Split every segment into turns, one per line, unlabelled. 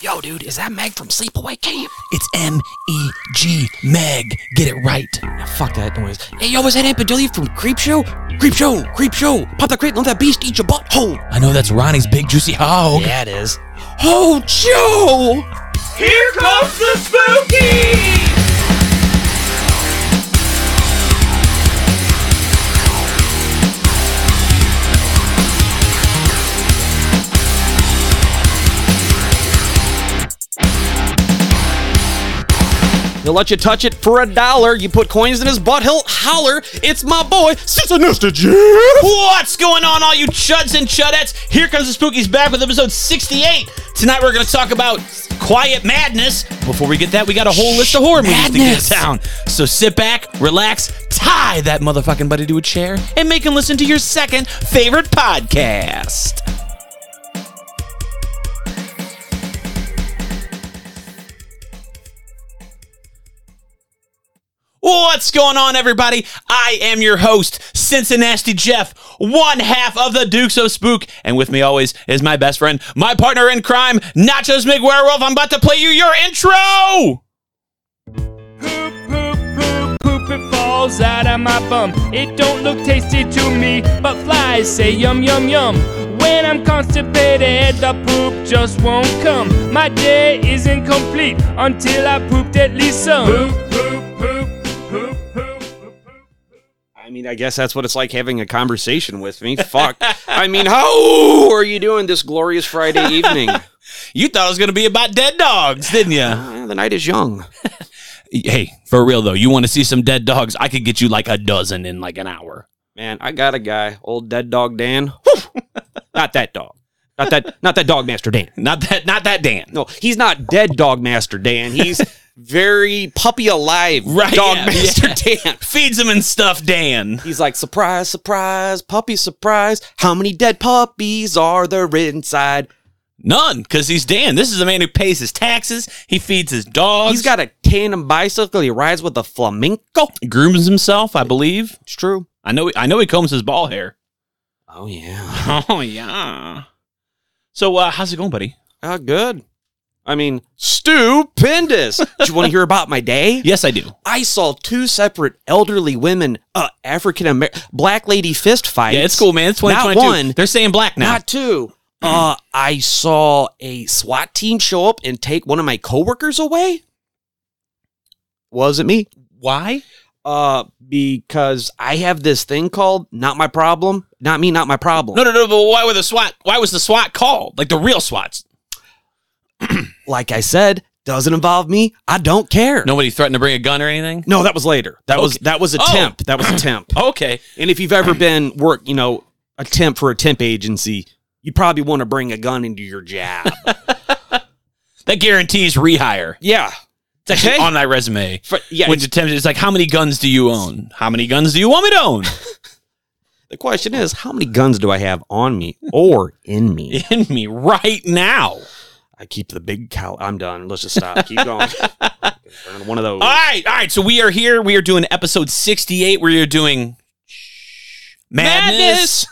Yo, dude, is that Meg from Sleepaway Camp?
It's M E G Meg. Get it right.
Ah, fuck that noise. Hey, yo, is that Aunt Bedelia from Creep Show? Creep Show, Creep Show. Pop that crate, let that beast eat your butthole.
I know that's Ronnie's big juicy hog.
Yeah, it is. Oh, Joe!
Here comes the spooky!
He'll let you touch it for a dollar. You put coins in his butt, he'll holler. It's my boy, Sinister Jeff.
What's going on, all you chuds and chudettes? Here comes the Spookies back with episode 68. Tonight we're going to talk about Quiet Madness. Before we get that, we got a whole list of horror movies
madness.
to get down. So sit back, relax, tie that motherfucking buddy to a chair, and make him listen to your second favorite podcast. What's going on, everybody? I am your host, Cincinnati Jeff, one half of the Dukes of Spook, and with me always is my best friend, my partner in crime, Nachos McWerewolf. I'm about to play you your intro.
Poop, poop, poop, poop, it falls out of my bum. It don't look tasty to me, but flies say yum, yum, yum. When I'm constipated, the poop just won't come. My day isn't complete until I pooped at least some. Poop, poop, poop, poop, poop, poop, poop.
I mean, I guess that's what it's like having a conversation with me. Fuck. I mean, how are you doing this glorious Friday evening?
You thought it was going to be about dead dogs, didn't you?
Uh, the night is young.
Hey, for real though, you want to see some dead dogs? I could get you like a dozen in like an hour.
Man, I got a guy, old dead dog Dan. Whew! not that dog. Not that not that dog master Dan.
Not that, not that Dan.
No, he's not dead dog master Dan. He's very puppy alive
Right,
dog
yeah,
master Dan.
Feeds them and stuff, Dan.
He's like, surprise, surprise, puppy surprise. How many dead puppies are there inside?
None, because he's Dan. This is a man who pays his taxes. He feeds his dogs.
He's got a tandem bicycle. He rides with a flamenco.
grooms himself, I believe.
It's true.
I know. I know he combs his ball hair.
Oh yeah.
Oh yeah. So uh, how's it going, buddy?
Oh, good. I mean, stupendous. Do you want to hear about my day?
Yes, I do.
I saw two separate elderly women, uh, African American, black lady fist fights.
Yeah, it's cool, man. It's
Not
2022.
one.
They're saying black now.
Not two. Uh, I saw a SWAT team show up and take one of my coworkers away. Wasn't me.
Why?
Uh, because I have this thing called "not my problem," not me, not my problem.
No, no, no. But why were the SWAT? Why was the SWAT called? Like the real SWATs?
Like I said, doesn't involve me. I don't care.
Nobody threatened to bring a gun or anything.
no, that was later. That was
Okay.
that was a
Oh.
temp. That was a temp.
Okay.
And if you've ever been work, you know, a temp for a temp agency, you probably want to bring a gun into your job.
That guarantees rehire.
yeah.
It's actually
Okay.
on my resume.
For- yeah.
When attempted, it's like, how many guns do you own? How many guns do you want me to own?
the question is, how many guns do I have on me or in me?
In me right now.
I keep the big cow. I'm done. Let's just stop. Keep going. Burn One of those.
All right, all right. So we are here. We are doing episode sixty-eight. We are doing madness,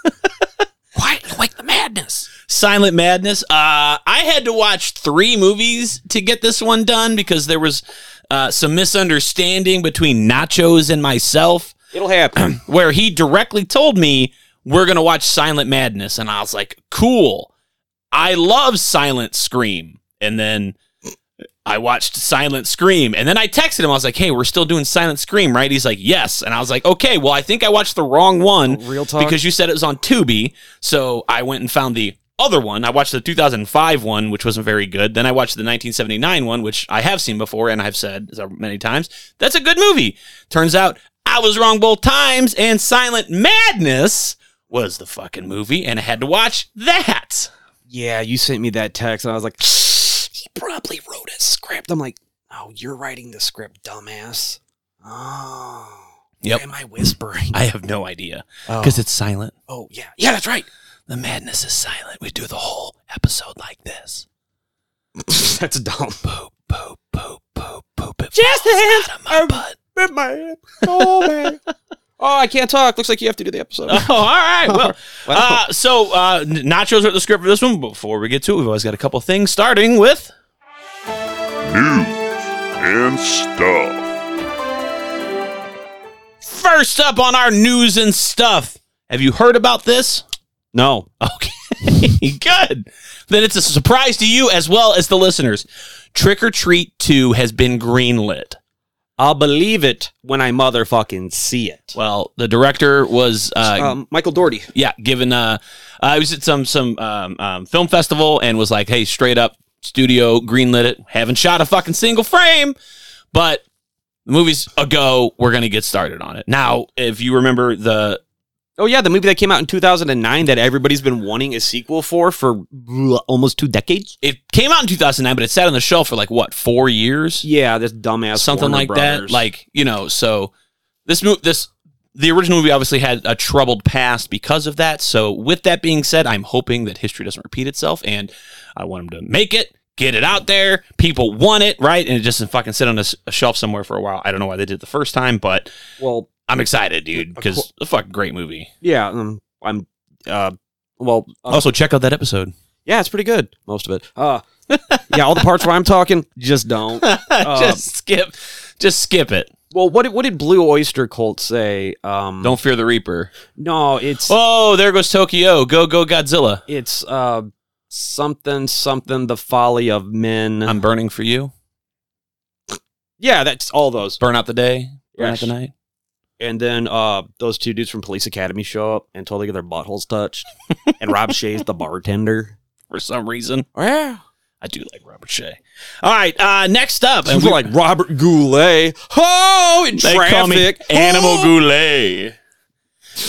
Quiet, wake the madness.
silent madness. Uh, I had to watch three movies to get this one done because there was uh, some misunderstanding between Nachos and myself,
It'll happen.
where he directly told me we're gonna watch Silent Madness, and I was like, "Cool, I love Silent Scream." And then I watched Silent Scream. And then I texted him. I was like, hey, we're still doing Silent Scream, right? He's like, yes. And I was like, okay, well, I think I watched the wrong one
Real talk.
because you said it was on Tubi. So I went and found the other one. I watched the 2005 one, which wasn't very good. Then I watched the 1979 one, which I have seen before and I've said so many times, that's a good movie. Turns out I was wrong both times, and Silent Madness was the fucking movie, and I had to watch that.
yeah, you sent me that text, and I was like, he probably wrote a script. I'm like, oh, you're writing the script, dumbass. Oh.
Yep.
Why am I whispering?
I have no idea
Oh.
because it's silent.
oh, yeah. Yeah, that's right.
The madness is silent. We do the whole episode like this.
That's dumb.
Poop, poop, poop, poop, poop. It falls out of my butt.
oh, man. Oh, I can't talk. Looks like you have to do the episode.
Oh, all right. Well,
Wow.
uh, so uh, Nachos wrote the script for this one. Before we get to it, we've always got a couple things starting with
news and stuff.
First up on our news and stuff. Have you heard about this?
No.
Okay, good. Then it's a surprise to you as well as the listeners. Trick or Treat 2 has been greenlit.
I'll believe it when I motherfucking see it.
Well, the director was uh,
um, Michael Doherty.
yeah, given uh, I was at some some um, um, film festival and was like, hey, straight up studio greenlit it. Haven't shot a fucking single frame, but the movie's a go. We're gonna get started on it now. If you remember the
Oh yeah, the movie that came out in 2009 that everybody's been wanting a sequel for for bleh, almost two decades.
it came out in 2009, but it sat on the shelf for like what four years,
Yeah, this dumbass
something
Warner
like
Brothers.
that. Like you know, so this movie, this the original movie obviously had a troubled past because of that. So with that being said, I'm hoping that history doesn't repeat itself, and I want them to make it, get it out there. People want it, right? And it just doesn't fucking sit on a, s- a shelf somewhere for a while. I don't know why they did it the first time, but
well,
I'm excited, dude,
Of
because
cour-
a fucking great movie.
yeah, um, I'm uh, well, uh,
Also, check out that episode.
yeah, it's pretty good most of it. Uh, yeah, all the parts where I'm talking, just don't. Uh,
just skip, just skip it.
Well, what did, what did Blue Oyster Cult say? Um,
Mm-hmm. Don't fear the Reaper.
no, it's
Oh, there goes Tokyo. Go, go, Godzilla.
it's uh something something the folly of men.
I'm burning for you.
yeah, that's all those.
Burn out the day. Burn out
Yes.
the night.
And then uh, those two dudes from Police Academy show up and totally get their buttholes touched. and Rob Shay's the bartender.
For some reason,
Yeah.
I do like Robert Shea. All right, uh, next up,
And we're like Robert Goulet. Oh, in
They
traffic.
call me Animal
Oh!
Goulet.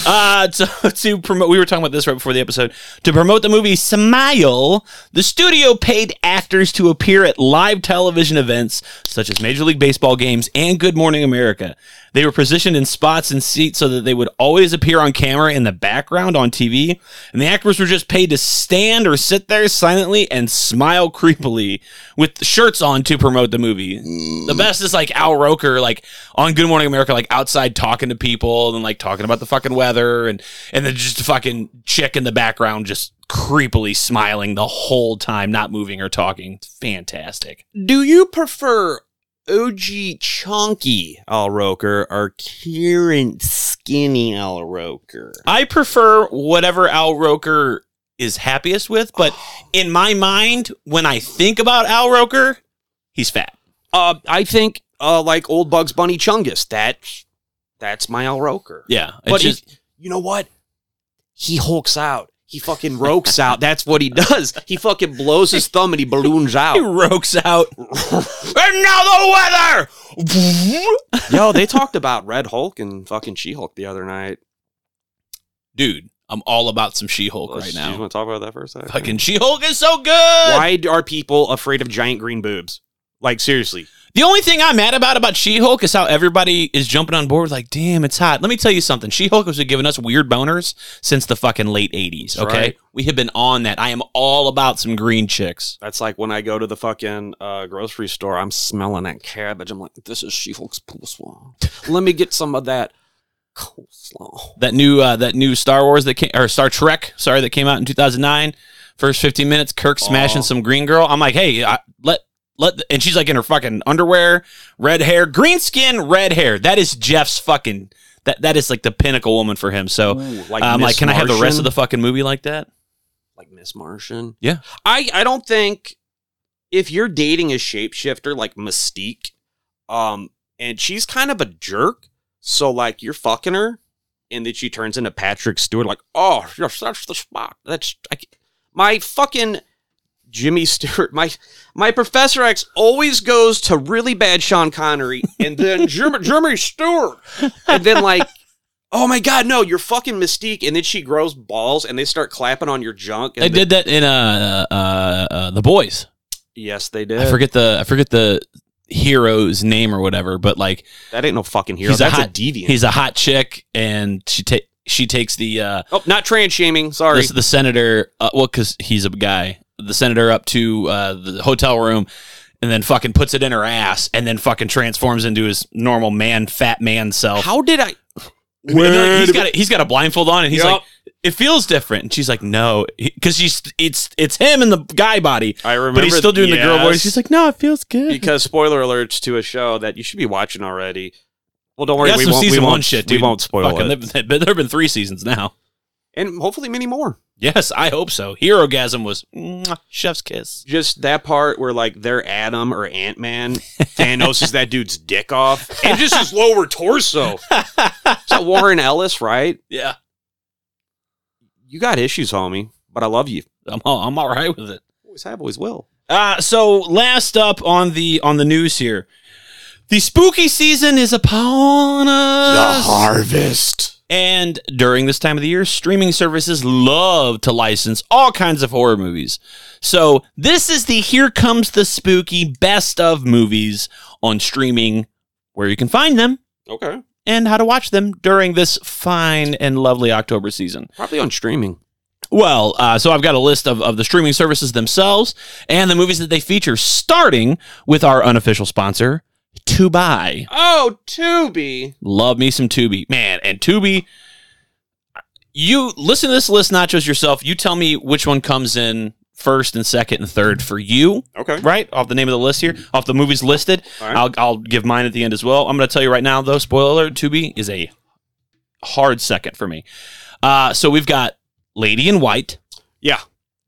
Uh, to, to promote, we were talking about this right before the episode. To promote the movie Smile, the studio paid actors to appear at live television events such as Major League Baseball games and Good Morning America. They were positioned in spots and seats so that they would always appear on camera in the background on TV, and the actors were just paid to stand or sit there silently and smile creepily with shirts on to promote the movie. The best is like Al Roker, like on Good Morning America, like outside talking to people and like talking about the fucking weather, and and then just a fucking chick in the background just creepily smiling the whole time, not moving or talking. It's fantastic.
Do you prefer OG Chonky Al Roker or Kieran Skinny Al Roker?
I prefer whatever Al Roker is happiest with, but in my mind, when I think about Al Roker, he's fat.
Uh, I think uh, like old Bugs Bunny Chungus. That that's my Al Roker.
Yeah,
but he- you know what? He hulks out. He fucking rokes out. That's what he does. He fucking blows his thumb and he balloons
he
out.
rokes out. and now the weather,
Yo, they talked about Red Hulk and fucking She Hulk the other night.
dude. I'm all about some She-Hulk
Let's-
right
You
now.
want to talk about that for a second?
Fucking She-Hulk is so good.
Why are people afraid of giant green boobs? Like seriously,
The only thing I'm mad about about She-Hulk is how everybody is jumping on board. Like, damn, it's hot. Let me tell you something. She-Hulk has been giving us weird boners since the fucking late '80s. Okay,
right.
we have been on that. I am all about some green chicks.
that's like when I go to the fucking uh, grocery store. I'm smelling that cabbage. I'm like, this is She Hulk's coleslaw. Let me get some of that coleslaw.
That new uh, that new Star Wars that came or Star Trek, sorry, that came out in 2009. First 15 minutes, Kirk smashing
Aw.
some green girl. I'm like, hey, I, let let, the, and she's like in her fucking underwear, red hair, green skin, red hair. That is Jeff's fucking. That that is like the pinnacle woman for him. So.
Ooh,
I'm
Miss
like, can I have the rest
Martian?
of the fucking movie like that?
like Miss Martian.
Yeah.
I I don't think if you're dating a shapeshifter like Mystique, um, and she's kind of a jerk, so like you're fucking her, and then she turns into Patrick Stewart, like, oh, yes, that's the spot. That's I, ca- my fucking Jimmy Stewart. My my Professor X always goes to really bad Sean Connery, and then Jimmy Jimmy Stewart, and then like. Oh my God! No, you're fucking Mystique, and then she grows balls, and they start clapping on your junk. And
They
then-
did that in uh, uh, uh the boys.
Yes, they did.
I forget the I forget the hero's name or whatever, but like
That ain't no fucking hero.
He's a
That's a,
hot-
deviant.
he's a hot chick and she ta- she takes the uh
oh, not trans shaming. Sorry.
this, the senator uh, well cuz he's a guy, the senator up to uh the hotel room and then fucking puts it in her ass and then fucking transforms into his normal man fat man self.
How did I?
And then he's got a, he's got a blindfold on and he's
Yup.
like it feels different. And she's like, no, because she's it's it's him and the guy body,
I remember.
but he's still doing the girl voice.
Yes.
She's like, no, it feels good.
because spoiler alerts to a show that you should be watching already. Well, don't worry,
That's
we
some
won't.
season
we won't,
one shit,
We
dude.
won't spoil
Fucking,
it,
there- there have been three seasons now.
and hopefully many more.
Yes, I hope so. Hero Gasm was mwah, chef's kiss.
Just that part where like they're Adam or Ant Man, Thanos is that dude's dick off, and just his lower torso. Is that Warren Ellis, right?
Yeah,
You got issues, homie, but I love you.
I'm all, I'm all right with it.
Always have, always will.
Uh, so last up on the on the news here, the spooky season is upon us.
harvest.
And during this time of the year, streaming services love to license all kinds of horror movies. So this is the Here Comes the Spooky best of movies on streaming, where you can find them
Okay,
and how to watch them during this fine and lovely October season.
probably on streaming.
Well, uh, so I've got a list of, of the streaming services themselves and the movies that they feature, starting with our unofficial sponsor, Tubi.
Oh, Tubi.
Love me some Tubi. Man, and Tubi, you listen to this list, Nachos, yourself. You tell me which one comes in first and second and third for you,
Okay,
right? Off the name of the list here, off the movies listed.
All right.
I'll, I'll give mine at the end as well. I'm going to tell you right now, though, spoiler alert, Tubi is a hard second for me. Uh, so we've got Lady in White.
Yeah.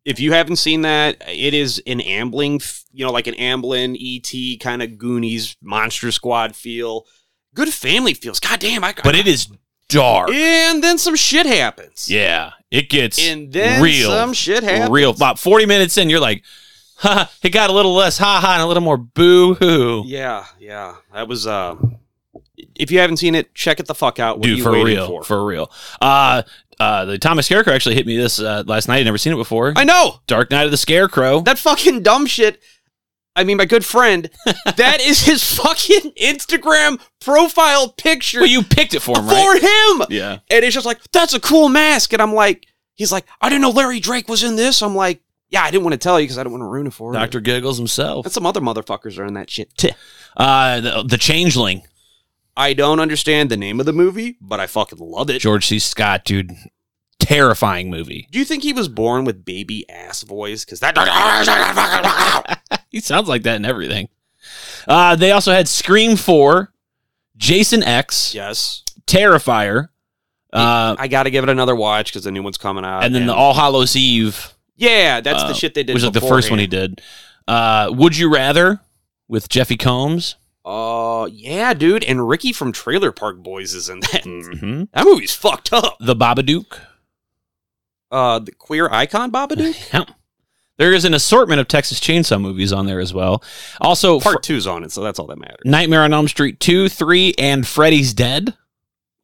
If you haven't seen that, it is an Amblin, f- you know, like an Amblin ET kind of Goonies Monster Squad feel. Good family feels. God damn, I.
but it is dark.
and then some shit happens.
yeah, it gets
And then
real,
some shit happens.
real. About forty minutes in, you're like, ha, it got a little less ha ha and a little more boo hoo.
Yeah, yeah. That was. Uh, if you haven't seen it, check it the fuck out. What are
Dude,
you
for
waiting
real,
For?
for? real. Uh, uh, the Thomas Scarecrow actually hit me this uh, last night. I'd never seen it before.
I know
Dark Knight of the Scarecrow.
that fucking dumb shit. I mean, my good friend, that is his fucking Instagram profile picture
well, you picked it for him, right?
for him.
Yeah,
And it's just like, that's a cool mask. And I'm like, he's like, I didn't know Larry Drake was in this. I'm like, yeah, I didn't want to tell you because I didn't want to ruin it for
Doctor
you.
Giggles himself.
And some other motherfuckers are in that shit. too.
Uh, the, the Changeling.
I don't understand the name of the movie, but I fucking love it.
George C. Scott, dude, terrifying movie.
Do you think he was born with baby ass voice? Because that.
He sounds like that in everything. Uh, they also had Scream 4, Jason X,
yes.
Terrifier, uh,
I got to give it another watch because the new one's coming out.
and then the All Hallows Eve,
Yeah, that's
uh,
the shit they Oh, did.
which is like the first one he did. Uh, Would You Rather with Jeffy Combs.
Oh, uh, yeah, dude. And Ricky from Trailer Park Boys is in that.
Mm-hmm.
That movie's fucked up.
The Babadook.
Uh, the queer icon Babadook?
Yeah. There is an assortment of Texas Chainsaw movies on there as well. Also,
Part
Fr-
two's on it, so that's all that matters.
Nightmare on Elm Street 2, 3, and Freddy's Dead.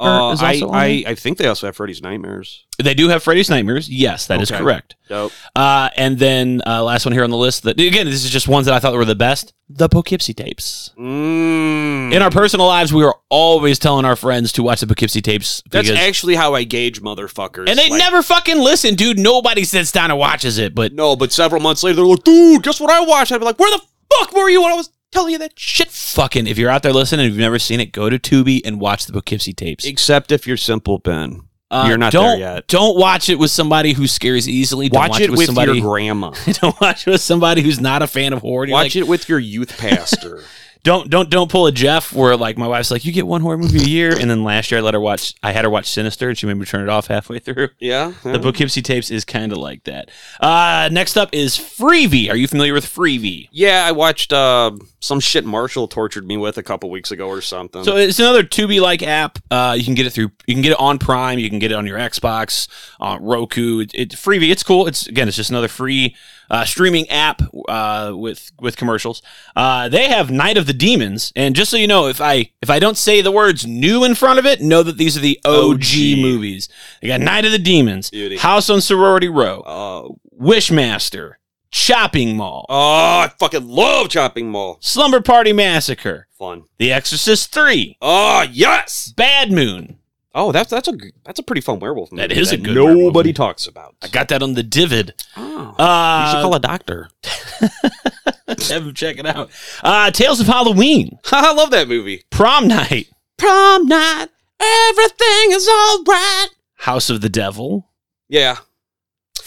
Uh,
is
I,
also on
I, I think they also have Freddy's Nightmares.
They do have Freddy's Nightmares. Yes, that is
Okay.
correct.
Dope.
Uh, and then uh, last one here on the list. That again, this is just ones that I thought were the best. The Poughkeepsie tapes.
Mm.
In our personal lives, we are always telling our friends to watch the Poughkeepsie tapes
That's
because-
actually how I gauge motherfuckers.
and they
Like,
never fucking listen, dude. Nobody sits down and watches it. But
No, but several months later, they're like, dude, guess what I watched? I'd be like, where the fuck were you when I was telling you that shit?
shit, fucking, if you're out there listening and you've never seen it, go to Tubi and watch the Poughkeepsie tapes.
Except if you're simple, Ben.
Uh,
you're not
don't,
there yet.
Don't watch it with somebody who scares easily. Don't
Watch, it with
somebody.
your grandma.
don't watch it with somebody who's not a fan of horror. You're like,
Watch it with your youth pastor.
don't don't don't pull a Jeff where like my wife's like you get one horror movie a year and then last year I let her watch I had her watch Sinister and she made me turn it off halfway through.
yeah.
The Poughkeepsie tapes is kind of like that. Uh, next up is Freebie. Are you familiar with Freebie?
Yeah, I watched uh, some shit Marshall tortured me with a couple weeks ago or something.
So it's another Tubi like app. Uh, you can get it through. You can get it on Prime. You can get it on your Xbox, on Roku. It, it's freebie. It's cool. It's again. It's just another free uh, streaming app uh, with with commercials. Uh, they have Night of the Demons, and just so you know, if I if I don't say the words new in front of it, know that these are the OG,
OG.
movies. They got Night of the Demons,
Beauty.
House on Sorority Row,
uh,
Wishmaster, Chopping Mall,
oh, I fucking love Chopping Mall.
Slumber Party Massacre,
Fun.
The Exorcist Three,
Oh, yes.
Bad Moon.
Oh, that's that's a g- that's a pretty fun werewolf movie.
That is a good
nobody
werewolf movie.
talks about.
I got that on the Divid.
Oh.
Uh,
you should call a doctor.
have him check it out. Uh, Tales of Halloween,
I love that movie.
Prom Night,
Prom night, everything is all right.
House of the Devil,
Yeah.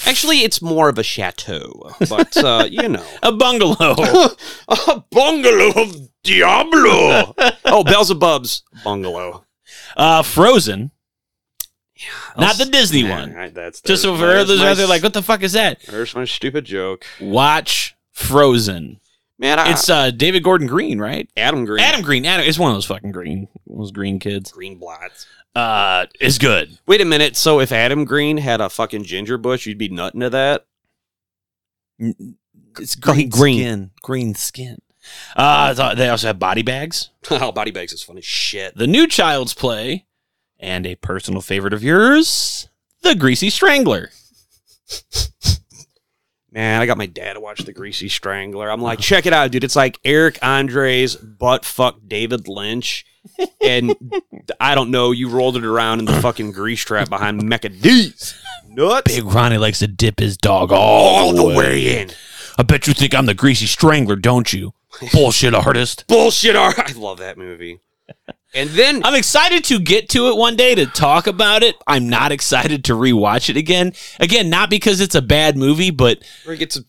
Actually, it's more of a chateau, but uh, you know,
A bungalow.
a bungalow of Diablo. oh, Beelzebub's bungalow.
uh, Frozen. Not the Disney
Yeah,
one.
I- that's
Just
there's-
so for
there's
those
my
out there,
s-
like, what the fuck is that?
there's my stupid joke,
Watch Frozen.
man. I,
It's uh, David Gordon Green, right?
Adam Green.
Adam Green. Adam. It's one of those fucking green, those green kids.
Green blots.
Uh, it's good.
Wait a minute. So if Adam Green had a fucking ginger bush, you'd be nutting to that.
It's
green
skin. Green skin. Uh, th- they also have body bags.
oh, body bags is funny as shit.
The new Child's Play, and a personal favorite of yours, The Greasy Strangler.
Man, I got my dad to watch The Greasy Strangler. I'm like, check it out, dude. It's like Eric Andre's butt fuck David Lynch. And I don't know, you rolled it around in the fucking grease trap behind Mecha D's. Nuts.
Big Ronnie likes to dip his dog all, the way.
in.
I bet you think I'm the greasy strangler, don't you? Bullshit artist.
Bullshit. All right. I love that movie. And then
I'm excited to get to it one day to talk about it. I'm not excited to rewatch it again. Again, not because it's a bad movie, but
we get to.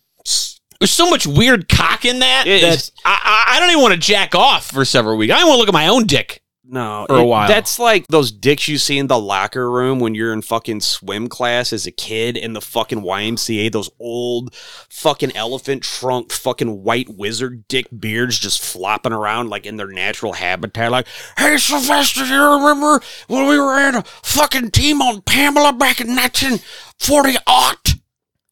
there's so much weird cock in that
It
that
is.
I, I I don't even want to jack off for several weeks. I don't want to look at my own dick.
No,
For a while.
That's like those dicks you see in the locker room when you're in fucking swim class as a kid in the fucking YMCA. Those old fucking elephant trunk, fucking white wizard dick beards just flopping around like in their natural habitat. Like, hey Sylvester, do you remember when we were in a fucking team on Pamela back in 1940 aught?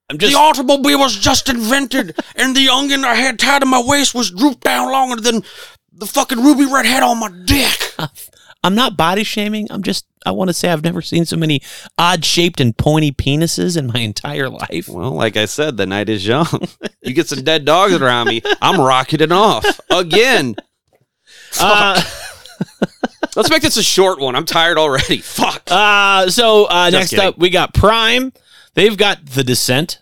I'm just
the automobile was just invented, and the onion I had tied to my waist was drooped down longer than the fucking ruby red head on my dick.
I'm not body shaming. I'm just I want to say I've never seen so many odd shaped and pointy penises in my entire life.
Well, like I said, the night is young. You get some dead dogs around me, I'm rocketing off again.
Uh,
Let's make this a short one. I'm tired already. Fuck.
uh, so uh,
Just
next
kidding.
up we got Prime. They've got The Descent.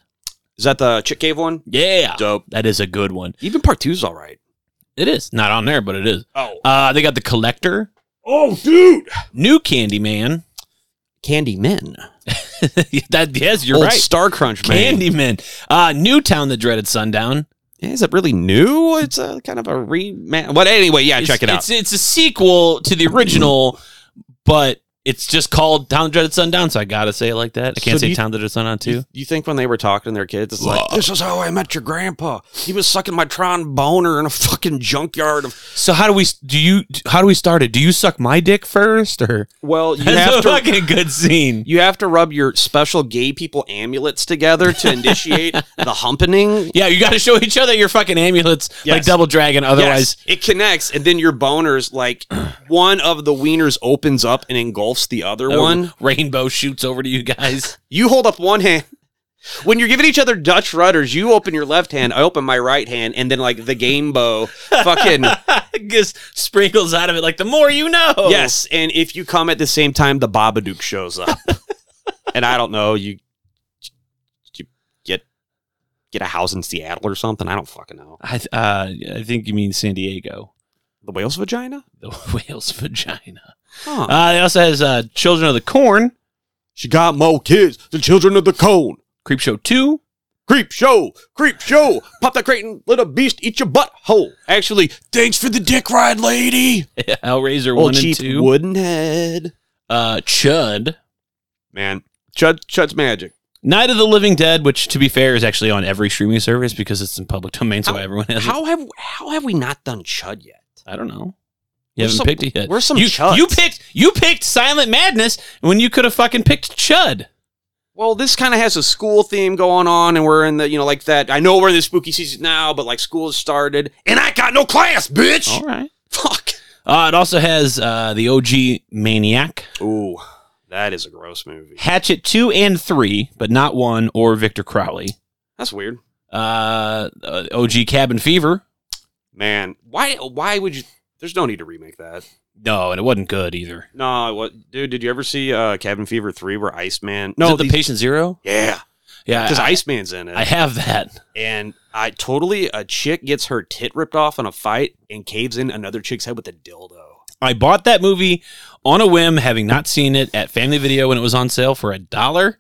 Is that the Chick Cave one?
Yeah,
Dope.
that is a good one.
Even part two's all right.
It is not on there, but it is.
Oh,
Uh, they got The Collector,
oh, dude.
New Candyman.
Candy Men.
that yes, you're
Old
right.
Star Crunch Man.
Candyman. Uh, Newtown, The Dreaded Sundown.
Is it really new? It's a kind of a reman. But anyway, yeah, check it out.
It's, it's a sequel to the original, but it's just called Town Dreaded Sundown. So I gotta say it like that. I can't
So
say
do you-
Town Dreaded Sundown too.
You think when they were talking to their kids, it's like, this is how I met your grandpa. He was sucking my Tron boner in a fucking junkyard of
So how do we do you how do we start it? Do you suck my dick first or
Well, you
that's a
have to
fucking good scene?
you have to rub your special gay people amulets together to initiate the humpening.
Yeah, you got to show each other your fucking amulets like
Yes.
Double Dragon. Otherwise,
Yes, it connects, and then your boners like one of the wieners opens up and engulfs the other
the
one.
rainbow shoots over to you guys.
You hold up one hand. When you're giving each other Dutch rudders, you open your left hand, I open my right hand, and then like the game bow, fucking
Just sprinkles out of it like the more you know.
yes. And if you come at the same time, the Babadook shows up, and I don't know you, you get get a house in Seattle or something. I don't fucking know.
I th- uh, I think you mean San Diego,
The whale's vagina?
the whale's vagina.
Huh.
Uh, it also has uh, Children of the Corn,
she got more kids than children of the cone.
Creepshow Two.
Creep show, creep show. Pop that crate and let a beast eat your butthole. Actually, thanks for the dick ride, lady.
Hellraiser
Old
one and
cheap
two.
wooden head.
uh, Chud,
Man, Chud, Chud's magic.
Night of the Living Dead, which to be fair is actually on every streaming service because it's in public domain, so
How-
everyone has. it.
How have how have we not done Chud yet?
I don't know.
We're
You haven't
some-
picked it yet.
we're some
you,
chuds.
you picked you picked Silent Madness when you could have fucking picked Chud.
Well, this kind of has a school theme going on, and we're in the you know like that. I know we're in the spooky season now, but like school has started, and I got no class, bitch.
All right.
Fuck.
Uh, it also has uh, the OG Maniac,
Ooh, that is a gross movie.
Hatchet two and three, but not one or Victor Crowley.
That's weird.
Uh, uh, OG Cabin Fever.
Man, why why would you? There's no need to remake that.
No, and it wasn't good either.
No, what, dude? Did you ever see uh, Cabin Fever three where Iceman?
Is
No,
it the
these-
Patient Zero.
yeah,
Yeah,
because
I,
Iceman's in it,
I have that.
and I totally a chick gets her tit ripped off in a fight and caves in another chick's head with a dildo.
I bought that movie on a whim, having not seen it at Family Video when it was on sale for a dollar.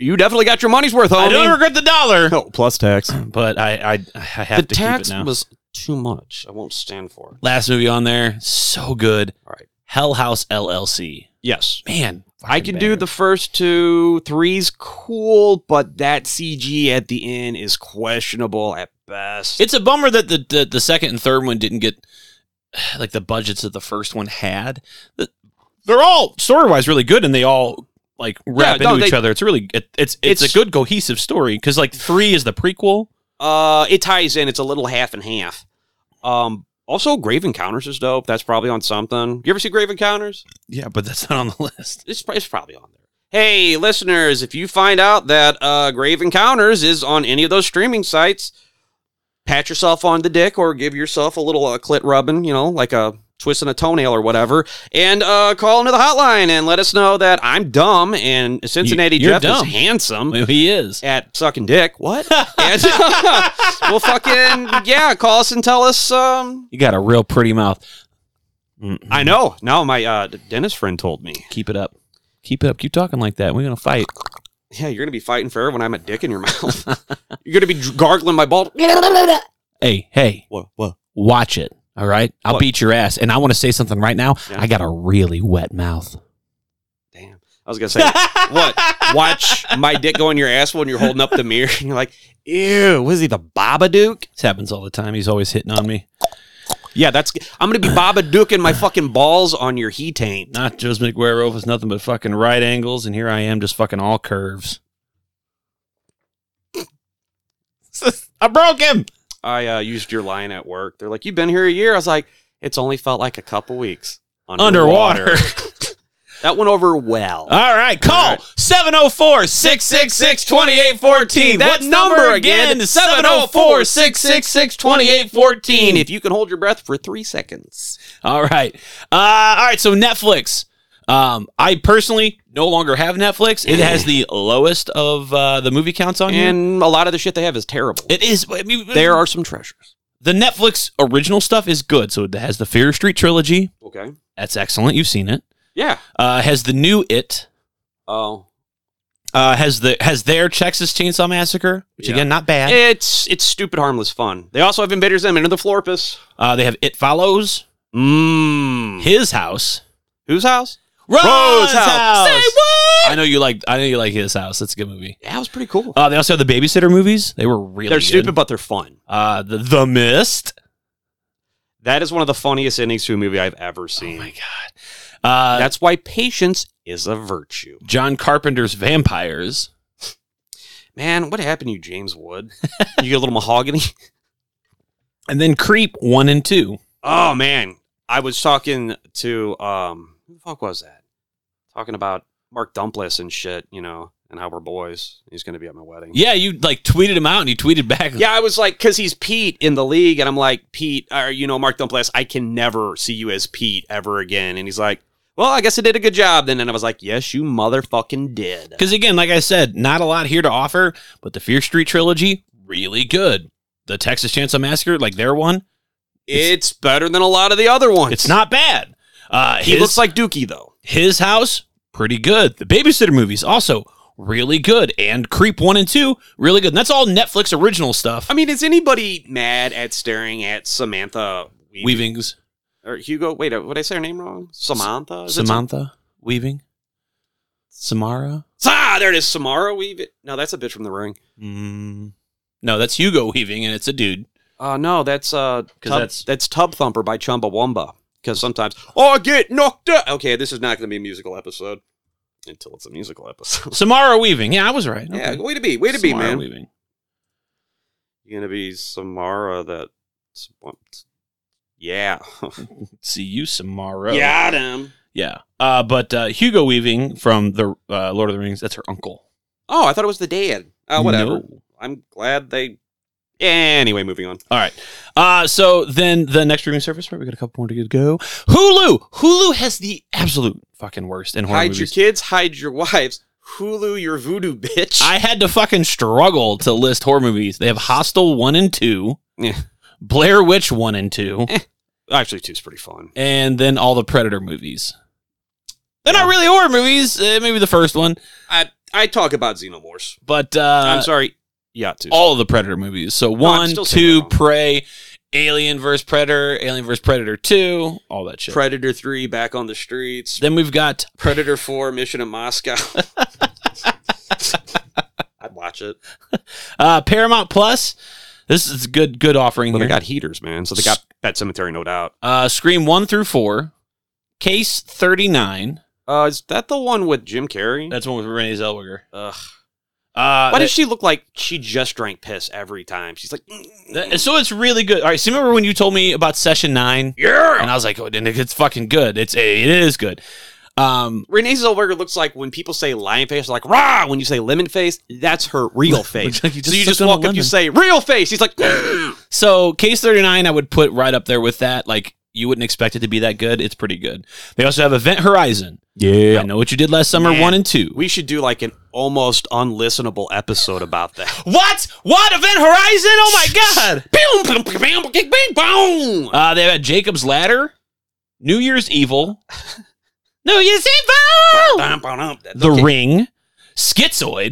You definitely got your money's worth, homie.
I don't regret the dollar,
No, plus tax.
but I I, I have to
The tax
keep it now.
was too much. I won't stand for it.
Last movie on there, so good.
All right.
Hell House LLC.
Yes.
Man,
I
fucking
can do
banger.
the first two. Three's cool, but that CG at the end is questionable at best.
It's a bummer that the, the the second and third one didn't get like the budgets that the first one had. The- They're all story wise really good, and they all like wrap
no,
into each
they-
other. It's really it, it's, it's
It's-
a good cohesive story because like three is the prequel.
uh, it ties in. It's a little half and half. Um, also, Grave Encounters is dope. That's probably on something. You ever see Grave Encounters?
Yeah, but that's not on the list.
It's, it's probably on there. Hey, listeners, if you find out that uh, Grave Encounters is on any of those streaming sites, pat yourself on the dick or give yourself a little uh, clit rubbing, you know, like a twist in a toenail or whatever, and uh, call into the hotline and let us know that I'm dumb and Cincinnati
You- you're
Jeff
dumb.
is handsome
Well, he is.
at sucking dick. What? and, well, fucking, yeah, call us and tell us. Um,
You got a real pretty mouth.
I know. No, my uh, dentist friend told me.
Keep it up. Keep it up. Keep talking like that. We're gonna fight.
Yeah, you're gonna be fighting for when I'm a dick in your mouth. you're gonna be gargling my ball.
Hey, hey,
Whoa, whoa.
watch it. All right, I'll
What?
beat your ass. And I want to say something right now.
Yeah.
I got a really wet mouth.
Damn. I was gonna say what? Watch my dick go in your ass when you're holding up the mirror and you're like, ew, was he the Babadook?
This happens all the time. He's always hitting on me.
Yeah, that's I'm gonna be Babadooking my fucking balls on your he taint.
Not Joe's McGuire is nothing but fucking right angles, and here I am just fucking all curves. I broke him.
I uh, used your line at work. They're like, You've been here a year. I was like, it's only felt like a couple weeks.
Underwater.
that went over well.
All right,
All
call
right.
704 666 2814. That
What number
number again
again?
704 666
And
2814.
if you can hold your breath for three seconds.
All right. Uh, all right. So Netflix. Um, I personally no longer have Netflix. It has the lowest of uh, the movie counts on here.
And a lot of the shit they have is terrible.
It is. I mean,
there are some treasures.
the Netflix original stuff is good. So it has the Fear Street trilogy.
Okay.
That's excellent. You've seen it.
Yeah.
Uh, has the new It.
Oh.
Uh, has the has their Texas Chainsaw Massacre, which
Yeah.
again not bad.
It's it's stupid, harmless fun. They also have Invaders Zim and the Florpus.
Uh, they have It Follows,
Mmm.
His House,
Whose house?
Rose,
House.
House.
Say
I know you like. I know you like His House. That's a good movie.
That was pretty cool.
Uh, they also have the Babysitter movies. They were really
they're
good.
stupid, but they're fun.
Uh, the The Mist.
That is one of the funniest endings to a movie I've ever seen.
Oh, God. Uh,
That's why patience is a virtue.
John Carpenter's Vampires.
Man, what happened to you, James Wood? you get a little mahogany?
And then Creep 1 and 2.
Oh man, I was talking to um, who the fuck was that? Talking about Mark Dumpless and shit, you know, and how we're boys. He's gonna be at my wedding.
Yeah, you like tweeted him out and he tweeted back.
Yeah, I was like, because he's Pete in the league, and I'm like, Pete, or you know, Mark Dumpless, I can never see you as Pete ever again. And he's like, Well, I guess I did a good job then. And I was like, Yes, you motherfucking did.
Because again, like I said, not a lot here to offer, but the Fear Street trilogy, really good. The Texas Chainsaw Massacre, like their one,
It's, better than a lot of the other ones.
it's not bad. Uh,
He
his,
looks like Dookie though.
his house, pretty good. The Babysitter movies, also really good. And Creep 1 and 2, really good. And that's all Netflix original stuff.
I mean, is anybody mad at staring at Samantha? Weaving?
Weavings.
or Hugo. Wait, uh, would I say her name wrong? Samantha. Is it
Samantha Weaving. Samara.
Sam- ah, there it is. Samara Weave. No, that's a bitch from The Ring.
Mm. No, that's Hugo Weaving, and it's a dude.
Uh, no, that's uh,
'Cause
tub,
that's-
that's Tub Thumper by Chumbawamba. Because sometimes "Oh, I get knocked out. Okay, this is not going to be a musical episode until it's a musical episode.
Samara Weaving. Yeah, I was right.
yeah,
Okay.
way to be, way to be,
Samara
man.
Weaving.
You're gonna be Samara. That. Yeah.
See you, Samara.
Got him.
Yeah. Uh, but uh, Hugo Weaving from the uh, Lord of the Rings, that's her uncle.
Oh, I thought it was the dad. Oh, whatever.
No.
I'm glad they. Anyway, moving on.
All right. Uh, so then the next streaming service, right? We got a couple more to go. Hulu. Hulu has the absolute fucking worst in horror
hide your
movies.
kids, hide your wives. Hulu your voodoo bitch.
I had to fucking struggle to list horror movies. They have Hostel 1 and 2,
Yeah.
Blair Witch 1 and 2,
Actually, two's pretty fun.
and then all the Predator movies. They're not really horror movies. Uh, maybe the eh, first one.
I I talk about xenomorphs.
But uh,
I'm sorry. Yeah, too.
all of the Predator movies. So
I'm
one,
still saying
two,
that wrong.
Prey, Alien vs Predator, Alien vs Predator two, all that shit.
Predator 3 back on the streets.
then we've got
Predator 4 Mission in Moscow. I'd watch it.
uh, Paramount Plus. This is a good good offering
But
here.
they got heaters, man. So they got Pet Cemetery, no doubt.
uh, Scream one through four, Case thirty nine.
Uh, is that the one with Jim Carrey?
That's one with Renee Zellweger.
Ugh.
Uh,
Why
that-
does she look like she just drank piss every time? She's like, "Mm,
that- so it's really good. All right, so remember when you told me about Session Nine,
yeah.
and I was like, "Oh, and it's fucking good. It's it is good." Um,
Renee Zellweger looks like when people say lion face, they're like rah. When you say lemon face, that's her real face.
Looks like you
so
just
you just
sucked on a
walk up,
lemon.
you say real face. He's like, "Mm."
So case 39 I would put right up there with that. Like you wouldn't expect it to be that good. It's pretty good. They also have Event Horizon.
Yeah.
I know what you did last summer,
Man.
1 and 2.
we should do like an almost unlistenable episode about that.
what? What Event Horizon? Oh my god.
Boom, boom, boom, boom, boom, boom, boom.
Uh they had Jacob's Ladder, New Year's Evil. New Year's Evil.
Bum, bum, bum.
The
Okay,
Ring, Schizoid,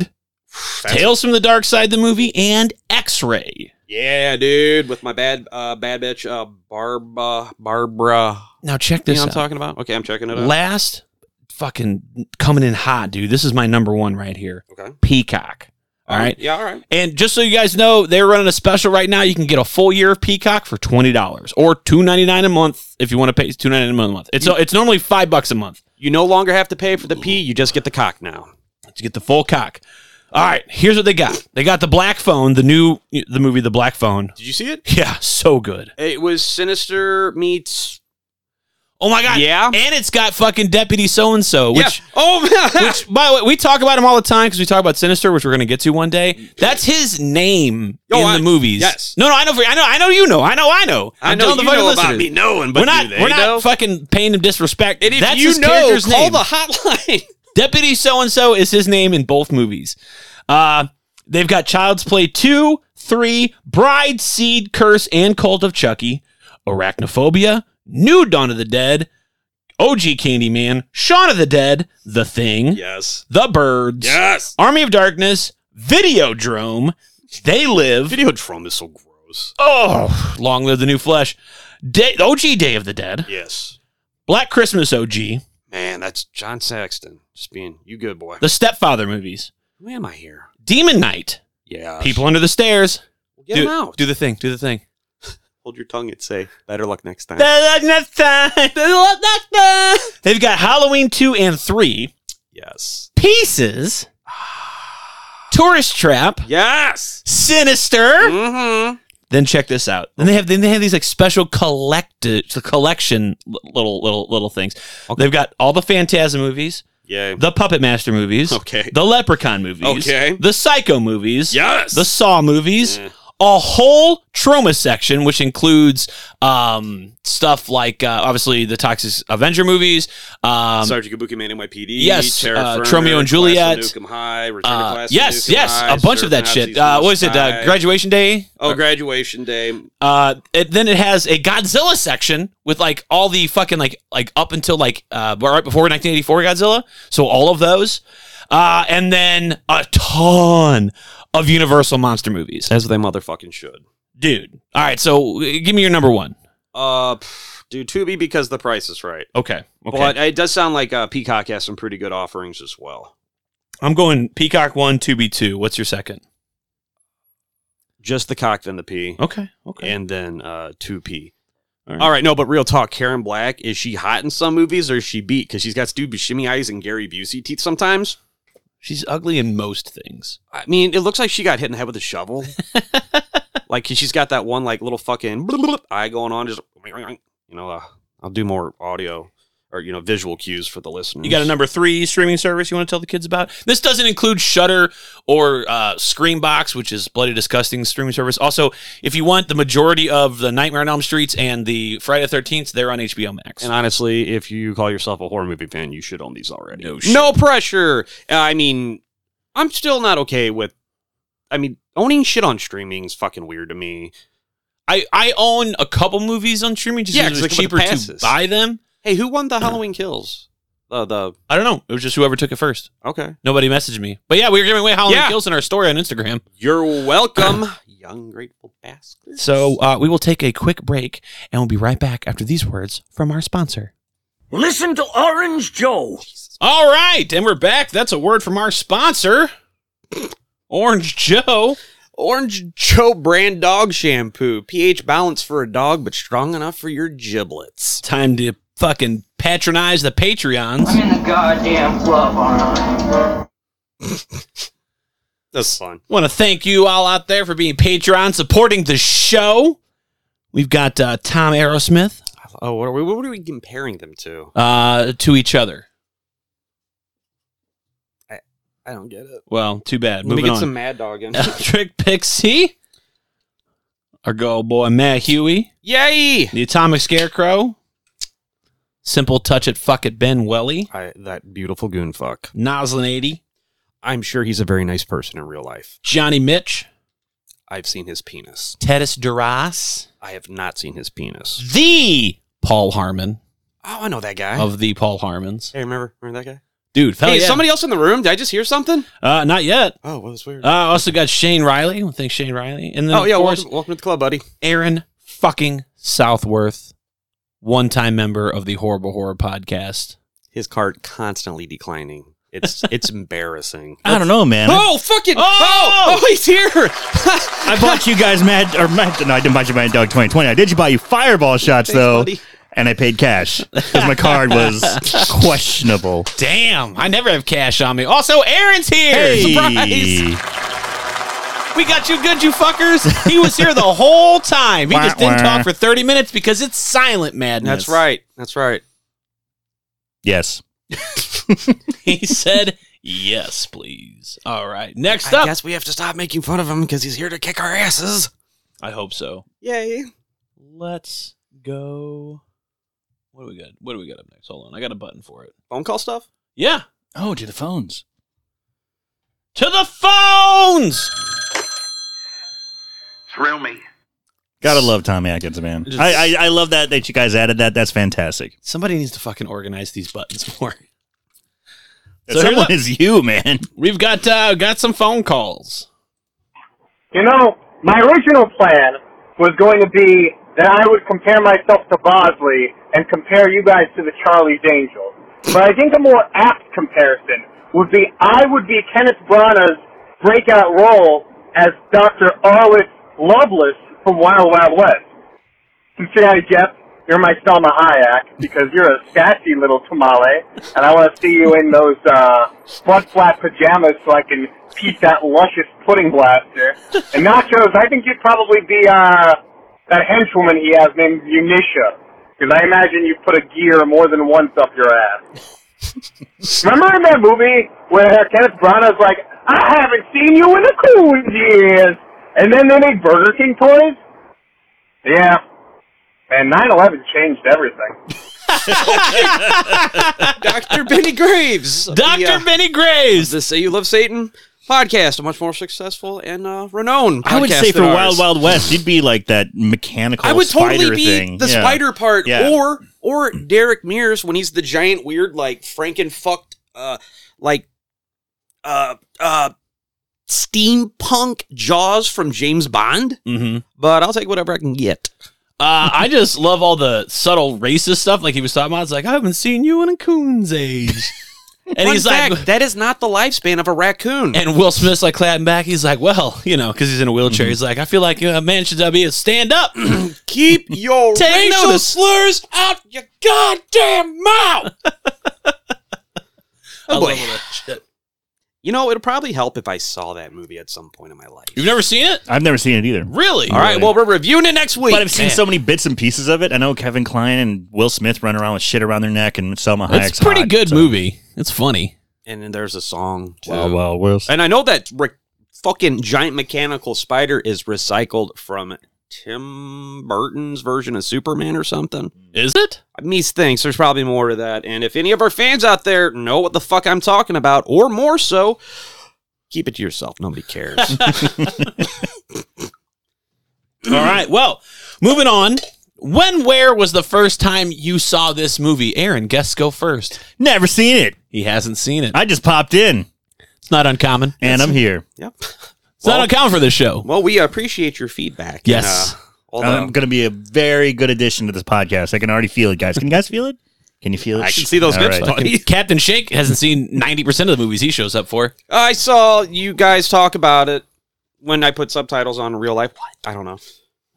that's-
Tales from the Dark Side the movie and X-Ray.
Yeah, dude, with my bad, uh, bad bitch, uh, Barbara, Barbara.
Now check
You
this
know what I'm
out.
talking about? Okay, I'm checking it out.
Last fucking coming in hot, dude. This is my number 1 right here.
okay.
Peacock. All right.
Yeah. All right.
And just so you guys know, they're running a special right now. You can get a full year of Peacock for twenty dollars or two ninety nine a month if you want to pay two ninety nine a month. It's it's normally five bucks a month
You no longer have to pay for the pee. You just get the cock now.
to get the full cock. All right, here's what they got. They got the Black Phone, the new the movie The Black Phone.
Did you see it?
Yeah, so good.
It was Sinister meets.
Oh my god.
Yeah.
And it's got fucking Deputy So and So, which.
yeah. Oh,
Which, by the way, we talk about him all the time because we talk about Sinister, which we're going to get to one day. That's his name
Oh,
in
I-
the movies.
yes.
No, no, I know. For, I know. I know. You know. I know. I know.
I
I'm
know
telling
you
the fucking
know about
listeners.
me knowing, but
we're not,
do they
we're not
know?
fucking paying him disrespect.
And if
That's
you
his
know,
character's
call
name.
the hotline.
Deputy so and so is his name in both movies. Uh, they've got Child's Play 2, 3, Bride, Seed, Curse, and Cult of Chucky, Arachnophobia, New Dawn of the Dead, OG Candyman, Shaun of the Dead, The Thing,
yes.
The Birds,
Yes.
Army of Darkness, Videodrome, They Live,
Videodrome is so gross.
Oh, Long Live the New Flesh, Day, OG Day of the Dead,
Yes.
Black Christmas OG,
Man, that's John Saxton. Just being you good boy.
The Stepfather movies,
Who am I here?
Demon Knight,
Yeah.
People Under the Stairs.
Oh, get
do,
him out.
do the thing. Do the thing.
Hold your tongue and say, better luck next time.
They've got Halloween 2 and 3,
yes.
Pieces, Tourist Trap,
Yes.
Sinister.
Mm-hmm.
Then check this out. Then they have then they have these like special collected collection li- little little little things. They've got all the Phantasm movies,
Yay.
the Puppet Master movies,
Okay.
the Leprechaun movies,
Okay.
the Psycho movies,
Yes.
the Saw movies,
Yeah.
a whole trauma section, which includes um, stuff like uh, obviously the Toxic Avenger movies. Um,
Sergeant Kabuki Man NYPD.
yes,
Tara
uh,
Ferner,
Romeo and
Class of
Juliet,
Nukem High, Return
uh,
to Class of
yes,
Nukem
yes,
High,
a bunch of that
Surf
shit.
Nazis
Uh,
Must
what is it? Uh,
Die.
graduation Day.
Oh, graduation day.
Uh, it, then it has a Godzilla section with like all the fucking like like up until like uh, right before 1984 Godzilla. So all of those, uh, and then a ton of Universal monster movies,
As they motherfucking should.
dude. All right, so uh, give me your number one.
Uh, pff, do Tubi because the price is right.
Okay, okay.
But it does sound like uh, Peacock has some pretty good offerings as well.
I'm going Peacock one, two B two. What's your second?
Just the cock, then the pee,
Okay, okay.
and then uh, two p.
All
All
right.
right. no, but real talk. Karen Black is she hot in some movies or is she beat because she's got stupid shimmy eyes and Gary Busey teeth sometimes?
She's ugly in most things.
I mean, it looks like she got hit in the head with a shovel. like 'cause she's got that one like little fucking eye going on. Just you know, uh, I'll do more audio or you know visual cues for the listeners.
You got a number three streaming service you want to tell the kids about? This doesn't include Shutter or uh, Screambox, which is bloody disgusting streaming service. Also, if you want the majority of the Nightmare on Elm Streets and the Friday the Thirteenth, they're on HBO Max.
And honestly, if you call yourself a horror movie fan, you should own these already.
No shit.
pressure. Uh, I mean, I'm still not okay with. I mean, owning shit on streaming is fucking weird to me.
I, I own a couple movies on streaming just
Yeah,
because
'cause
it's
they come
cheaper
with
to
passes.
buy them.
Hey, who won the Halloween Kills? Uh, the
I don't know. It was just whoever took it first.
okay.
Nobody messaged me. But yeah, we were giving away Halloween
Yeah.
Kills in our story on Instagram.
You're welcome, young grateful bastard.
So uh, we will take a quick break and we'll be right back after these words from our sponsor.
Listen to Orange Joe.
All right, and we're back. That's a word from our sponsor, Orange Joe.
Orange Joe brand dog shampoo, pH balance for a dog, but strong enough for your giblets.
Time to fucking patronize the Patreons.
in the goddamn club, aren't I?
That's fun.
Want to thank you all out there for being Patreon supporting the show. We've got uh, Tom Aerosmith
Oh, what are we? What are we comparing them to?
uh, to each other.
I don't get it.
Well, too bad.
Let me
Moving
get
on.
some Mad Dog in.
Electric Pixie, our go boy Matt Huey,
Yay!
the Atomic Scarecrow, Simple Touch It Fuck It Ben Welly,
I, that beautiful goon fuck.
Noslin eighty,
I'm sure he's a very nice person in real life.
Johnny Mitch.
I've seen his penis.
Tedis Duras,
I have not seen his penis.
the Paul Harmon
Oh, I know that guy.
of the Paul Harmons.
hey, remember, remember that guy?
Dude, fell
hey,
yeah.
is somebody else in the room? Did I just hear something?
uh, not yet.
Oh, well, that's weird.
Uh, also got Shane Riley. Well, Thanks, Shane Riley. And then,
oh,
of
yeah.
course,
Welcome, welcome to the club, buddy.
Aaron fucking Southworth, one time member of the Horrible Horror podcast.
His card constantly declining. It's it's embarrassing.
I don't know, man.
Oh, fucking!
Oh!
Oh, oh, he's here.
I bought you guys Mad or Mad. No, I didn't buy you Mad Dog 2020. I did buy you Fireball shots though,
buddy.
and I paid cash because my card was questionable.
Damn, I never have cash on me. Also, Aaron's here. Surprise. We got you good, you fuckers. He was here the whole time. He just didn't talk for 30 minutes because it's silent madness.
That's right. That's right.
Yes.
He said, yes, please. All right. Next
I
up.
guess we have to stop making fun of him because he's here to kick our asses.
I hope so.
Yay!
Let's go. What do we got? What do we got up next? Hold on, I got a button for it.
Phone call stuff.
Yeah,
Oh, to the phones.
to the phones.
Thrill me.
Gotta love Tommy Atkins, man. I, I I love that that you guys added that. That's fantastic.
Somebody needs to fucking organize these buttons more. So here's
So Someone
a-
is you, man.
We've got uh, got some phone calls.
You know, my original plan was going to be that I would compare myself to Bosley and compare you guys to the Charlie's Angels. But I think a more apt comparison would be I would be Kenneth Branagh's breakout role as Dr. Arliss Lovelace from Wild Wild West. Cincinnati Jeff, you're my Selma Hayek because you're a sassy little tamale, and I want to see you in those uh, butt flat pajamas so I can piece that luscious pudding blaster. And nachos, I think you'd probably be uh, that henchwoman he has named Unisha because I imagine you put a gear more than once up your ass. Remember in that movie where Kenneth Branagh's like, "I haven't seen you in a cool years," and then they made Burger King toys. Yeah, and 9-11 changed everything.
Dr. Benny Graves. of the,
Doctor
uh,
Benny Graves.
the Say You Love Satan podcast, a much more successful and uh, renowned podcast.
I would say for
than ours.
Wild Wild West, you'd be like that mechanical.
I would totally
spider
be
thing.
the
Yeah.
spider part,
Yeah.
or or Derek Mears when he's the giant, weird, like Franken fucked, uh, like, uh, uh, steampunk Jaws from James Bond.
Mm-hmm.
But I'll take whatever I can get.
Uh, I just love all the subtle racist stuff. Like he was talking about. It's like I haven't seen you in a coon's age. and
Fun
he's like,
fact, that is not the lifespan of a raccoon.
And Will Smith's like clapping back. He's like, well, you know, because he's in a wheelchair. He's like, I feel like a man should be a stand up.
Keep your
Take
racial
notice.
slurs out your goddamn mouth.
I love
oh
all
boy.
that shit.
You know, it'll probably help if I saw that movie at some point in my life.
You've never seen it?
I've never seen it either.
Really?
All right, well, we're reviewing it next week.
But I've seen
Man.
so many bits and pieces of it. I know Kevin Klein and Will Smith run around with shit around their neck and Selma Hayek's
It's a pretty
hot,
good
so-
movie. It's funny.
And then there's a song too.
Wild Wild West.
And I know that re- fucking giant mechanical spider is recycled from Tim Burton's version of Superman or something.
Is it?
Meese thinks there's probably more to that. And if any of our fans out there know what the fuck I'm talking about, or more so, keep it to yourself. Nobody cares.
All right. Well, moving on. When, where was the first time you saw this movie? Aaron, guess go first.
Never seen it.
He hasn't seen it.
I just popped in
It's not uncommon.
and I'm here.
Yep.
It's not uncommon for this show.
Well, we appreciate your feedback.
Yes.
And, uh, all the-
I'm going to be a very good addition to this podcast. I can already feel it, guys. Can you guys feel it? Can you feel it?
I can see those
All
hips, buddy.
Captain Shake hasn't seen 90% of the movies he shows up for.
I saw you guys talk about it when I put subtitles on in real life. What? I don't know.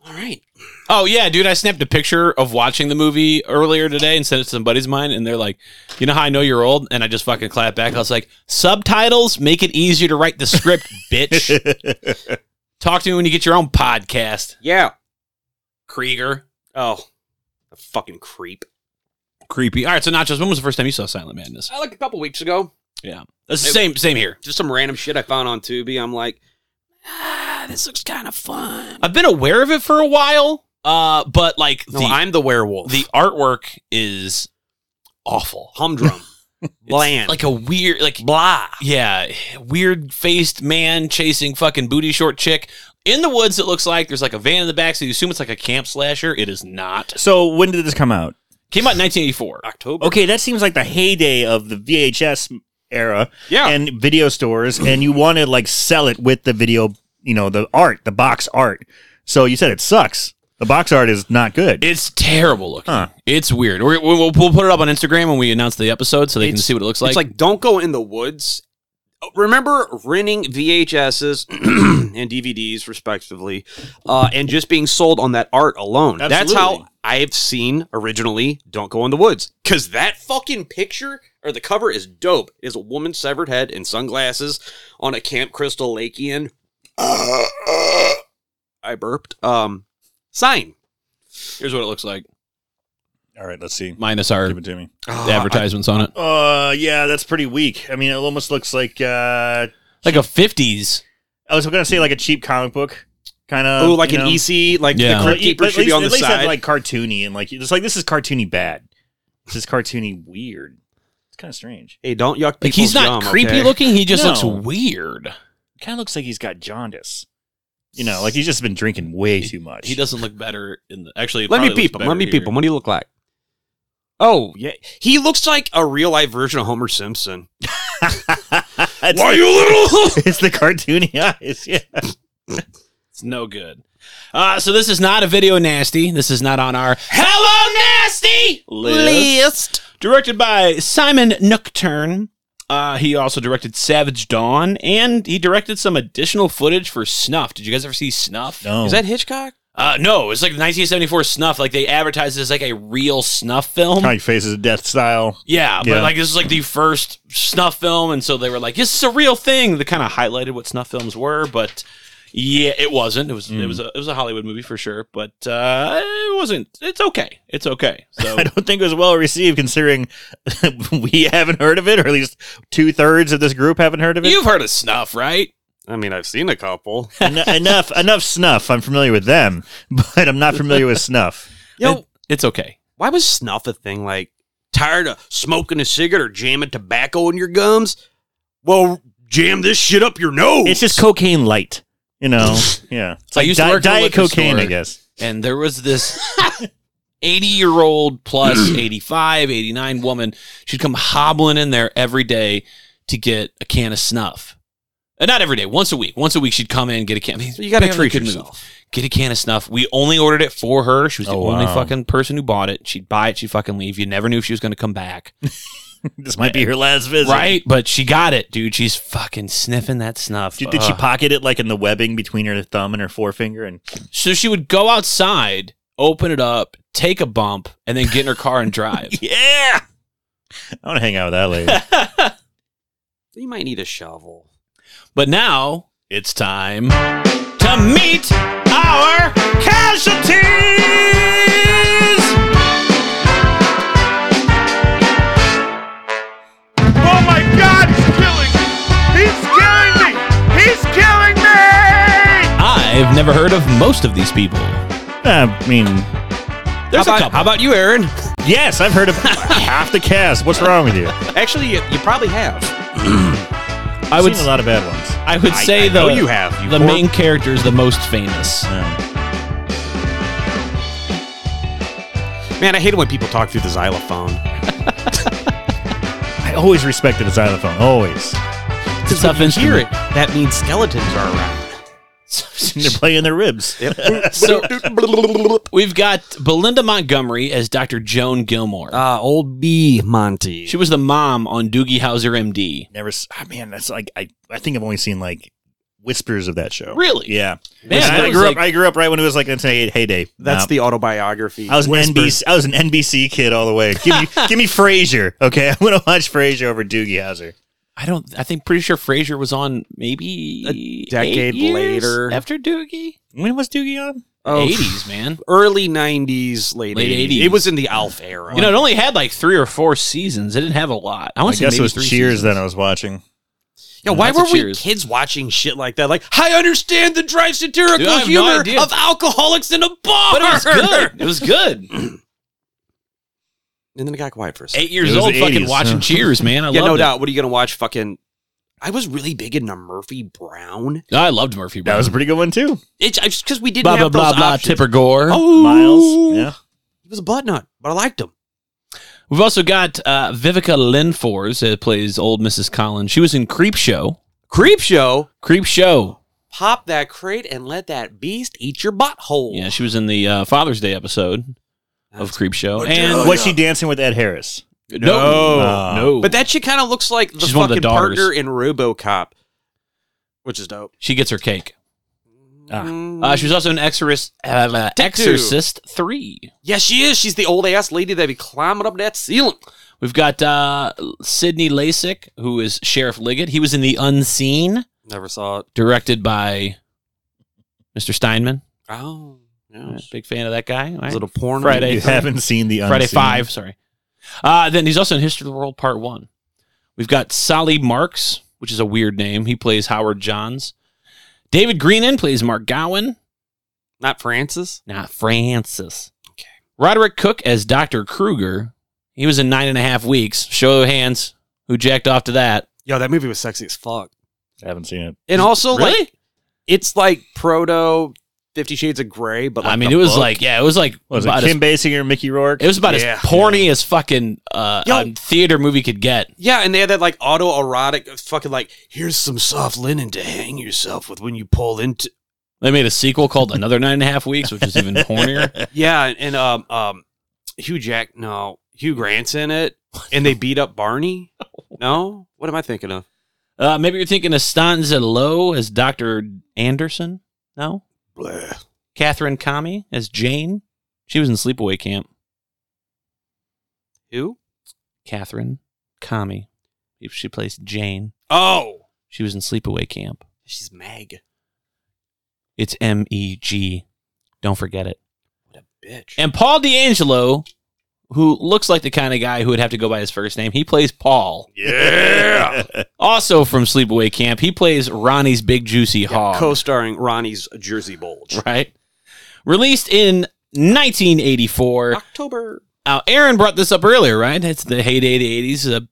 All right.
Oh yeah, dude! I snapped a picture of watching the movie earlier today and sent it to some buddies of mine, and they're like, "You know how I know you're old?" And I just fucking clapped back. I was like, "Subtitles make it easier to write the script, bitch. Talk to me when you get your own podcast,
Yeah.
Krieger."
Oh, a fucking creep.
Creepy. All right, so Nachos, when was the first time you saw Silent Madness?
Uh, Like a couple weeks ago,
That's the same, same here.
just some random shit I found on Tubi. I'm like, ah, this looks kind of fun.
I've been aware of it for a while, uh, but like
No,
the
I'm the werewolf.
the artwork is awful,
humdrum, bland,
like a weird, like
blah.
Yeah, weird faced man chasing fucking booty short chick in the woods. It looks like there's like a van in the back, so you assume it's like a camp slasher. It is not.
So when did this come out?
Came out in 1984.
October.
Okay, that seems like the heyday of the VHS era
Yeah.
and video stores, and you want to like sell it with the video, you know, the art, the box art. So you said it sucks. The box art is not good.
It's terrible looking.
Huh.
It's weird. We're, we'll, we'll put it up on Instagram when we announce the episode, so they can
It's-
see what it looks like.
it's like don't go in the woods. Oh, Remember renting VHSs and DVDs, respectively, uh, and just being sold on that art alone. That's how
Absolutely.
I've seen originally "Don't Go in the Woods" because that fucking picture or the cover is dope. It is a woman's severed head and sunglasses on a Camp Crystal Lakean. I burped. Um, sign.
here's what it looks like,
All right, let's see.
minus our
to me.
advertisements on it,
Uh, yeah, that's pretty weak. I mean, it almost looks like uh,
like a 50s.
I was gonna say like a cheap comic book kind of.
Oh, like an EC, like
Yeah.
the
But
crypt
e-
keeper
but at
should be
least-
on the
at least
side.
that's, like cartoony and like it's like this is cartoony bad. This is cartoony weird. It's kind of strange.
hey, don't yuck.
Like he's
people's
not
yum,
creepy
okay?
looking. He just
No.
looks weird.
Kind of looks like he's got jaundice. You know, like he's just been drinking way too much.
He doesn't look better in the actually. it
Let me
probably looks
peep him. Let
better
me
here.
peep him. What do you look like? Oh yeah, he looks like a real life version of Homer Simpson.
it's,
you little?
it's the cartoony eyes. Yeah.
It's no good. Uh, so this is not a video nasty. This is not on our Hello Nasty list. Directed by Simon Nocturne. Uh, he also directed Savage Dawn, and he directed some additional footage for Snuff. Did you guys ever see Snuff?
No.
Is that Hitchcock?
Uh, no, it's like 1974 Snuff. Like they advertised it as like a real Snuff film.
Kind of faces of death style.
Yeah,
Yeah.
but like this is like the first snuff film, and so they were like, "This is a real thing." They kind of highlighted what snuff films were, but yeah, it wasn't. It was it
Hmm.
was a it was a Hollywood movie for sure, but uh, it wasn't. It's okay. It's okay. So
I don't think it was well received considering we haven't heard of it, or at least two thirds of this group haven't heard of it.
you've heard of snuff, right?
I mean, I've seen a couple.
En- enough, enough snuff. I'm familiar with them, but I'm not familiar with snuff.
Yo,
It- it's okay.
why was snuff a thing? Like, tired of smoking a cigarette or jamming tobacco in your gums? Well, jam this shit up your nose.
It's just cocaine light, you know. Yeah, it's
I
like
used to
di-
work at a
diet
liquor
cocaine,
store.
I guess.
and there was this 80 year old plus 85 89 woman she'd come hobbling in there every day to get a can of snuff Uh, not every day once a week once a week she'd come in get a can
So you got to
barely
treat
could move.
yourself.
get a can of snuff we only ordered it for her she was the
Oh,
only
wow.
fucking person who bought it she'd buy it she'd fucking leave you never knew if she was going to come back
This might be her last visit,
right but she got it dude she's fucking sniffing that snuff
Did, did she
Ugh.
pocket it like in the webbing between her thumb and her forefinger? And
so she would go outside open it up take a bump and then get in her car and drive
yeah, I want to hang out with that lady.
You might need a shovel.
But now it's time to meet our casualties.
Oh my god, he's killing me! He's killing me! He's killing me!
I've never heard of most of these people.
I mean,
There's
how,
a
about,
couple.
how about you, Aaron?
yes, I've heard of half the cast. What's wrong with you?
Actually, you, you probably have.
I would
Seen a lot of bad ones.
I would say the
know you have. You
the
poor-
Uh,
main character is the most famous.
Yeah.
Man, I hate it when people talk through the xylophone.
I always respected a xylophone. Always.
It's a tough
Hear
instrument.
it. That means skeletons are around.
They're playing their ribs.
So we've got Belinda Montgomery as Dr. Joan Gilmore.
Uh, old B Monty.
she was the mom on Doogie Howser MD.
Never. s- Ah, man, that's like I. I think I've only seen like whispers of that show.
Really?
Yeah.
Man,
Listen,
that
I
was
grew up.
like-
I grew up right when it was like its hey- heyday.
That's
Nah.
the autobiography.
I was an
Whisper.
NBC. I was an NBC kid all the way. Give me, give me Frasier. Okay, I'm gonna watch Frasier over Doogie Howser.
I don't. I think pretty sure Frasier was on maybe
A decade
eight years
later.
after Doogie.
When was Doogie on?
Oh,
Eighties, man.
early 90s, late,
Late
80s.
80s.
It was in the Alf era.
You know, it only had like three or four seasons. It didn't have a lot. I
I
want to say
guess
maybe
it was
three
Cheers
seasons.
that I was watching.
yeah, why
Lots of
were we
cheers.
kids watching shit like that? Like, I understand the dry satirical
Dude, I have no
humor
idea.
of alcoholics in a bar.
But it was good. It was good.
And then it got quiet for a second.
Eight years
It was
old,
the
fucking
80s,
watching
huh?
Cheers, man. I
yeah, no
loved it.
doubt. What are you going to watch? Fucking. I was really big into Murphy Brown.
No, I loved Murphy.
That
Brown.
was a pretty good one too.
It's just because we didn't
blah blah
have
blah
those
blah.
options.
Tipper Gore.
Oh,
Miles. Yeah.
He was a butt nut, but I liked him.
We've also got uh, Vivica Linfors that plays old Mrs. Collins. She was in Creep Show.
Creep show.
Creep Show.
Pop that crate and let that beast eat your butthole.
Yeah, she was in the uh, Father's Day episode of Creep Show. And
was she dancing with Ed Harris?
No,
No.
no.
But that she kind of looks like the
She's one of the
fucking
daughters.
partner in RoboCop, which is dope.
she gets her cake.
Mm.
Uh, she was also an Exorcist. Uh, Exorcist three.
yes, she is. She's the old ass lady that be climbing up that ceiling.
We've got uh, Sidney Lasik, who is Sheriff Liggett. He was in the Unseen,
Never saw it.
directed by Mr. Steinman. All
Oh,
right,
yes.
big fan of that guy. All right.
little porn.
Friday.
You
Friday.
haven't seen the
Friday
Unseen.
Five, sorry. Uh, then he's also in History of the World Part One. We've got Sally Marks, which is a weird name. He plays Howard Johns. David Greenan plays Mark Gowan,
not Francis.
not Francis. Okay. Roderick Cook as Dr. Kruger. He was in Nine and a Half Weeks. Show of hands. Who jacked off to that?
Yo, that movie was sexy as fuck.
I haven't seen it.
And also,
Really?
like, it's like proto Fifty Shades of Grey, but like
I mean,
the
it was
book.
like yeah, it was like
Was it
about
Kim Basinger, Mickey Rourke?
as, it was about
Yeah.
as porny as fucking uh,
Yo.
a theater movie could get.
Yeah, and they had that like autoerotic fucking like here's some soft linen to hang yourself with when you pull into
They made a sequel called Another Nine and a Half Weeks, which is even pornier.
Yeah, and um um Hugh Jack no, Hugh Grant's in it and they beat up Barney? No? What am I thinking of?
Uh, maybe you're thinking of Stanza Lowe as Doctor Anderson. No,
Bleh.
Catherine Kami as Jane. She was in Sleepaway Camp.
Who?
Catherine Kami. She plays Jane.
Oh.
She was in Sleepaway Camp.
She's Meg.
It's M E G. Don't forget it.
What a bitch.
And Paul D'Angelo, who looks like the kind of guy who would have to go by his first name, he plays Paul.
yeah.
Also from Sleepaway Camp, he plays Ronnie's Big Juicy Hog.
Co starring Ronnie's Jersey Bulge.
Um, right? Released in 1984.
October.
Now, Uh, Aaron brought this up earlier, right? It's the heyday of the 80s.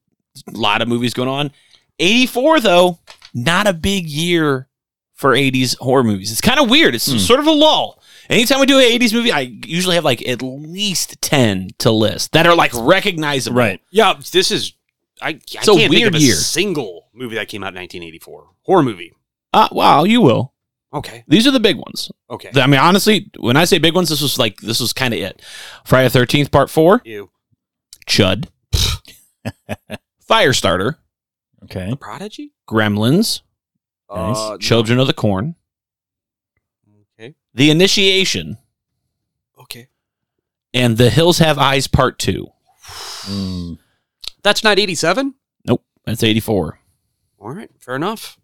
A lot of movies going on. 84, though, not a big year for 80s horror movies. It's kind of weird. It's sort of a lull. Anytime we do an 80s movie, I usually have like at least 10 to list that are like recognizable.
Right.
Yeah, this is I, I
a
can't think
weird
of a
year.
single movie that came out in 1984. Horror movie.
Uh, wow, you will.
Okay.
These are the big ones.
Okay.
I mean, honestly, when I say big ones, this was like, this was kind of it. Friday the 13th, part four,
you.
Chud, Firestarter,
Okay.
Prodigy?
Gremlins,
Uh, no.
Children of the Corn,
Okay.
The Initiation,
Okay.
and The Hills Have Eyes Part 2.
Mm.
That's not 87?
Nope, that's 84.
All right. Fair enough.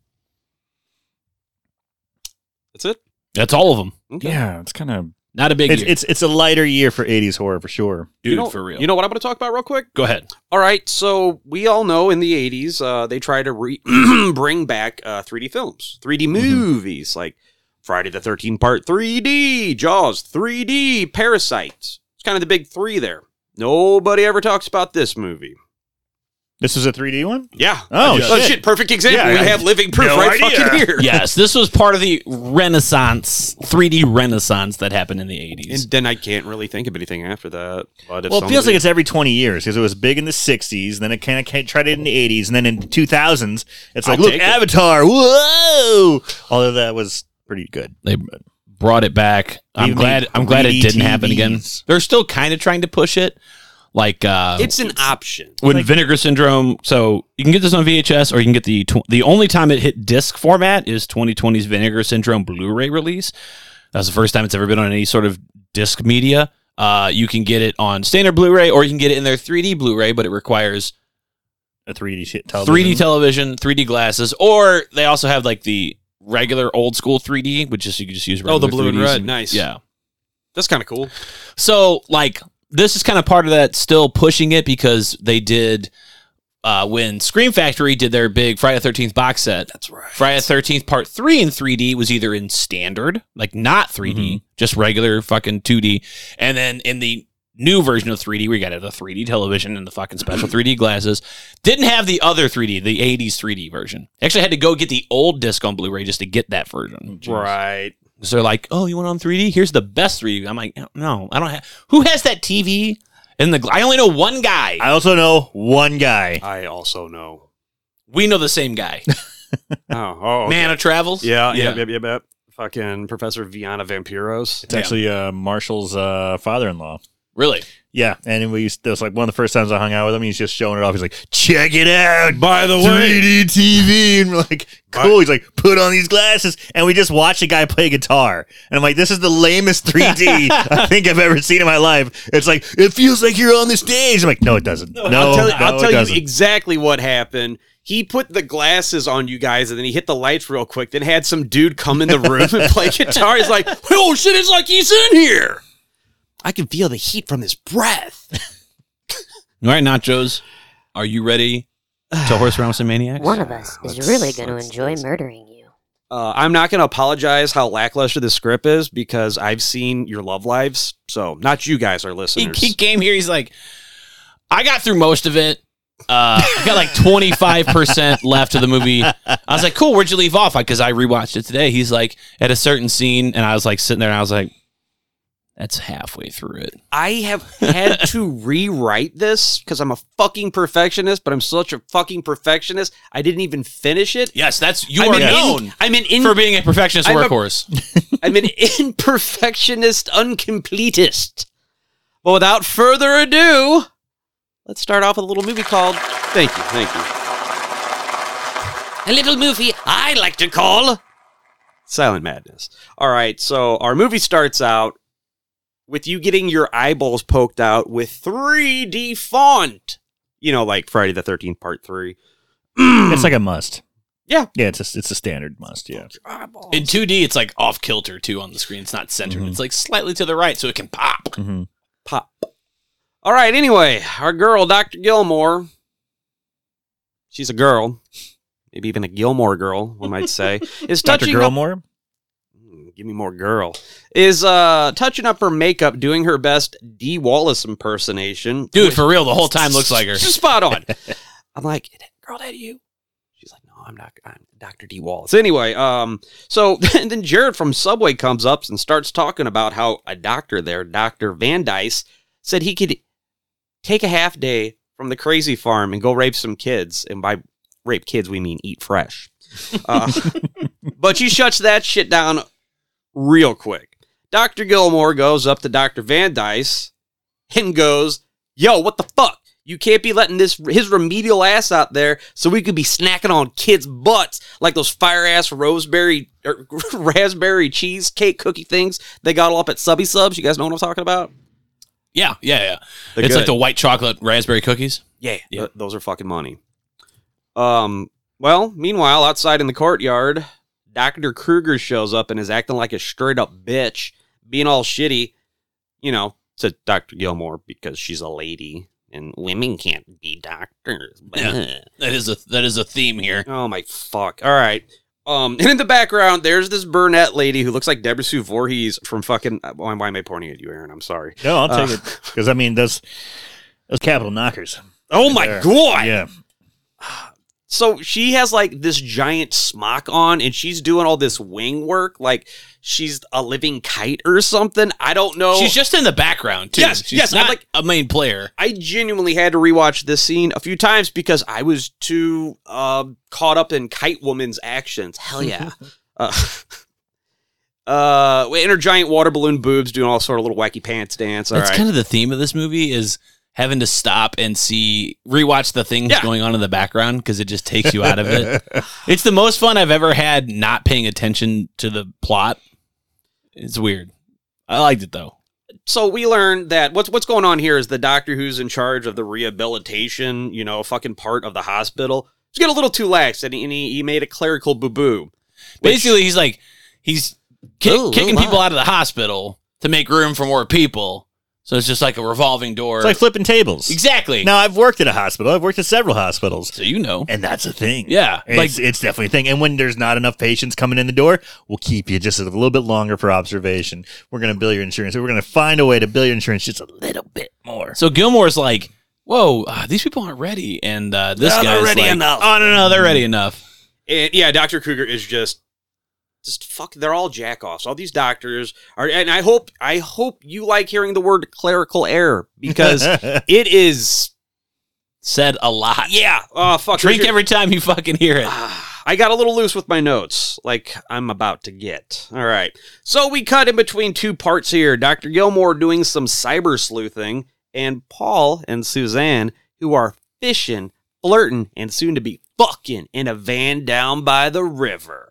That's it?
That's all of them.
Okay.
Yeah, it's kind of
Not a big
it's,
year.
it's it's a lighter year for 80s horror for sure.
Dude,
you know,
for real.
You know what I'm going to talk about real quick?
Go ahead.
All right. So we all know in the 80s, uh, they try to re- bring back uh, 3D films, 3D
Mm-hmm.
movies like Friday the 13th Part 3D, Jaws 3D, Parasite. It's kind of the big three there. Nobody ever talks about this movie.
This is a 3D one.
Yeah.
Oh,
Oh,
shit.
shit. Perfect example.
Yeah,
we
I-
have living proof
no
right
idea.
fucking here.
yes, this was part of the renaissance, 3D renaissance that happened in the 80s.
And then I can't really think of anything after that. But if
Well, it feels like
somebody-
it's every 20 years because it was big in the 60s, then it kind of tried it in the 80s, and then in the 2000s, it's like,
I'll
look,
take it.
Avatar, whoa! Although that was pretty good.
they brought it back. I'm
Even
glad.
like
I'm glad it
3D
didn't happen again.
TVs.
They're still kind of trying to push it, like uh,
It's an option.
when Vinegar Syndrome. So you can get this on VHS, or you can get the tw- the only time it hit disc format is 2020's Vinegar Syndrome Blu-ray release. That's the first time it's ever been on any sort of disc media. Uh, you can get it on standard Blu-ray, or you can get it in their 3D Blu-ray, but it requires
A 3D shit television.
3D television, 3D glasses, or they also have like the regular old school 3D, which is you can just use.
Oh, the
regular
blue and
3Ds
red. Nice.
Yeah.
That's kind of cool.
So like this is kind of part of that still pushing it because they did uh, when Scream Factory did their big Friday Thirteenth box set. That's right. Friday Thirteenth Part Three in 3D was either in standard, like not 3D, just regular fucking 2D, and then in the new version of 3D, we got the 3D television and the fucking special 3D glasses. Didn't have the other 3D, the 80s 3D version. Actually, had to go get the old disc on Blu-ray just to get that version.
Right.
So they're like, "Oh, you want it on 3D? Here's the best 3D." I'm like, "No, I don't have. Who has that TV?" And the gl- I only know one guy.
I also know one guy.
I also know.
we know the same guy.
Oh, oh. okay.
Man of Travels.
Yeah, yeah, yeah, yeah, yeah. Fucking Professor Viana Vampiros.
It's actually uh, Marshall's uh, father in law.
Really?
Yeah, and we used, it was like one of the first times I hung out with him. He's just showing it off. He's like, "Check it out,
By the
3D TV," and we're like, "Cool." He's like, "Put on these glasses," and we just watched a guy play guitar. And I'm like, "This is the lamest 3D I think I've ever seen in my life." It's like it feels like you're on the stage. I'm like, "No, it doesn't. No,
I'll tell,
no,
I'll
it
tell
doesn't."
you exactly what happened. He put the glasses on you guys, and then he hit the lights real quick. Then had some dude come in the room and play guitar. He's like, "Oh shit! It's like he's in here. I can feel the heat from his breath."
All right, Nachos. Are you ready to horse around with some maniacs?
One of us is really going to enjoy murdering you.
Uh, I'm not going to apologize how lackluster the script is because I've seen your love lives. So not you guys, our
He,
listeners.
he came here. He's like, I got through most of it. Uh, I got like 25% left of the movie. I was like, cool, where'd you leave off? Because I rewatched it today. He's like, at a certain scene, and I was like, sitting there, and I was like, that's halfway through it.
I have had to rewrite this because I'm a fucking perfectionist, but I'm such a fucking perfectionist. I didn't even finish it.
Yes, that's you
I'm
are
an in-
known
I'm an in,
for being a perfectionist
I'm a-
workhorse.
I'm an imperfectionist, uncompletist. But without further ado, let's start off with a little movie called Thank you, thank you. A little movie I like to call Silent Madness. All right, so our movie starts out with you getting your eyeballs poked out with 3D font. You know, like Friday the 13th, part three.
It's like a must.
Yeah.
yeah. It's a, it's a standard must. Yeah,
in 2D, it's like off kilter too on the screen. It's not centered.
Mm-hmm.
It's like slightly to the right, so it can pop.
pop. All right, anyway, our girl, Dr. Gilmore. She's a girl. Maybe even a Gilmore girl, one might say. Is
Doctor
touching up,
Girlmore.
Mm, give me more girl. Is uh touching up her makeup, doing her best D Wallace impersonation.
Dude, for real, the whole time looks like her.
She's spot on. I'm like, girl, that you? She's like, no, I'm not. I'm Dr. D. Wallace. Anyway, um, so and then Jared from Subway comes up and starts talking about how a doctor there, Dr. Van Dyce, said he could take a half day from the crazy farm and go rape some kids. And by rape kids, we mean eat fresh. Uh, but she shuts that shit down real quick. Dr. Gilmore goes up to Dr. Van Dyce and goes, yo, what the fuck? You can't be letting this his remedial ass out there so we could be snacking on kids' butts like those fire ass roseberry or raspberry cheesecake cookie things they got all up at Subby Subs. You guys know what I'm talking about?
Yeah, yeah, yeah.
They're
it's
good.
like the white chocolate raspberry cookies.
Yeah, th- those are fucking money. Um. Well, meanwhile, outside in the courtyard, Doctor Kruger shows up and is acting like a straight up bitch, being all shitty, you know, to Doctor Gilmore because she's a lady and women can't be doctors.
Yeah. That is a that is a theme here.
Oh my fuck! All right. Um, and in the background, there's this brunette lady who looks like Deborah Sue Voorhees from fucking. uh, Why, why am I pointing at you, Aaron? I'm sorry.
No, I'll take
Uh,
it because I mean those those capital knockers.
Oh my
There.
god!
Yeah,
So she has like this giant smock on and she's doing all this wing work like she's a living kite or something. I don't know.
She's just in the background too.
Oh. Yes,
She's
yes, I'm
not
like-
a main player.
I genuinely had to rewatch this scene a few times because I was too uh, caught up in Kite Woman's actions. Hell yeah. uh, uh, in her giant water balloon boobs doing all sort of little wacky pants dance. All
That's
right.
kind of the theme of this movie is having to stop and see rewatch the things
Yeah.
going on in the background because it just takes you out of it. It's the most fun I've ever had not paying attention to the plot. It's weird. I liked it though.
so we learn that what's what's going on here is the doctor who's in charge of the rehabilitation, you know, fucking part of the hospital. He's getting a little too lax and he, and he, he made a clerical boo boo. Which-
Basically, he's like he's ki-
Ooh,
kicking
ooh,
people out of the hospital to make room for more people. So it's just like a revolving door.
It's like flipping tables.
exactly.
Now I've worked at a hospital. I've worked at several hospitals,
so you know.
and that's a thing.
Yeah. Like
It's, it's definitely a thing. And when there's not enough patients coming in the door, we'll keep you just a little bit longer for observation. We're going to bill your insurance. We're going to find a way to bill your insurance just a little bit more.
So Gilmore's like, "Whoa, uh, these people aren't ready," and uh, this
They're not
guy's
ready
like,
enough.
"Oh no, no, they're ready enough."
And yeah, Dr. Kruger is just just fuck they're all jackoffs. All these doctors are and I hope I hope you like hearing the word clerical error because it is
Said a lot.
yeah, oh fuck.
Drink
here's your-
every time you fucking hear it.
Ah, I got a little loose with my notes, like I'm about to get. All right. So we cut in between two parts here Dr. Gilmore doing some cyber sleuthing, and Paul and Suzanne, who are fishing, flirting, and soon to be fucking in a van down by the river.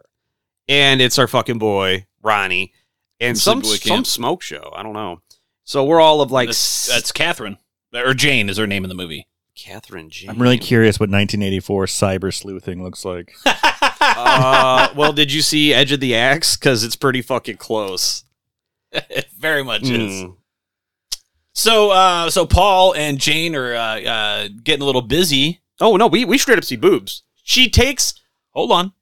And it's our fucking boy, Ronnie, and some,
From Sleepaway
some
Camp.
smoke show. I don't know. So we're all of like
that's,
s-
that's Catherine or Jane is her name in the movie.
Catherine G.
I'm really curious what 1984 cyber sleuthing looks like.
uh, well, did you see Edge of the Axe? Because it's pretty fucking close.
It very much
Hmm.
is.
Mm.
So, uh, so Paul and Jane are uh, uh, getting a little busy.
Oh no, we we straight up see boobs.
She takes. Hold on.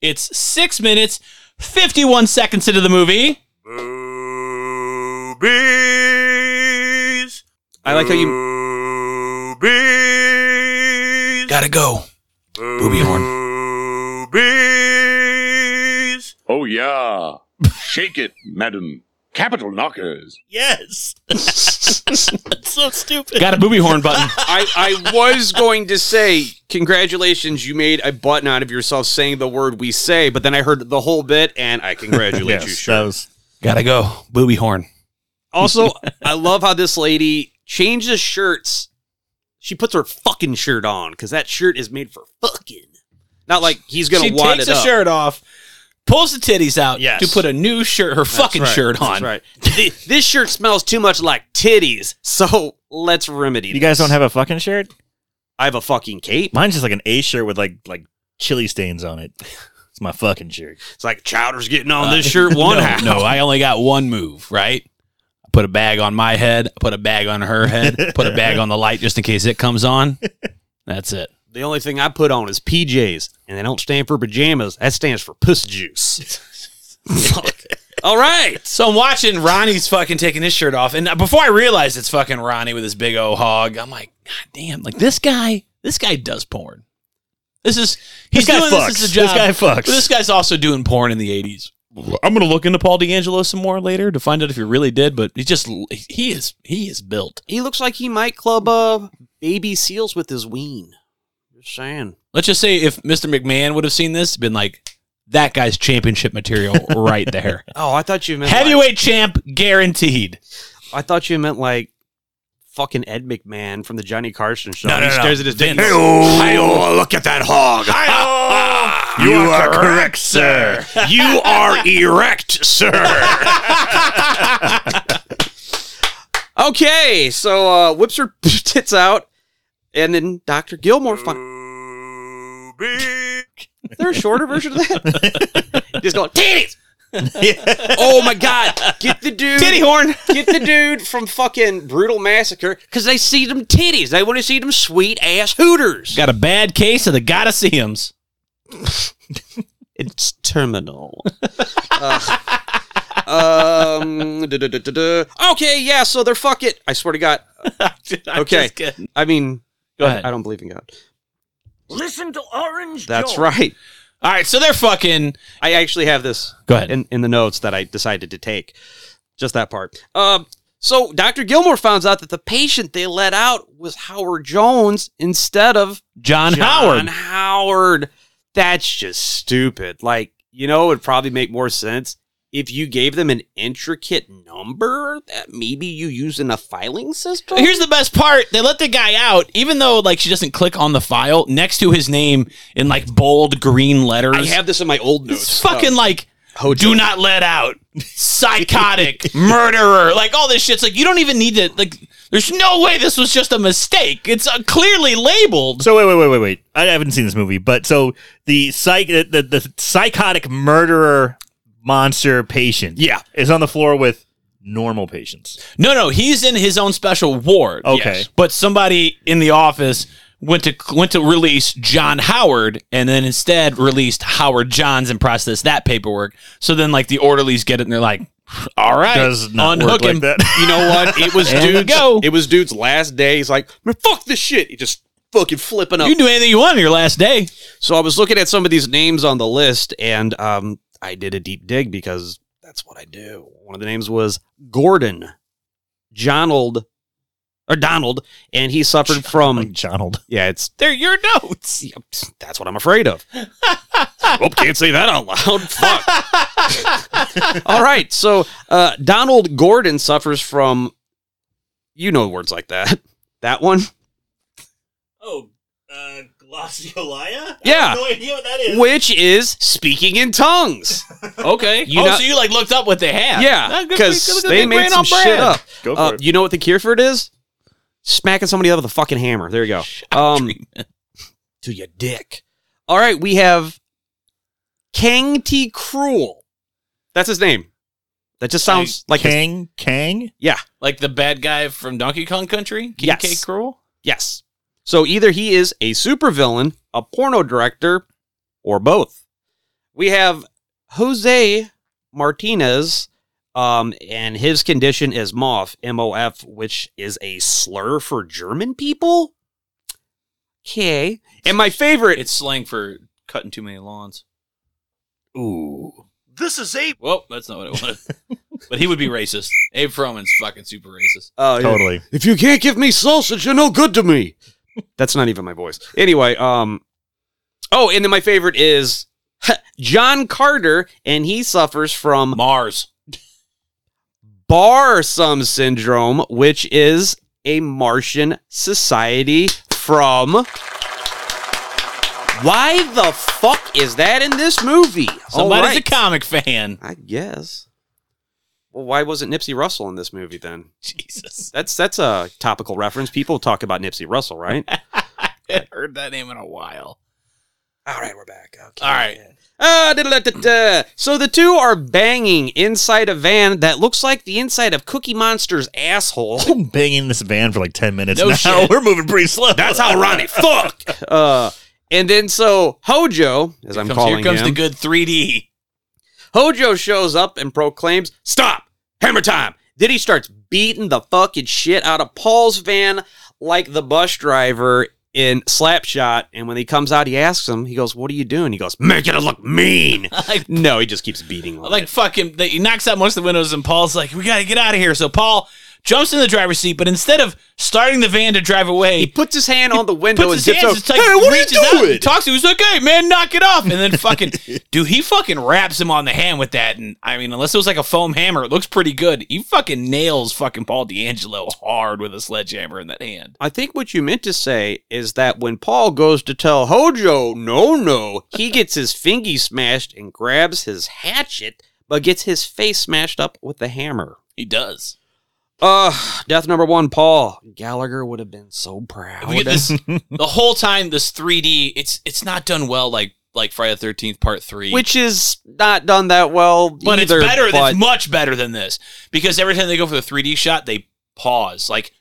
It's six minutes, fifty-one seconds into the movie.
Boobies.
I like how you
Boobies.
Gotta go. Booby horn.
Boobies. Oh, yeah. Shake it, madam. Capital knockers.
Yes. It's so stupid.
Got a booby horn button.
I, I was going to say, congratulations, you made a button out of yourself saying the word we say, but then I heard the whole bit and I congratulate you,
Yes,
sure.
that was
Gotta go. Booby horn.
also, I love how this lady changes shirts. She puts her fucking shirt on because that shirt is made for fucking. Not like he's gonna
she
wad
takes
it
the
up.
shirt off, pulls the titties out
Yes.
to put a new shirt, her fucking
right,
shirt on.
That's right. Th- this shirt smells too much like titties, so let's remedy.
You guys
this.
don't have a fucking shirt?
I have a fucking cape.
Mine's just like an A shirt with like like chili stains on it. It's my fucking shirt.
It's like chowder's getting on
Uh,
this shirt one
no,
half.
no, I only got one move. Right, I put a bag on my head, I put a bag on her head, put a bag on the light just in case it comes on. That's it.
The only thing I put on is PJs, and they don't stand for pajamas. That stands for puss juice. Fuck. All right.
So I'm watching Ronnie's fucking taking his shirt off, and before I realize it's fucking Ronnie with his big old hog, I'm like, God damn! Like this guy, this guy does porn. This is he's
this guy
doing
fucks.
this as a job.
guy fucks.
But this guy's also doing porn in the eighties. I'm gonna look into Paul D'Angelo some more later to find out if he really did, but he just he is he is built.
He looks like he might club uh, baby seals with his ween. Just saying.
Let's just say if Mr. McMahon would have seen this, been like, that guy's championship material right there.
Oh, I thought you meant Like,
Heavyweight champ guaranteed.
I thought you meant like fucking Ed McMahon from the Johnny Carson show.
No, no,
he
no.
stares at his dick.
Vince.
Hi-oh, look at that hog.
You, are, correct, sir.
You are erect, sir.
Okay, so uh, whips her tits out, and then Doctor Gilmore. Fin- Is there a shorter version of that? Just going titties. oh my god! Get the dude.
Titty horn.
Get the dude from fucking Brutal Massacre because they see them titties. They want to see them sweet ass hooters.
Got a bad case of the gotta see hims.
It's terminal. Uh, um. duh, duh, duh, duh, duh. Okay. Yeah. So they're fuck it. I swear to God.
I'm
Okay.
just kidding.
I mean,
Go ahead.
I don't believe in God.
Listen to Orange
That's
Joe.
right.
All right, so they're fucking.
I actually have this
Go ahead.
in, in the notes that I decided to take. Just that part. Um, so Dr. Gilmore finds out that the patient they let out was Howard Jones instead of
John,
John
Howard.
Howard. That's just stupid. Like, you know, it'd probably make more sense if you gave them an intricate number that maybe you use in a filing system.
Here's the best part. They let the guy out, even though like she doesn't click on the file next to his name in like bold green letters.
I have this in my old notes.
it's fucking
Uh,
like
Hojo.
do not let out psychotic murderer like all this shit's like you don't even need to like there's no way this was just a mistake it's uh, clearly labeled
So wait, wait, wait, wait, wait. I haven't seen this movie, but so the psych, the, the, the psychotic murderer monster patient,
Yeah.
is on the floor with normal patients.
no no he's in his own special ward
Okay.
but somebody in the office went to went to release John Howard and then instead released Howard Johns and processed that paperwork so then like the orderlies get it and they're like all right
Does not
unhook
work
him
like that.
You know what? It was
And
dude's
go.
It was dude's last day. He's like, man, fuck this shit. He just fucking flipping up.
you can do anything you want on your last day
so I was looking at some of these names on the list, and um, I did a deep dig because that's what I do. One of the names was Gordon, Johnald, or Donald, and he suffered
like
from
Donald.
yeah, it's
they're your notes
that's what I'm afraid of. Oop, can't say that out loud. Fuck. All right, so uh, Donald Gordon suffers from you know words like that. That one.
Oh, uh, glossiolia?
Yeah.
No idea what that is.
which is speaking in tongues.
Okay.
You
oh,
know-
so you like looked up what they had?
yeah,
Oh, good for you.
because
Good- good
they
big
made
brain
some
on brand.
shit up.
Go for
Uh,
it.
you know what the cure for it is? Smacking somebody up with a fucking hammer. There you go. Um, to your dick. All right, we have Kang T. Cruel. That's his name. That just sounds like his-
Kang, Kang.
yeah,
Like the bad guy from Donkey Kong Country? King
Yes.
K. Cruel?
yes. So either he is a supervillain, a porno director, or both. We have Jose Martinez, um, and his condition is MOF, M-O-F, which is a slur for German people. Okay. And my favorite,
It's slang for cutting too many lawns.
ooh,
This is Abe.
Well, that's not what it was. but he would be racist. Abe Froman's fucking super racist.
uh,
Totally.
If you can't give me sausage, you're no good to me. That's not even my voice. Anyway, um, oh, and then my favorite is John Carter, and he suffers from
Mars.
Barsum syndrome, which is a Martian society from. Why the fuck is that in this movie?
Somebody's
All
a
right.
comic fan.
I guess. Well, why wasn't Nipsey Russell in this movie then?
Jesus.
That's that's a topical reference. People talk about Nipsey Russell, right?
I haven't heard that name in a while.
All right, we're back. Okay.
All right.
Ah, da-da-da-da-da. So the two are banging inside a van that looks like the inside of Cookie Monster's asshole.
Been banging this van for like ten minutes.
No
now.
shit.
We're moving pretty slow.
That's how Ronnie fuck. Uh, and then so Hojo, as I'm
Comes-
calling
here comes
him,
the good 3D.
Hojo shows up and proclaims, "Stop! Hammer time!" Then he starts beating the fucking shit out of Paul's van like the bus driver in Slapshot. And when he comes out, he asks him, he goes, "What are you doing?" He goes, "Making it look mean."
Like
no, he just keeps beating. on
like
it.
fucking they, he knocks out most of the windows and paul's like we gotta get out of here so paul jumps in the driver's seat but instead of starting the van to drive
he
away
puts his hand on the window
puts his
and zips
hands
over.
it's like
hey, what are
reaches
you
out
doing?
and talks to him he's like hey man knock it off and then fucking dude he fucking wraps him on the hand with that and i mean unless it was like a foam hammer it looks pretty good he fucking nails fucking paul d'angelo hard with a sledgehammer in that hand
I think what you meant to say is that when Paul goes to tell Hojo no no, he gets his fingy smashed and grabs his hatchet, but gets his face smashed up with the hammer.
he does
Uh, death number one, Paul. Gallagher would have been so proud.
If we get this the whole time this 3d it's it's not done well like like friday the 13th part 3
Which is not done that well.
but
either,
it's better.
but-
It's much better than this because every time they go for the 3D shot, they pause like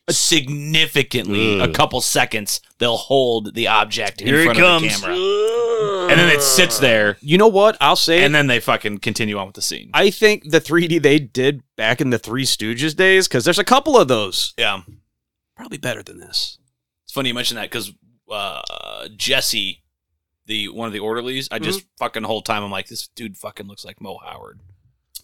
significantly a couple seconds. They'll hold the object in
Here it
front
comes.
of the camera, and then it sits there,
you know what? I'll say it.
and then they fucking continue on with the scene.
I think the 3D they did back in the Three Stooges days, because there's a couple of those,
yeah,
probably better than this.
it's funny you mention that because uh, Jesse, the one of the orderlies. I
Mm-hmm.
just fucking the whole time I'm like, this dude fucking looks like Mo Howard.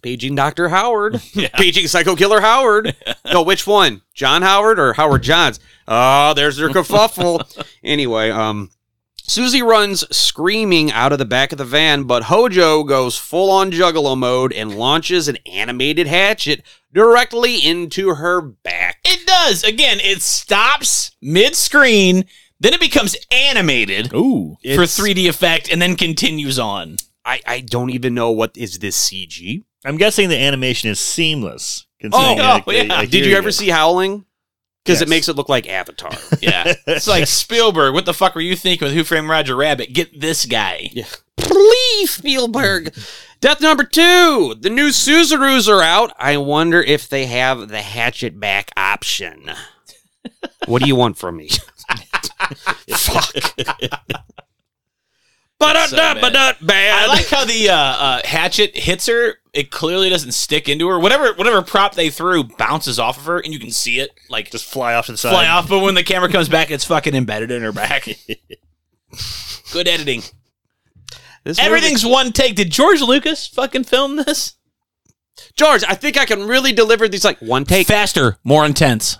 Paging Dr. Howard.
Yeah.
Paging Psycho Killer Howard. no, which one? John Howard or Howard Johns? Oh, there's their kerfuffle. anyway, um, Susie runs screaming out of the back of the van, but Hojo goes full on juggalo mode and launches an animated hatchet directly into her back.
It does. Again, it stops mid screen, then it becomes animated
Ooh.
for
It's-
3D effect, and then continues on.
I, I don't even know what is this CG.
I'm guessing the animation is seamless.
Oh, oh, yeah.
Did you ever see Howling? Because
Yes.
it makes it look like Avatar.
Yeah. it's like Spielberg, what the fuck were you thinking with Who Framed Roger Rabbit? Get this guy.
Please, Spielberg. Death number two. The new Suzaru's are out. I wonder if they have the hatchet back option. what do you want from me? Fuck.
That's so bad.
Ba-da-da-ba-da,
I
bad.
like how the uh, uh, hatchet hits her. It clearly doesn't stick into her. Whatever whatever prop they threw bounces off of her, and you can see it like
Just fly off to the side.
fly off. But when the camera comes back, it's fucking embedded in her back. Good editing.
This
Everything's one take. Did George Lucas fucking film this?
movie- George, I think I can really deliver these like one take.
Faster, more intense.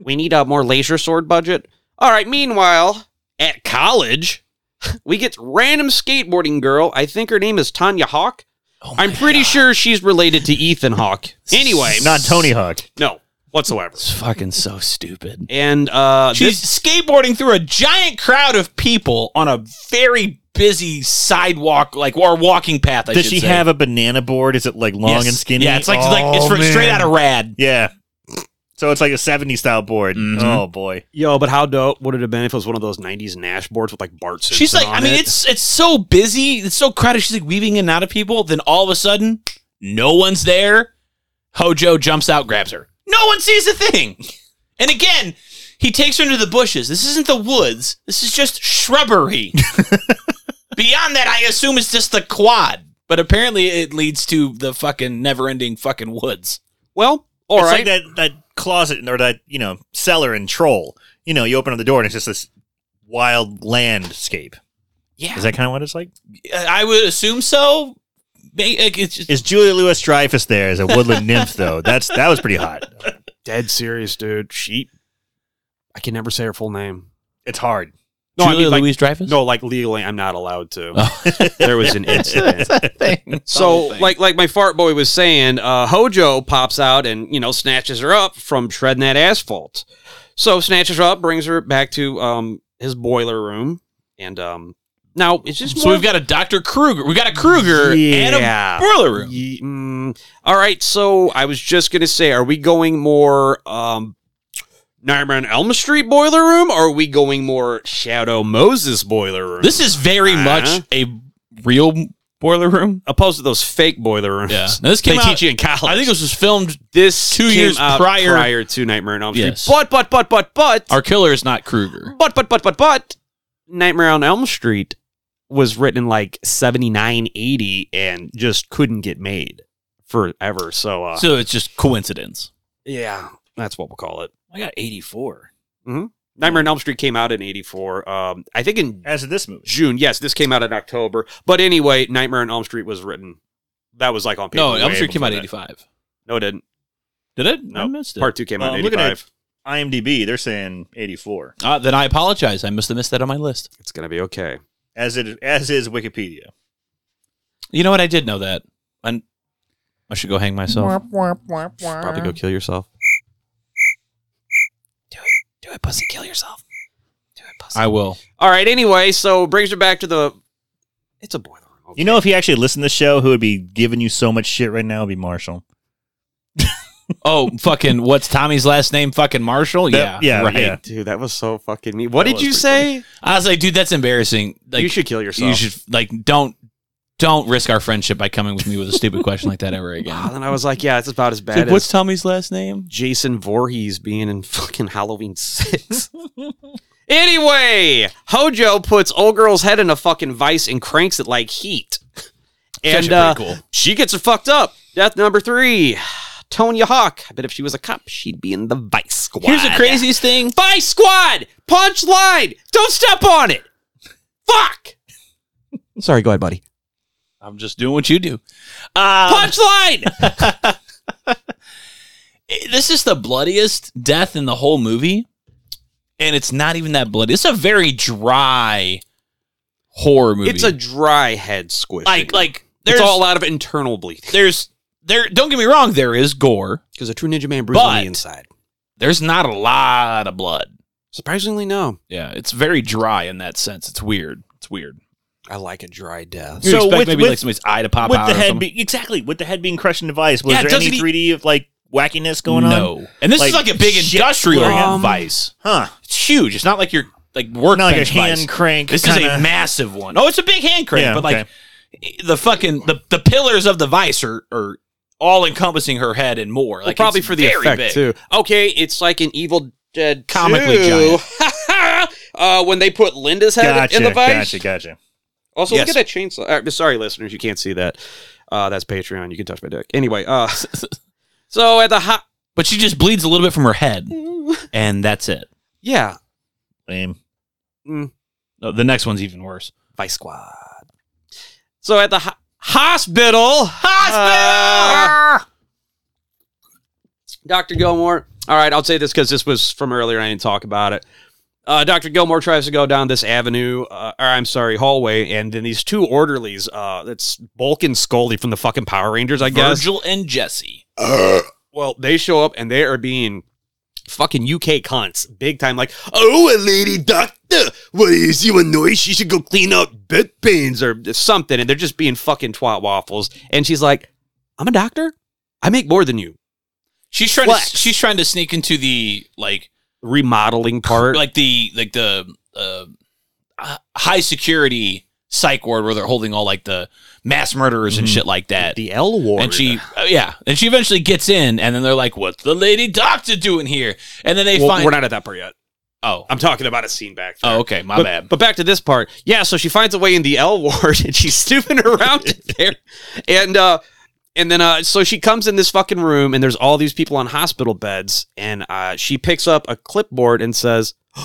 we need a more laser sword budget. All right, meanwhile, at college, we get random skateboarding girl. I think her name is Tanya Hawk.
Oh
I'm pretty sure she's related to Ethan Hawk. Anyway,
Not Tony Hawk.
no, whatsoever.
It's fucking so stupid.
And uh,
She's
this,
skateboarding through a giant crowd of people on a very busy sidewalk, like or walking path. I
Does
should
she
say.
have a banana board? Is it like long
Yes.
and skinny?
Yeah, it's like, it's like it's
Oh,
from
man.
straight out of Rad.
Yeah. So it's like a 70s style board.
Mhm.
Oh boy.
yo, but how dope would it have been if it was one of those '90s Nash boards with like Bart Simpson?
She's like,
on
I mean,
it?
it's it's so busy, it's so crowded. She's like weaving in and out of people. Then all of a sudden, no one's there. Hojo jumps out, grabs her. No one sees a thing. And again, he takes her into the bushes. This isn't the woods. This is just shrubbery. Beyond that, I assume it's just the quad. But apparently, it leads to the fucking never-ending fucking woods.
well, all
it's
right.
like that, that closet or that, you know, cellar and troll. You know, you open up the door and it's just this wild landscape.
Yeah,
Is that kind of what it's like?
I would assume so. May- It's just,
Is Julia Louis Dreyfus there as a woodland nymph though? That's that was pretty hot.
Dead serious, dude. She, I can never say her full name.
It's hard.
No, I mean, like-
Louise Dreyfus.
No, like legally, I'm not allowed to. there was an incident. So, like, like my fart boy was saying, uh, Hojo pops out and you know snatches her up from treading that asphalt. So snatches her up, brings her back to um his boiler room, and um now it's just
So
more
we've got a Dr. Kruger. We've got a Kruger and a
Yeah.
boiler room.
Ye- mm, all right, so I was just gonna say, are we going more um Nightmare on Elm Street boiler room, or are we going more Shadow Moses boiler room?
This is very
Uh-huh.
much a real boiler room.
opposed to those fake boiler rooms.
Yeah. Now, this came
they
out-
teach you in college.
I think it was just filmed.
this
two
came
years
out
prior-
prior to Nightmare on Elm Street.
Yes.
But but but but but
Our killer is not Kruger.
but but but but but Nightmare on Elm Street was written in like 79 80 and just couldn't get made forever. So uh
So it's just coincidence.
yeah, that's what we'll call it.
I got 84.
Nightmare on Elm Street came out in 84. Um I think in
As of this movie.
June. Yes, this came out in October. But anyway, Nightmare on Elm Street was written that was like on paper.
No, Elm
way
Street came
before
out
that.
85.
No, it didn't.
Did it? I
No.
missed it.
Part 2 came out
Well,
in
I'm looking at-
85.
IMDb, they're saying 84.
Ah, then I apologize. I must have missed that on my list.
It's going to be okay.
As it as is Wikipedia.
You know what? I did know that. i I should go hang myself.
Probably go kill yourself.
Do it, pussy. Kill yourself. Do it, pussy. I will.
All right. Anyway, so brings her back to the. It's a boiler room.
You know, if he actually listened to the show, who would be giving you so much shit right now would be Marshall.
Oh, fucking, what's Tommy's last name? Fucking Marshall? Yeah.
That- yeah,
Right.
yeah.
dude, that was so fucking neat. What
That
did
was
you
pretty
say?
I was like, dude, that's embarrassing. Like,
you should kill yourself.
You should like don't don't risk our friendship by coming with me with a stupid question like that ever
Wow,
again.
Ah, then I was like, yeah, it's about as
It's
bad
like,
as
what's Tommy's last name?
Jason Voorhees being in fucking Halloween six. anyway, Hojo puts old girl's head in a fucking vice and cranks it like heat,
It's
and
actually
uh,
pretty cool.
she gets her fucked up. Death number three. Tonya Hawk. I bet if she was a cop, she'd be in the Vice Squad.
Here's the craziest thing.
Vice Squad! Punch line! Don't step on it! Fuck! Sorry, go ahead, buddy.
I'm just doing what you do. Uh,
Punch line!
this is the bloodiest death in the whole movie, and it's not even that bloody. It's a very dry horror movie.
It's a dry head squish.
like like
it's
there's
all out of internal bleeding.
there's there. Don't get me wrong. There is gore.
Because a true ninja man bruise on
But-
the inside.
There's not a lot of blood.
Surprisingly, no.
Yeah, it's very dry in that sense. It's weird. It's weird.
I like a dry death.
You
So
expect
with-
maybe
with-
like somebody's eye to pop
with
out
the
or
head
something.
be- exactly with the head being crushed in a vice. Was
Yeah,
there
doesn't
any
he-
3D of like wackiness going on?
No, and this is
Like,
like a big
shit
industrial
flying
Um,
out?
vice.
Huh?
It's huge. It's not like your like work
Not like a
vice.
hand crank.
This is a
kinda-
massive one. Oh, it's a big hand crank,
Yeah,
but like the fucking the, the pillars of the vice are, are all encompassing her head and more.
Well,
Like
probably
it's
for the
very
effect
big.
too. Okay, it's like an Evil Dead
Comically
2. uh, when they put Linda's head in the
gotcha,
vice.
gotcha, gotcha.
Also,
Yes.
look at that chainsaw. Uh, sorry, listeners, you can't see that. Uh, that's Patreon. You can touch my dick. Anyway, uh, so at the hot,
But she just bleeds a little bit from her head, and that's it.
yeah,
Lame.
No, Oh, the next one's even worse.
Vice Squad. So at the ho- hospital, hospital. Dr. Gilmore. All right, I'll say this because this was from earlier. I didn't talk about it. Uh, Dr. Gilmore tries to go down this avenue, uh, or I'm sorry, hallway, and then these two orderlies, uh, that's Bulk and Scully from the fucking Power Rangers, I guess.
Virgil and Jesse.
Well, they show up and they are being fucking UK cunts, big time. Like, oh, a lady doctor, what is you annoyed? She should go clean up bedpans or something. And they're just being fucking twat waffles. And she's like, I'm a doctor. I make more than you.
She's trying. To,
Flex.
she's trying to sneak into the like
Remodeling part.
like the like the uh, uh, high security psych ward where they're holding all like the mass murderers and shit like that.
the L war.
and she, uh, yeah, and she eventually gets in, and then they're like, "What's the lady doctor doing here?" And then they
Well,
find,
we're not at that part yet.
oh,
I'm talking about a scene back there.
oh, okay, my
but,
bad.
But back to this part. Yeah, so she finds a way in the L ward and she's snooping around in there. And uh and then uh so she comes in this fucking room and there's all these people on hospital beds and uh she picks up a clipboard and says,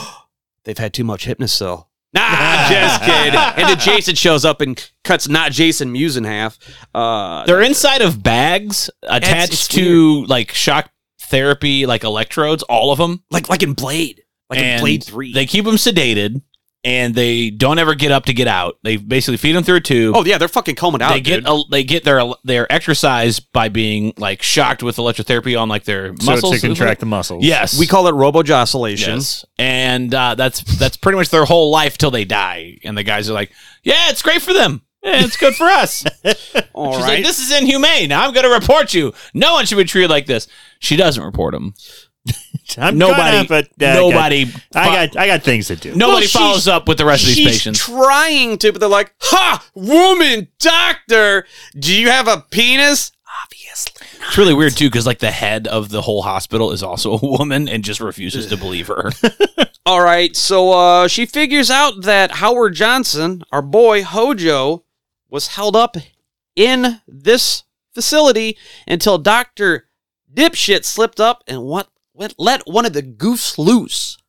They've had too much hypnosil. Nah, just kidding. And then Jason shows up and cuts not Jason Muse in half. Uh
They're inside of bags attached
it's
to like shock therapy, like electrodes, all of them.
like like in Blade. Like in
And
Blade 3.
They keep them sedated, and they don't ever get up to get out. They basically feed them through a tube.
oh yeah, they're fucking combing out.
they get
dude.
a, they get their their exercise by being like shocked with electrotherapy on like their
So
muscles.
to contract the muscles.
Yes,
we call it robo joscillation.
Yes. And uh, that's that's pretty much their whole life till they die. And the guys are like, "Yeah, it's great for them. Yeah, it's good for us."
All
She's
right.
like, "This is inhumane. I'm going to report you. No one should be treated like this." She doesn't report him.
I'm
Nobody.
gonna, but uh, I got-
nobody.
I got, I got things to do.
nobody
Well, she's-
follows up with the rest of these
She's
patients.
trying to, but they're like, "Ha, woman doctor, do you have a penis?" Obviously.
it's really weird too, because like the head of the whole hospital is also a woman and just refuses to believe her.
All right, so uh, she figures out that Howard Johnson, our boy Hojo, was held up in this facility until Doctor Dipshit slipped up and what, what let one of the goofs loose.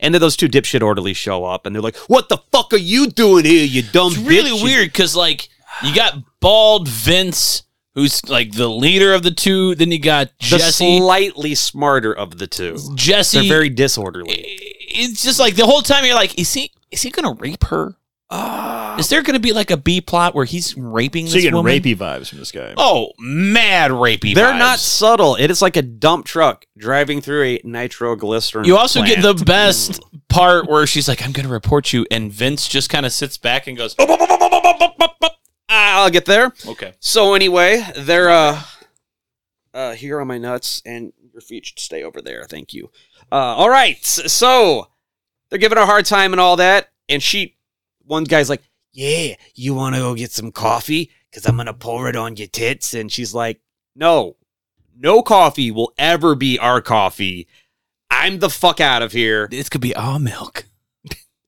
And then those two dipshit orderlies show up, and they're like, "What the fuck are you doing here, you dumb?"
it's really
bitch?"
weird because like you got bald Vince, who's like the leader of the two. Then you got
The
Jesse.
slightly smarter of the two.
Jesse,
They're very disorderly.
it's just like the whole time you're like, is he is he gonna rape her? is there gonna be like a B plot where he's raping
So
this
you get
woman?
rapey vibes from this guy.
Oh, mad rapey.
They're
vibes.
not subtle. It is like a dump truck driving through a nitroglycerin.
You also get the
plant.
best part where she's like, "I'm gonna report you," and Vince just kind of sits back and goes, "Oh,
Ah, I'll get there.
okay."
So anyway, they're uh, uh, here are my nuts, and your feet should stay over there. Thank you. Uh, all right. s- So they're giving her a hard time and all that, and she, one guy's like, "Yeah, you want to go get some coffee? Cause I'm gonna pour it on your tits," and she's like, "No, no coffee will ever be our coffee. I'm the fuck out of here."
This could be our milk.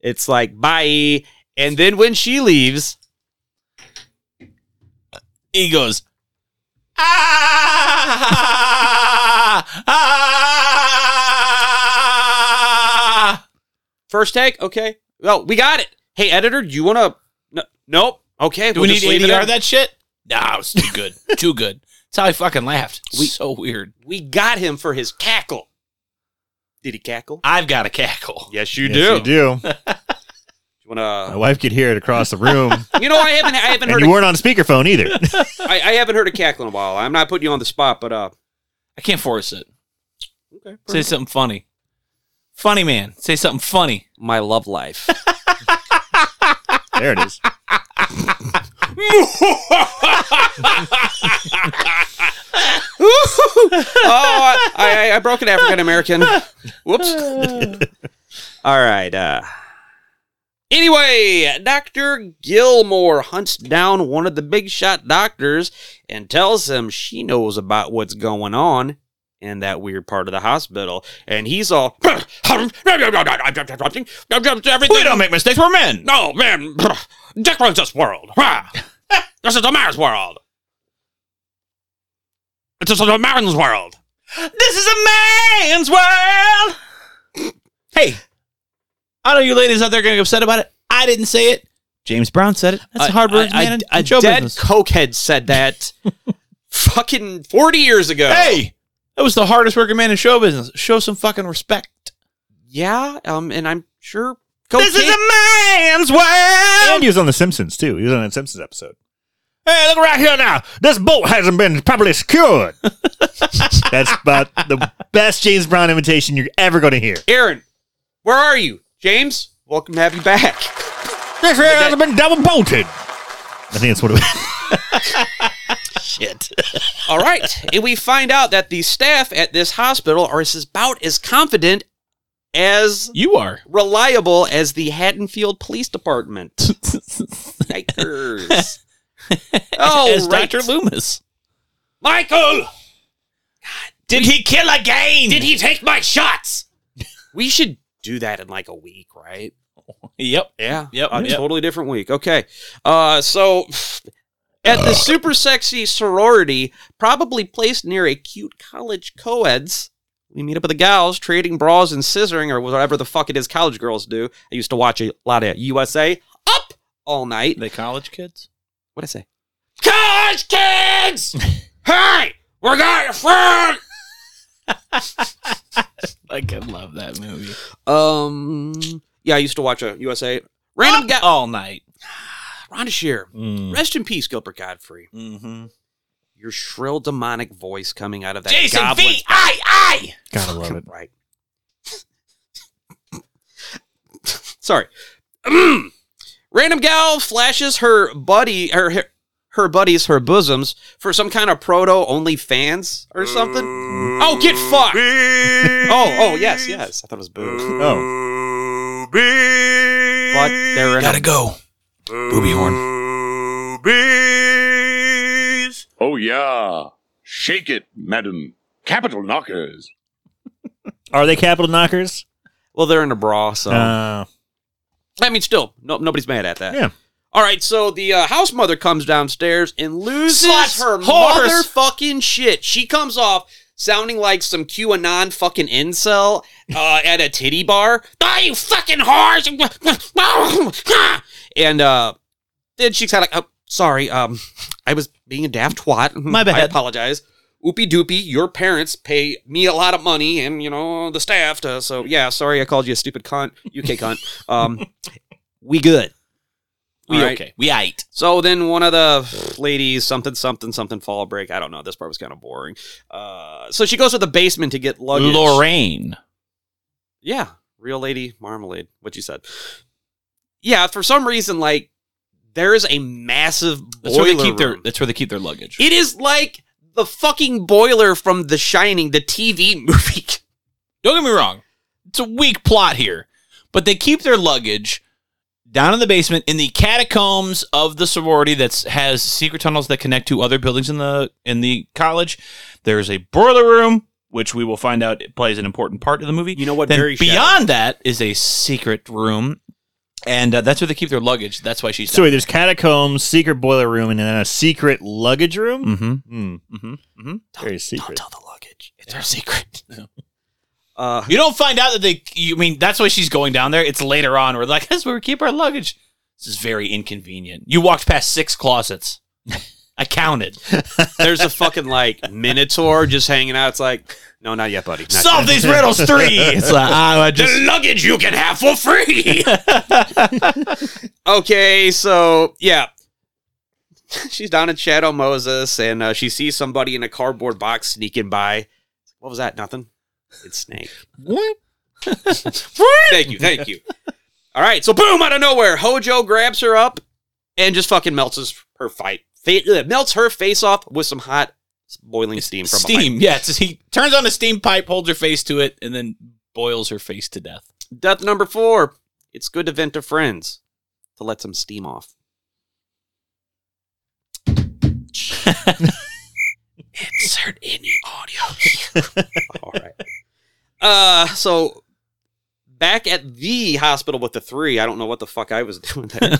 It's like bye, and then when she leaves.
He goes, Ah! Ah!
First take, okay. Well, we got it. Hey, editor, do you want to? No, nope. Okay.
Do
we'll
we need
just leave it
ADR
in.
that shit? Nah, it's too good. too good. That's how I fucking laughed.
We-
so weird.
We got him for his cackle. Did he cackle?
I've got a cackle.
Yes, you
Yes,
do.
You do.
You
My
wanna?
wife could hear it across the room,
You know, I haven't, I haven't
and
heard,
you
a,
weren't on speakerphone either.
I, I haven't heard a cackle in a while. I'm not putting you on the spot, but uh,
I can't force it.
okay.
Say something funny. Funny man. Say something funny.
My love life.
there it is.
oh, I, I, I broke an African American. Whoops. All right. Uh, anyway, Dr. Gilmore hunts down one of the big shot doctors and tells him she knows about what's going on in that weird part of the hospital. And he's all.
We
Everything
don't make mistakes. We're men.
no, man. Dick runs this world. Rah. this is a man's world. This is a man's world.
This is a man's world. hey, I know you ladies out there going to get upset about it. I didn't say it. James Brown said it. That's a hard words, man. in-
A,
in show
dead
business.
cokehead said that fucking 40 years ago.
hey, that was the hardest working man in show business. Show some fucking respect.
Yeah, um, and I'm sure coke
this is a man's world.
And he was on The Simpsons too. He was on that Simpsons episode.
Hey, look right here now.
This boat hasn't been properly secured. That's about the best James Brown imitation you're ever going to hear.
Aaron, where are you? James, welcome to have you back.
This here hasn't been double bolted. I think that's what it was.
All right. and we find out that the staff at this hospital are as- about as confident as
You are.
reliable as the Haddonfield Police Department. Yikers. oh,
As
right.
Dr. Loomis.
Michael,
Did he kill again?
did he take my shots? we should do that in like a week, right?
Yep.
Yeah.
Yep,
A
yep.
totally different week. Okay. Uh, so at the super sexy sorority, probably placed near a cute college co-eds, we meet up with the gals trading bras and scissoring or whatever the fuck it is college girls do. I used to watch a lot of USA up all night.
The college kids?
What'd I say? College kids! hey! We got your friend!
Like, I love that movie.
Um, yeah, I used to watch a USA. Random guy.
all night. Mm.
Rhonda Shear. Rest in peace, Gilbert Godfrey.
Mm-hmm.
your shrill demonic voice coming out of that
Jason
goblin.
V. I. I.
Gotta love it.
Right. Sorry. Random gal flashes her buddy her, her her buddies her bosoms for some kind of proto only fans or something. Oh, get fucked. oh, oh, yes, yes. I thought it was boo.
Oh,
But they're in a-
go. Booby horn.
Oh, yeah. Shake it, madam. Capital knockers.
are they capital knockers?
well, they're in a bra, so
Uh,
I mean, still, no, nobody's mad at that.
Yeah.
All right, so the uh, house mother comes downstairs and loses
Sluts,
her
whores.
motherfucking shit. She comes off sounding like some QAnon fucking incel uh, at a titty bar. Ah, you fucking whores! and uh, then she's kind of like, oh, sorry, um, I was being a daft twat.
My
I
bad.
apologize. Oopie doopie, your parents pay me a lot of money and, you know, the staff. To, so, yeah, sorry I called you a stupid cunt, UK cunt. Um, we good.
We
All right.
okay. We ate.
So then one of the ladies, something, something, something, fall break. I don't know. This part was kind of boring. Uh, so she goes to the basement to get luggage.
Lorraine.
Yeah. Real lady marmalade. What you said. Yeah. For some reason, like, there is a massive
That's where
boiler
they keep their.
room.
That's where they keep their luggage.
It is like the fucking boiler from The Shining, the TV movie.
Don't get me wrong. It's a weak plot here, but they keep their luggage down in the basement in the catacombs of the sorority that has secret tunnels that connect to other buildings in the in the college. There's a boiler room, which we will find out plays an important part of the movie.
You know what?
Then
Very
beyond that is a secret room and uh, that's where they keep their luggage. That's why she's.
So wait, there's catacombs, secret boiler room, and then a secret luggage room.
Mm-hmm.
Hmm.
Mm-hmm. Mm-hmm.
Very secret.
the luggage. It's our secret.
Uh,
You don't find out that they. You mean that's why she's going down there? It's later on. We're like, that's where we keep our luggage. This is very inconvenient. You walked past six closets. I counted.
there's a fucking like minotaur just hanging out. It's like, no, not yet, buddy. Not
Solve
yet.
these riddles three. It's like, ah, I just, the luggage you can have for free.
Okay, so yeah. She's down in Shadow Moses and uh, she sees somebody in a cardboard box sneaking by. What was that? Nothing? It's Snake.
What?
Thank you. Thank you. All right. So, boom, out of nowhere, Hojo grabs her up and just fucking melts his, her fight. Fa- uh, melts her face off with some hot boiling steam from behind.
steam. Yeah, it's just- he turns on a steam pipe, holds her face to it, and then boils her face to death.
Death number four. It's good to vent to friends to let some steam off.
Insert any audio.
All right. Uh, so back at the hospital with the three, I don't know what the fuck I was doing there.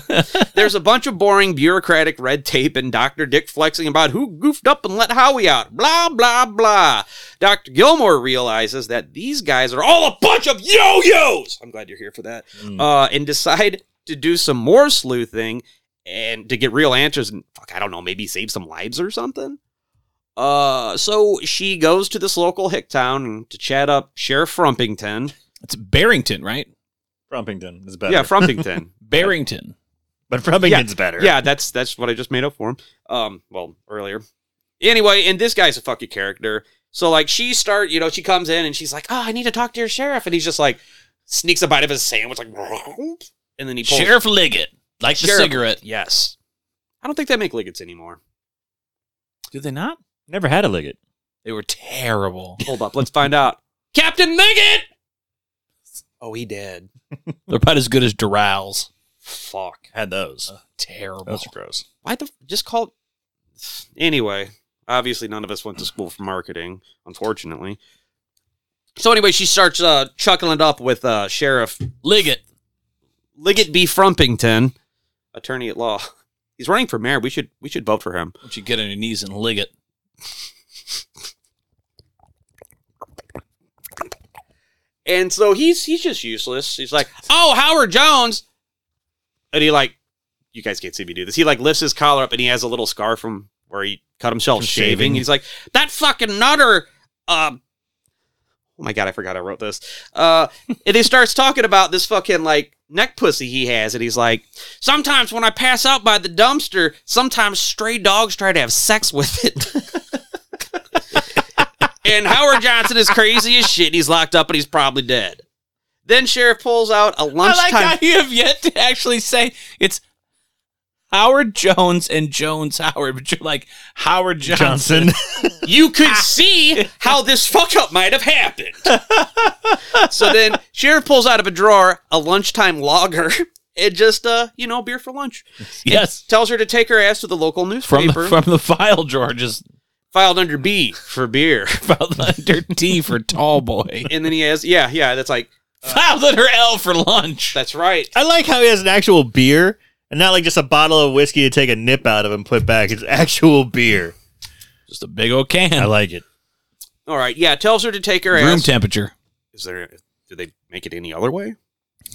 There's a bunch of boring bureaucratic red tape and Dr. Dick flexing about who goofed up and let Howie out. Blah, blah, blah. Dr. Gilmore realizes that these guys are all a bunch of yo yos. I'm glad you're here for that. Uh, and decide to do some more sleuthing and to get real answers and fuck, I don't know, maybe save some lives or something. Uh, so she goes to this local hick town to chat up Sheriff Frumpington.
It's Barrington, right?
Frumpington is better.
Yeah, Frumpington.
Barrington.
but Frumpington's better.
yeah, that's that's what I just made up for him. Um, well, earlier. Anyway, and this guy's a fucking character. So like, she start, you know, she comes in and she's like, "Oh, I need to talk to your sheriff," and he's just like, sneaks a bite of his sandwich, like, and then he pulls.
Sheriff Liggett, like
Sheriff-
the cigarette.
Yes. I don't think they make liggets anymore.
Do they not?
Never had a Liggett.
They were terrible.
Hold up, let's find out. Captain Liggett. Oh, he dead.
They're about as good as Dural's.
Fuck.
Had those.
Terrible.
Those are gross.
why the f- just call anyway obviously none of us went to school for marketing unfortunately so anyway she starts uh chuckling it up with uh sheriff
Liggett.
liggett b frumpington attorney at law he's running for mayor we should we should vote for him
Don't you get on your knees and Liggett.
and so he's he's just useless he's like oh howard jones and he like you guys can't see me do this he like lifts his collar up and he has a little scar from where he cut himself
From
shaving.
shaving.
he's like that fucking nutter uh oh my god i forgot i wrote this uh and he starts talking about this fucking like neck pussy he has and he's like sometimes when i pass out by the dumpster sometimes stray dogs try to have sex with it and howard johnson is crazy as shit he's locked up and he's probably dead then sheriff pulls out a
I like
lunchtime
how you have yet to actually say it's Howard Jones and Jones Howard, but you're like Howard Johnson.
Johnson.
you could see how this fuck up might have happened. so then Sheriff pulls out of a drawer a lunchtime lager and just uh, you know, beer for lunch.
Yes.
Tells her to take her ass to the local
From
newspaper
the, from the file drawer, just
filed under B for beer.
filed under T for tall boy.
And then he has yeah, yeah, that's like
filed under L for lunch.
that's right.
I like how he has an actual beer and not like just a bottle of whiskey to take a nip out of and put back. It's actual beer.
Just a big old can.
I like it.
All right, yeah, tells her to take her
Room
ass.
temperature.
Is there do they make it any other way?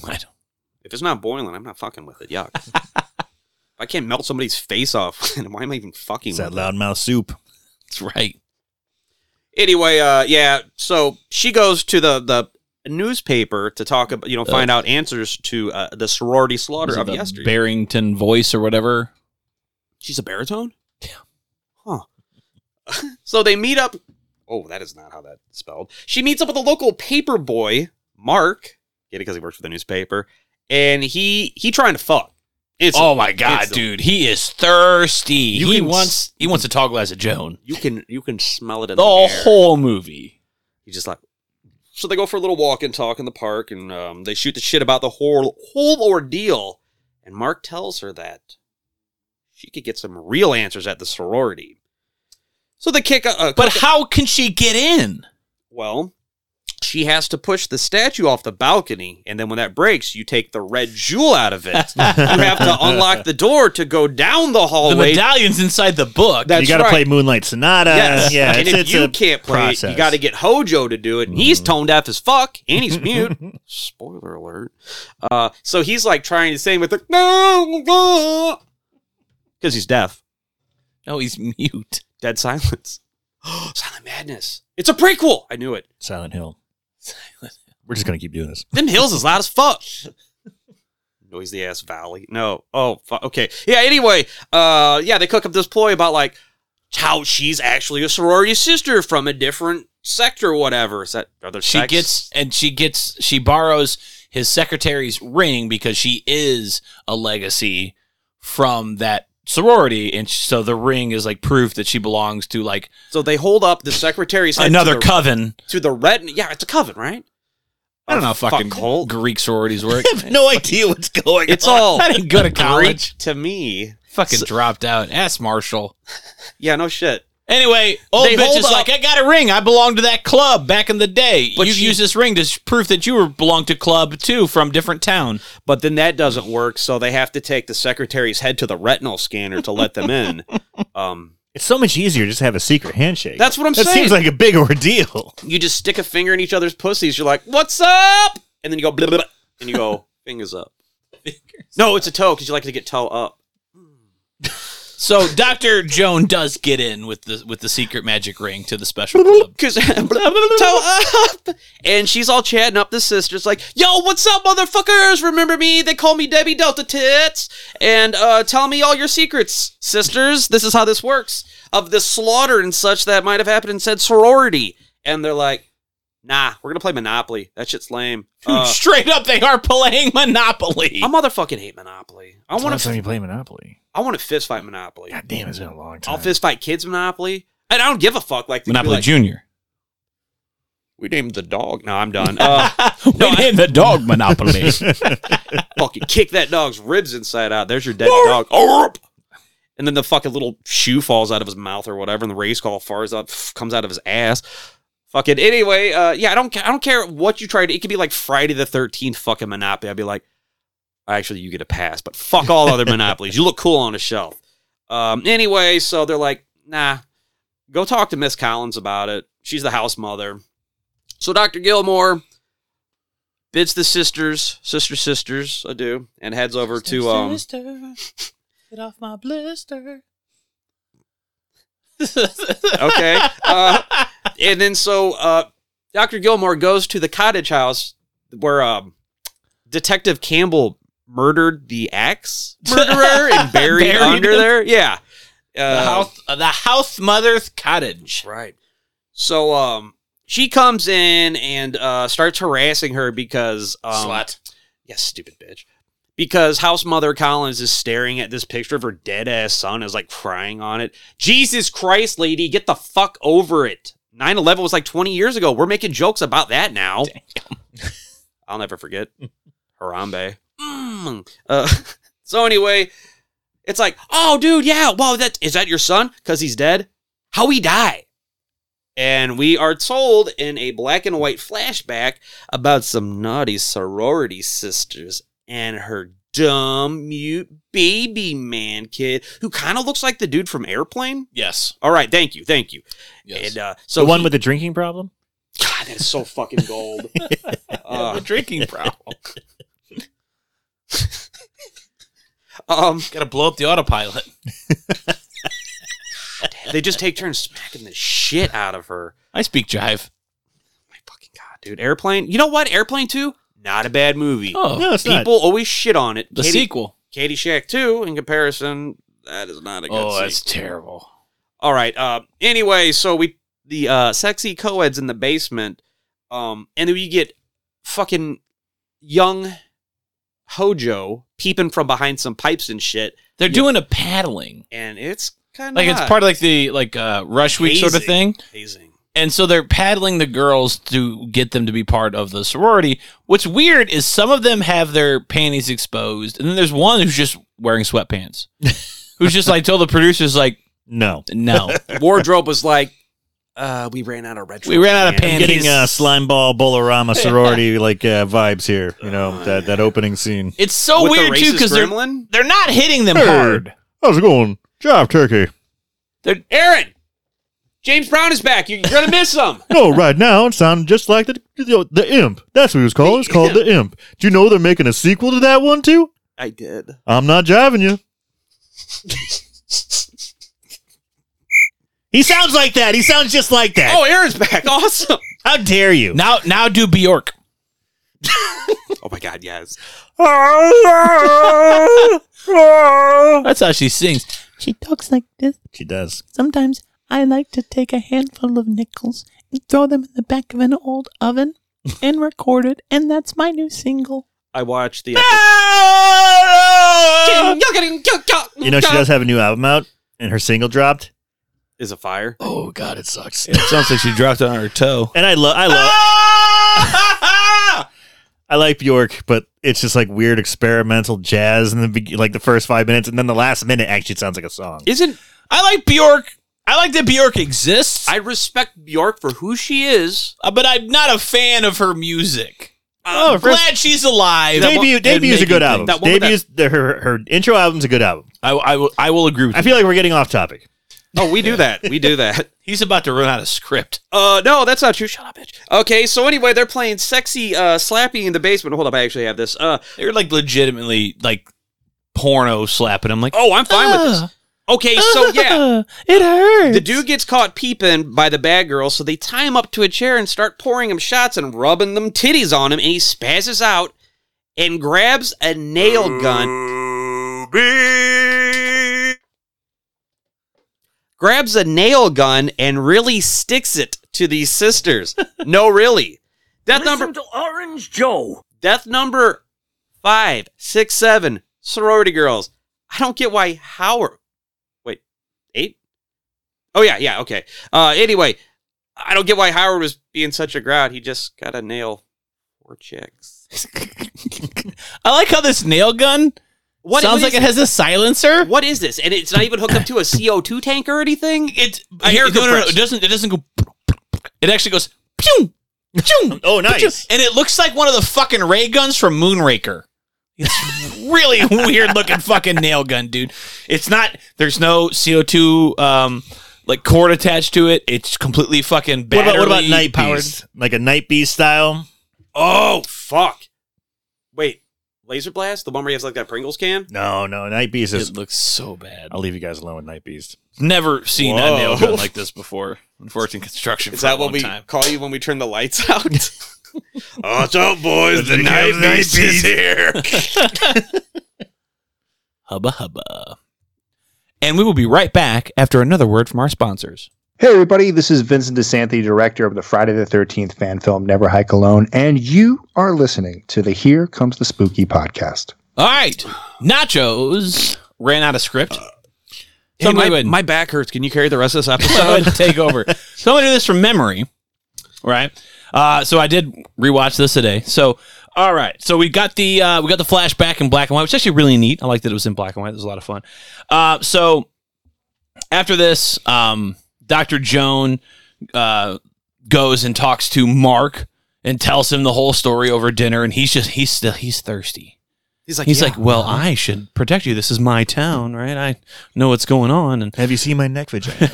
I don't.
If it's not boiling, I'm not fucking with it. Yuck. if I can't melt somebody's face off, then why am I even fucking
It's
with
that
it?
loudmouth soup.
That's right.
anyway, uh, yeah. So she goes to the the newspaper to talk about, you know, find out answers to uh, the sorority slaughter
Was Uh, it
of
the
yesterday.
Barrington voice or whatever.
She's a baritone. Yeah. Huh. so they meet up. Oh, that is not how that's spelled. She meets up with a local paper boy, Mark. Get it because he works for the newspaper, and he he trying to fuck. It's
oh my god,
it's the-
dude, he is thirsty.
You
he
can
wants he wants a tall glass of Joan.
you can you can smell it in
The
the, air.
whole movie.
You just like. So they go for a little walk and talk in the park, and um, they shoot the shit about the whole whole ordeal. And Mark tells her that she could get some real answers at the sorority. So they kick a, a
But how can she get in?
well, She has to push the statue off the balcony, and then when that breaks, you take the red jewel out of it. you have to unlock the door to go down the
The
hallway.
medallion's inside the book.
That's
you got to
right.
play Moonlight Sonata.
Yes.
Yeah,
and
it's,
if
it's
you
a
can't play it, you
process. Mm-hmm.
got to get Hojo to do it. And he's tone deaf as fuck, and he's mute. Spoiler alert. Uh, so he's like trying to sing with the no, because he's deaf.
No, he's mute.
Dead silence. Silent madness. It's a prequel. I knew it.
Silent Hill. We're just gonna keep doing this.
Them hills is loud as fuck. Noisy ass valley. No. Oh, fu- okay. Yeah, anyway, uh yeah, they cook up this ploy about like how she's actually a sorority sister from a different sector or whatever. Is that other
She
sex?
gets and she gets she borrows his secretary's ring because she is a legacy from that sorority, and sh- so the ring is like proof that she belongs to like
So they hold up the secretary's head
another
to the,
coven.
to the red yeah, it's a coven, right?
I don't know how
Fuck
fucking
cult.
Greek sororities work.
I have no idea what's going
It's
on.
all
I didn't go to college.
Greek to me.
fucking dropped out. Ass Marshall.
Yeah, no shit.
Anyway, old
They
bitch
hold
is
up-
like, I got a ring. I belong to that club back in the day.
But
you
she-
use this ring to sh- prove that you were belong to club too from different town.
But then that doesn't work, so they have to take the secretary's head to the retinal scanner to let them in. Um
It's so much easier just to have a secret handshake.
That's what I'm
that
saying.
seems like a big ordeal.
you just stick a finger in each other's pussies. You're like, "What's up?" And then you go, blah, blah, blah, and you go, "Fingers up." No, it's a toe because you like to get toe up.
So Doctor Joan does get in with the with the secret magic ring to the special club.
Cause toe up, and she's all chatting up the sisters, like, "Yo, what's up, motherfuckers? Remember me? They call me Debbie Delta Tits, and uh, tell me all your secrets, sisters. This is how this works. Of this slaughter and such that might have happened in said sorority." And they're like, "Nah, we're gonna play Monopoly. That shit's lame." Uh,
Straight up, they are playing Monopoly.
I motherfucking hate Monopoly. I want to
you play Monopoly.
I want to fist fight Monopoly.
God damn, it's been a long time.
I'll fist fight kids Monopoly. And I don't give a fuck. Like they could be
Monopoly
like,
Junior.
We named the dog. No, I'm done. Uh,
we named the dog Monopoly.
fucking kick that dog's ribs inside out. There's your dead dog. Arp! And then the fucking little shoe falls out of his mouth or whatever, and the race call fars up pff, comes out of his ass. Fucking anyway, uh, yeah, I don't, ca- I don't care what you try to. It could be like Friday the Thirteenth, fucking Monopoly. I'd be like, actually, you get a pass, but fuck all other monopolies. You look cool on a shelf. Um, anyway, so they're like, nah, go talk to Miss Collins about it. She's the house mother. So Dr. Gilmore bids the sisters, sister sisters, I do, and heads over to um
Get off my blister.
okay. Uh, and then so uh, Dr. Gilmore goes to the cottage house where um, Detective Campbell murdered the axe murderer and buried,
Buried
under
him.
there. Yeah.
the
Uh,
house, the house mother's cottage.
Right. So um, she comes in and uh, starts harassing her because um,
Slut.
Yes, stupid bitch. Because House Mother Collins is staring at this picture of her dead ass son, is like crying on it. Jesus Christ, lady, get the fuck over it. 9 11 was like 20 years ago. We're making jokes about that now. I'll never forget. Harambe. Mm. Uh, so, anyway, it's like, oh, dude, yeah. Wow, that, is that your son? Because he's dead? How he die? And we are told in a black and white flashback about some naughty sorority sisters and her dumb mute baby man kid who kind of looks like the dude from Airplane.
Yes.
All right, thank you, thank you.
Yes.
And uh, so
the one
he-
with the drinking problem.
God, that's so fucking gold.
a
Uh,
drinking problem.
um,
Got to blow up the autopilot.
they just take turns smacking the shit out of her.
I speak jive.
My fucking god, dude. Airplane. You know what? Airplane Two, not a bad movie.
Oh,
No, it's not.
People always shit on it.
the
Katie,
sequel.
Katie Shack Two, in comparison, that is not a good. sequel.
Oh, terrible.
All right. Uh, anyway, so we the uh, sexy co-eds in the basement, um, and then we get fucking young Hojo peeping from behind some pipes and shit,
They're doing a paddling.
and it's kind of
Like it's part of like the like uh rush week sort of thing.
Amazing.
And so they're paddling the girls to get them to be part of the sorority. What's weird is some of them have their panties exposed, and then there's one who's just wearing sweatpants. who's just like told the producers like,
No,
no.
Wardrobe was like, Uh, we ran out of retro.
We ran out of
panties.
pan-
I'm getting uh, slime ball bolorama sorority like uh, vibes here. You know that that opening scene.
It's so
With
weird
the
too
racist
because they're
gremlin?
they're not hitting them
Hey,
hard.
How's it going? Job turkey.
They're
Aaron, James Brown is back. You- You're gonna miss him.
No, right now it sounded just like the the, the imp. That's what it was called. It's called the imp. Do you know they're making a sequel to that one too?
I did.
I'm not jiving you. he sounds like that. He sounds just like that.
Oh, Aaron's back. Awesome.
How dare you?
now now do Bjork.
oh my God, yes.
That's how she sings. She talks like this.
She does.
Sometimes I like to take a handful of nickels and throw them in the back of an old oven and record it, and that's my new single.
I watched the.
You know she does have a new album out, and her single dropped.
Is a fire.
Oh God, it sucks.
It sounds like she dropped it on her toe.
And I love, I love, I like Bjork, but it's just like weird experimental jazz in the be- like the first five minutes, and then the last minute actually sounds like a song.
Isn't
I like Bjork. I like that Bjork exists,
I respect Bjork for who she is.
uh, but I'm not a fan of her music.
Oh,
I'm glad she's alive.
debut, debut is a good album.
that one with
Debut is her her intro album's a good album.
I, I, will- I will agree with
I
you.
feel like we're getting off topic.
Oh, we do that. We do that.
He's about to run out of script.
Uh, no, that's not true. Shut up, bitch. Okay, so anyway, they're playing sexy uh slappy in the basement. Hold up, I actually have this. Uh,
They're like legitimately like porno slapping. I'm like, "Ah."
oh, I'm fine with this. Okay, so yeah,
it hurts.
the dude gets caught peeping by the bad girl, so they tie him up to a chair and start pouring him shots and rubbing them titties on him, and he spazzes out and grabs a nail gun. Grabs a nail gun and really sticks it to these sisters. no, really. Death number
Listen to Orange Joe.
Death number five, six, seven, sorority girls. I don't get why Howard. Wait, eight? Oh, yeah, yeah, okay. Uh, anyway, I don't get why Howard was being such a grout. He just got a nail four chicks.
I like how this nail gun
What,
sounds
what
like
is
it has a silencer.
this? What is this? And it's not even hooked up to a CO2 tank or anything?
It's
A hair
no, no, no,
compressor.
it doesn't. It doesn't go. It actually goes. Pew, pew,
Oh,
pew,
nice.
and it looks like one of the fucking ray guns from Moonraker. It's really weird looking fucking nail gun, dude. It's not. There's no CO two um like cord attached to it. It's completely fucking.
What about what about
battery
Night
powered.
Beast? Like a Night Beast style?
Oh, fuck. Wait, Laser Blast? The one where he has like that Pringles can?
No, no, Night Beast is.
It looks so bad.
I'll leave you guys alone with Night Beast.
Never seen
Whoa.
a nail gun like this before. Unfortunate construction.
Is
for
that
a
what
long
we
time.
call you when we turn the lights out?
Watch out, boys. The night beast is here.
Hubba hubba. And we will be right back after another word from our sponsors.
Hey everybody, this is Vincent DeSanti, director of the Friday the 13th fan film Never Hike Alone, and you are listening to the Here Comes the Spooky podcast.
All right, nachos ran out of script.
Hey,
Somebody
my,
would-
my back hurts. Can you carry the rest of this
so
episode?
take over. So I'm gonna do this from memory, right? Uh, so I did rewatch this today. So all right, so we got the uh, we got the flashback in black and white, which is actually really neat. I like that it was in black and white. It was a lot of fun. Uh, so after this, um, Doctor Joan uh, goes and talks to Mark and tells him the whole story over dinner, and he's just he's still he's thirsty.
He's like,
He's
"Yeah."
like, well, I should protect you. This is my town, right? I know what's going on, and
Have you seen my neck vagina?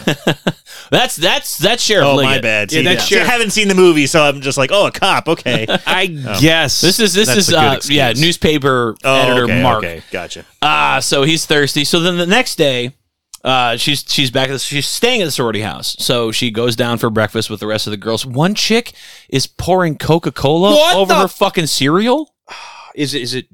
that's that's that's Sheriff.
oh, my
Liggett.
bad.
Yeah,
See,
that's
yeah.
sure.
I haven't seen the movie, so I'm just like, oh, a cop. Okay.
I guess
This is this
That's
is
a good
uh,
excuse.
yeah newspaper
Oh,
editor
okay,
Mark.
okay, gotcha.
Ah, so he's thirsty. So then the next day, uh, she's she's back at the, she's staying at the sorority house. So she goes down for breakfast with the rest of the girls. One chick is pouring Coca Cola
What
over
the-
her fucking cereal.
is it, is it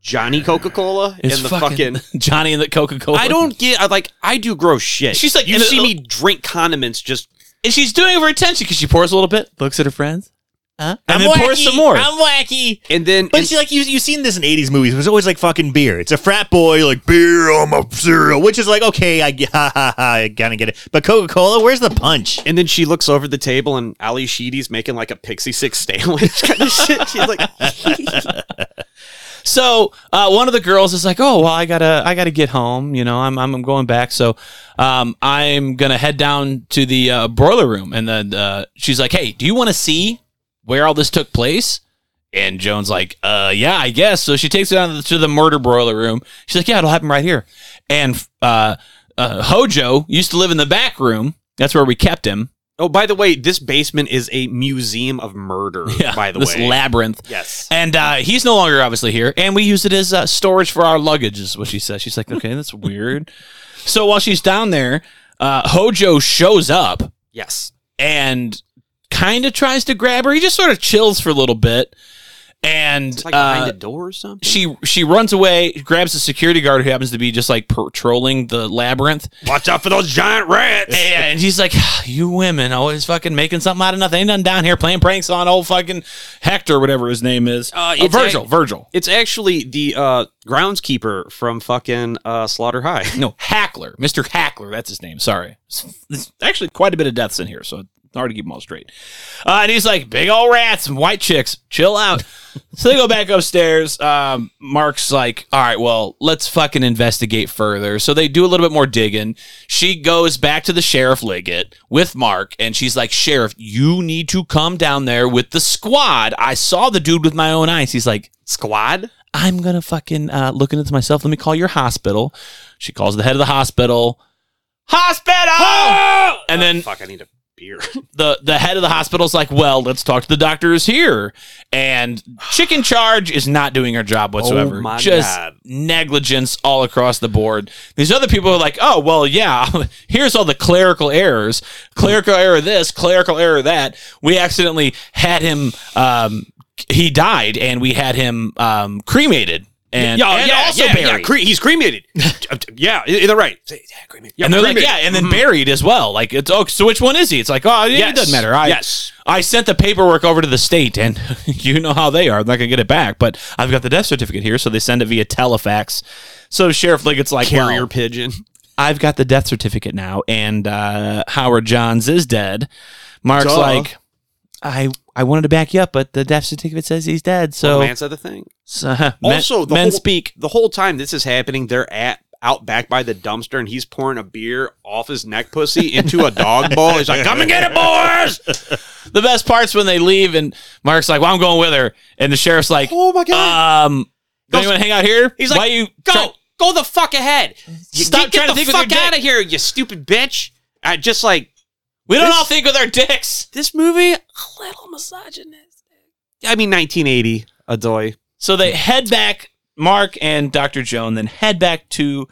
Johnny Coca Cola and
It's
the fucking?
Johnny and the Coca Cola.
I don't get. I like. I do gross shit.
She's like-
you
and
see
it-
me drink condiments. Just
And she's doing it for attention because she pours a little bit, looks at her friends, huh? and
I'm
then pours
wacky,
some more.
I'm wacky.
and then
But
and-
it's like you you've seen this in '80s movies. It was always like fucking beer. It's a frat boy like beer on my cereal, which is like okay, I get- ha ha ha, I kind of get it. But Coca Cola, where's the punch?
and then she looks over the table and Ali Sheedy's making like a pixie six sandwich kind of shit. She's like,
So So uh, one of the girls is like, "Oh, well, I gotta, I gotta get home. You know, I'm, I'm, I'm going back. So um, I'm gonna head down to the uh, boiler room." And then uh, she's like, "Hey, do you want to see where all this took place?" And Joan's like, "Uh, yeah, I guess." So she takes her down to the murder boiler room. She's like, "Yeah, it'll happen right here." And uh, uh, Hojo used to live in the back room. That's where we kept him.
Oh, by the way, this basement is a museum of murder.
Yeah,
by the
this
way,
labyrinth.
Yes.
And uh, he's no longer obviously here, and we use it as uh, storage for our luggage, is what she says. She's like, okay, that's weird. So while she's down there, uh, Hojo shows up
Yes.
and kind of tries to grab her. He just sort of chills for a little bit, and
It's like
uh,
behind a door or something.
she she runs away, grabs the security guard who happens to be just like patrolling the labyrinth.
Watch out for those giant rats.
Yeah, and he's like, "You women always fucking making something out of nothing. Ain't nothing down here playing pranks on old fucking Hector, whatever his name is.
Uh,
Oh,
it's
Virgil,
ac-
Virgil.
It's actually the uh, groundskeeper from fucking uh, Slaughter High.
No, Hackler, Mister Hackler. That's his name. Sorry. It's, it's actually quite a bit of deaths in here, so it's hard to keep them all straight. Uh, and he's like, "Big old rats and white chicks, chill out." so they go back upstairs. Um, Mark's like, "All right, well, let's fucking investigate further." So they do a little bit more digging. She goes back to the sheriff Liggett with Mark, and she's like, "Sheriff, you need to come down there with the squad. I saw the dude with my own eyes." He's like,
Squad.
I'm gonna fucking uh, look into this myself. Let me call your hospital. She calls the head of the hospital. Hospital. And then
Oh, Fuck, I need a beer.
the the head of the hospital's like, "Well, let's talk to the doctors here." And chicken charge is not doing her job whatsoever.
Oh my
Just
God.
negligence all across the board. These other people are like, "Oh, well, yeah. Here's all the clerical errors. Clerical error this, clerical error that. We accidentally had him. Um, he died, and we had him um, cremated." And,
yeah, oh,
and
yeah,
also
yeah,
buried.
yeah, cre- he's cremated. yeah, i- they're right. Say, yeah, cremated. Yeah,
and they're
cremated.
like, yeah, and then
Mhm.
buried as well. Like, it's oh, so which one is he? It's like, oh, yeah,
Yes.
it doesn't matter. I,
yes.
I sent the paperwork over to the state, and you know how they are. I'm not gonna get it back, but I've got the death certificate here, so they send it via telefax. So Sheriff Liggett's like,
Carrier
well,
pigeon.
I've got the death certificate now, and uh, Howard Johns is dead. Mark's
Duh.
like, I I wanted to back you up, but the death certificate says he's dead.
Oh,
So,
man said the thing.
so, men,
Also, the
men
whole-
speak.
The whole time this is happening, they're at out back by the dumpster, and he's pouring a beer off his neck pussy into a dog bowl. He's like, "Come and get it, boys!"
The best part's when they leave, and Mark's like, "Well, I'm going with her," and the sheriff's like,
Oh my god!
Um,
Go-
do you want to hang out here?
He's like,
Why you
go,
try-
go the fuck ahead. You
Stop
get, get
trying to think
the
with your
fuck out
dick.
of here, you stupid bitch. I just like
we don't
this-
all think with our dicks.
this movie, a little misogynist. I mean, 1980, Adoy.
So they head back. Mark and Doctor Joan then head back to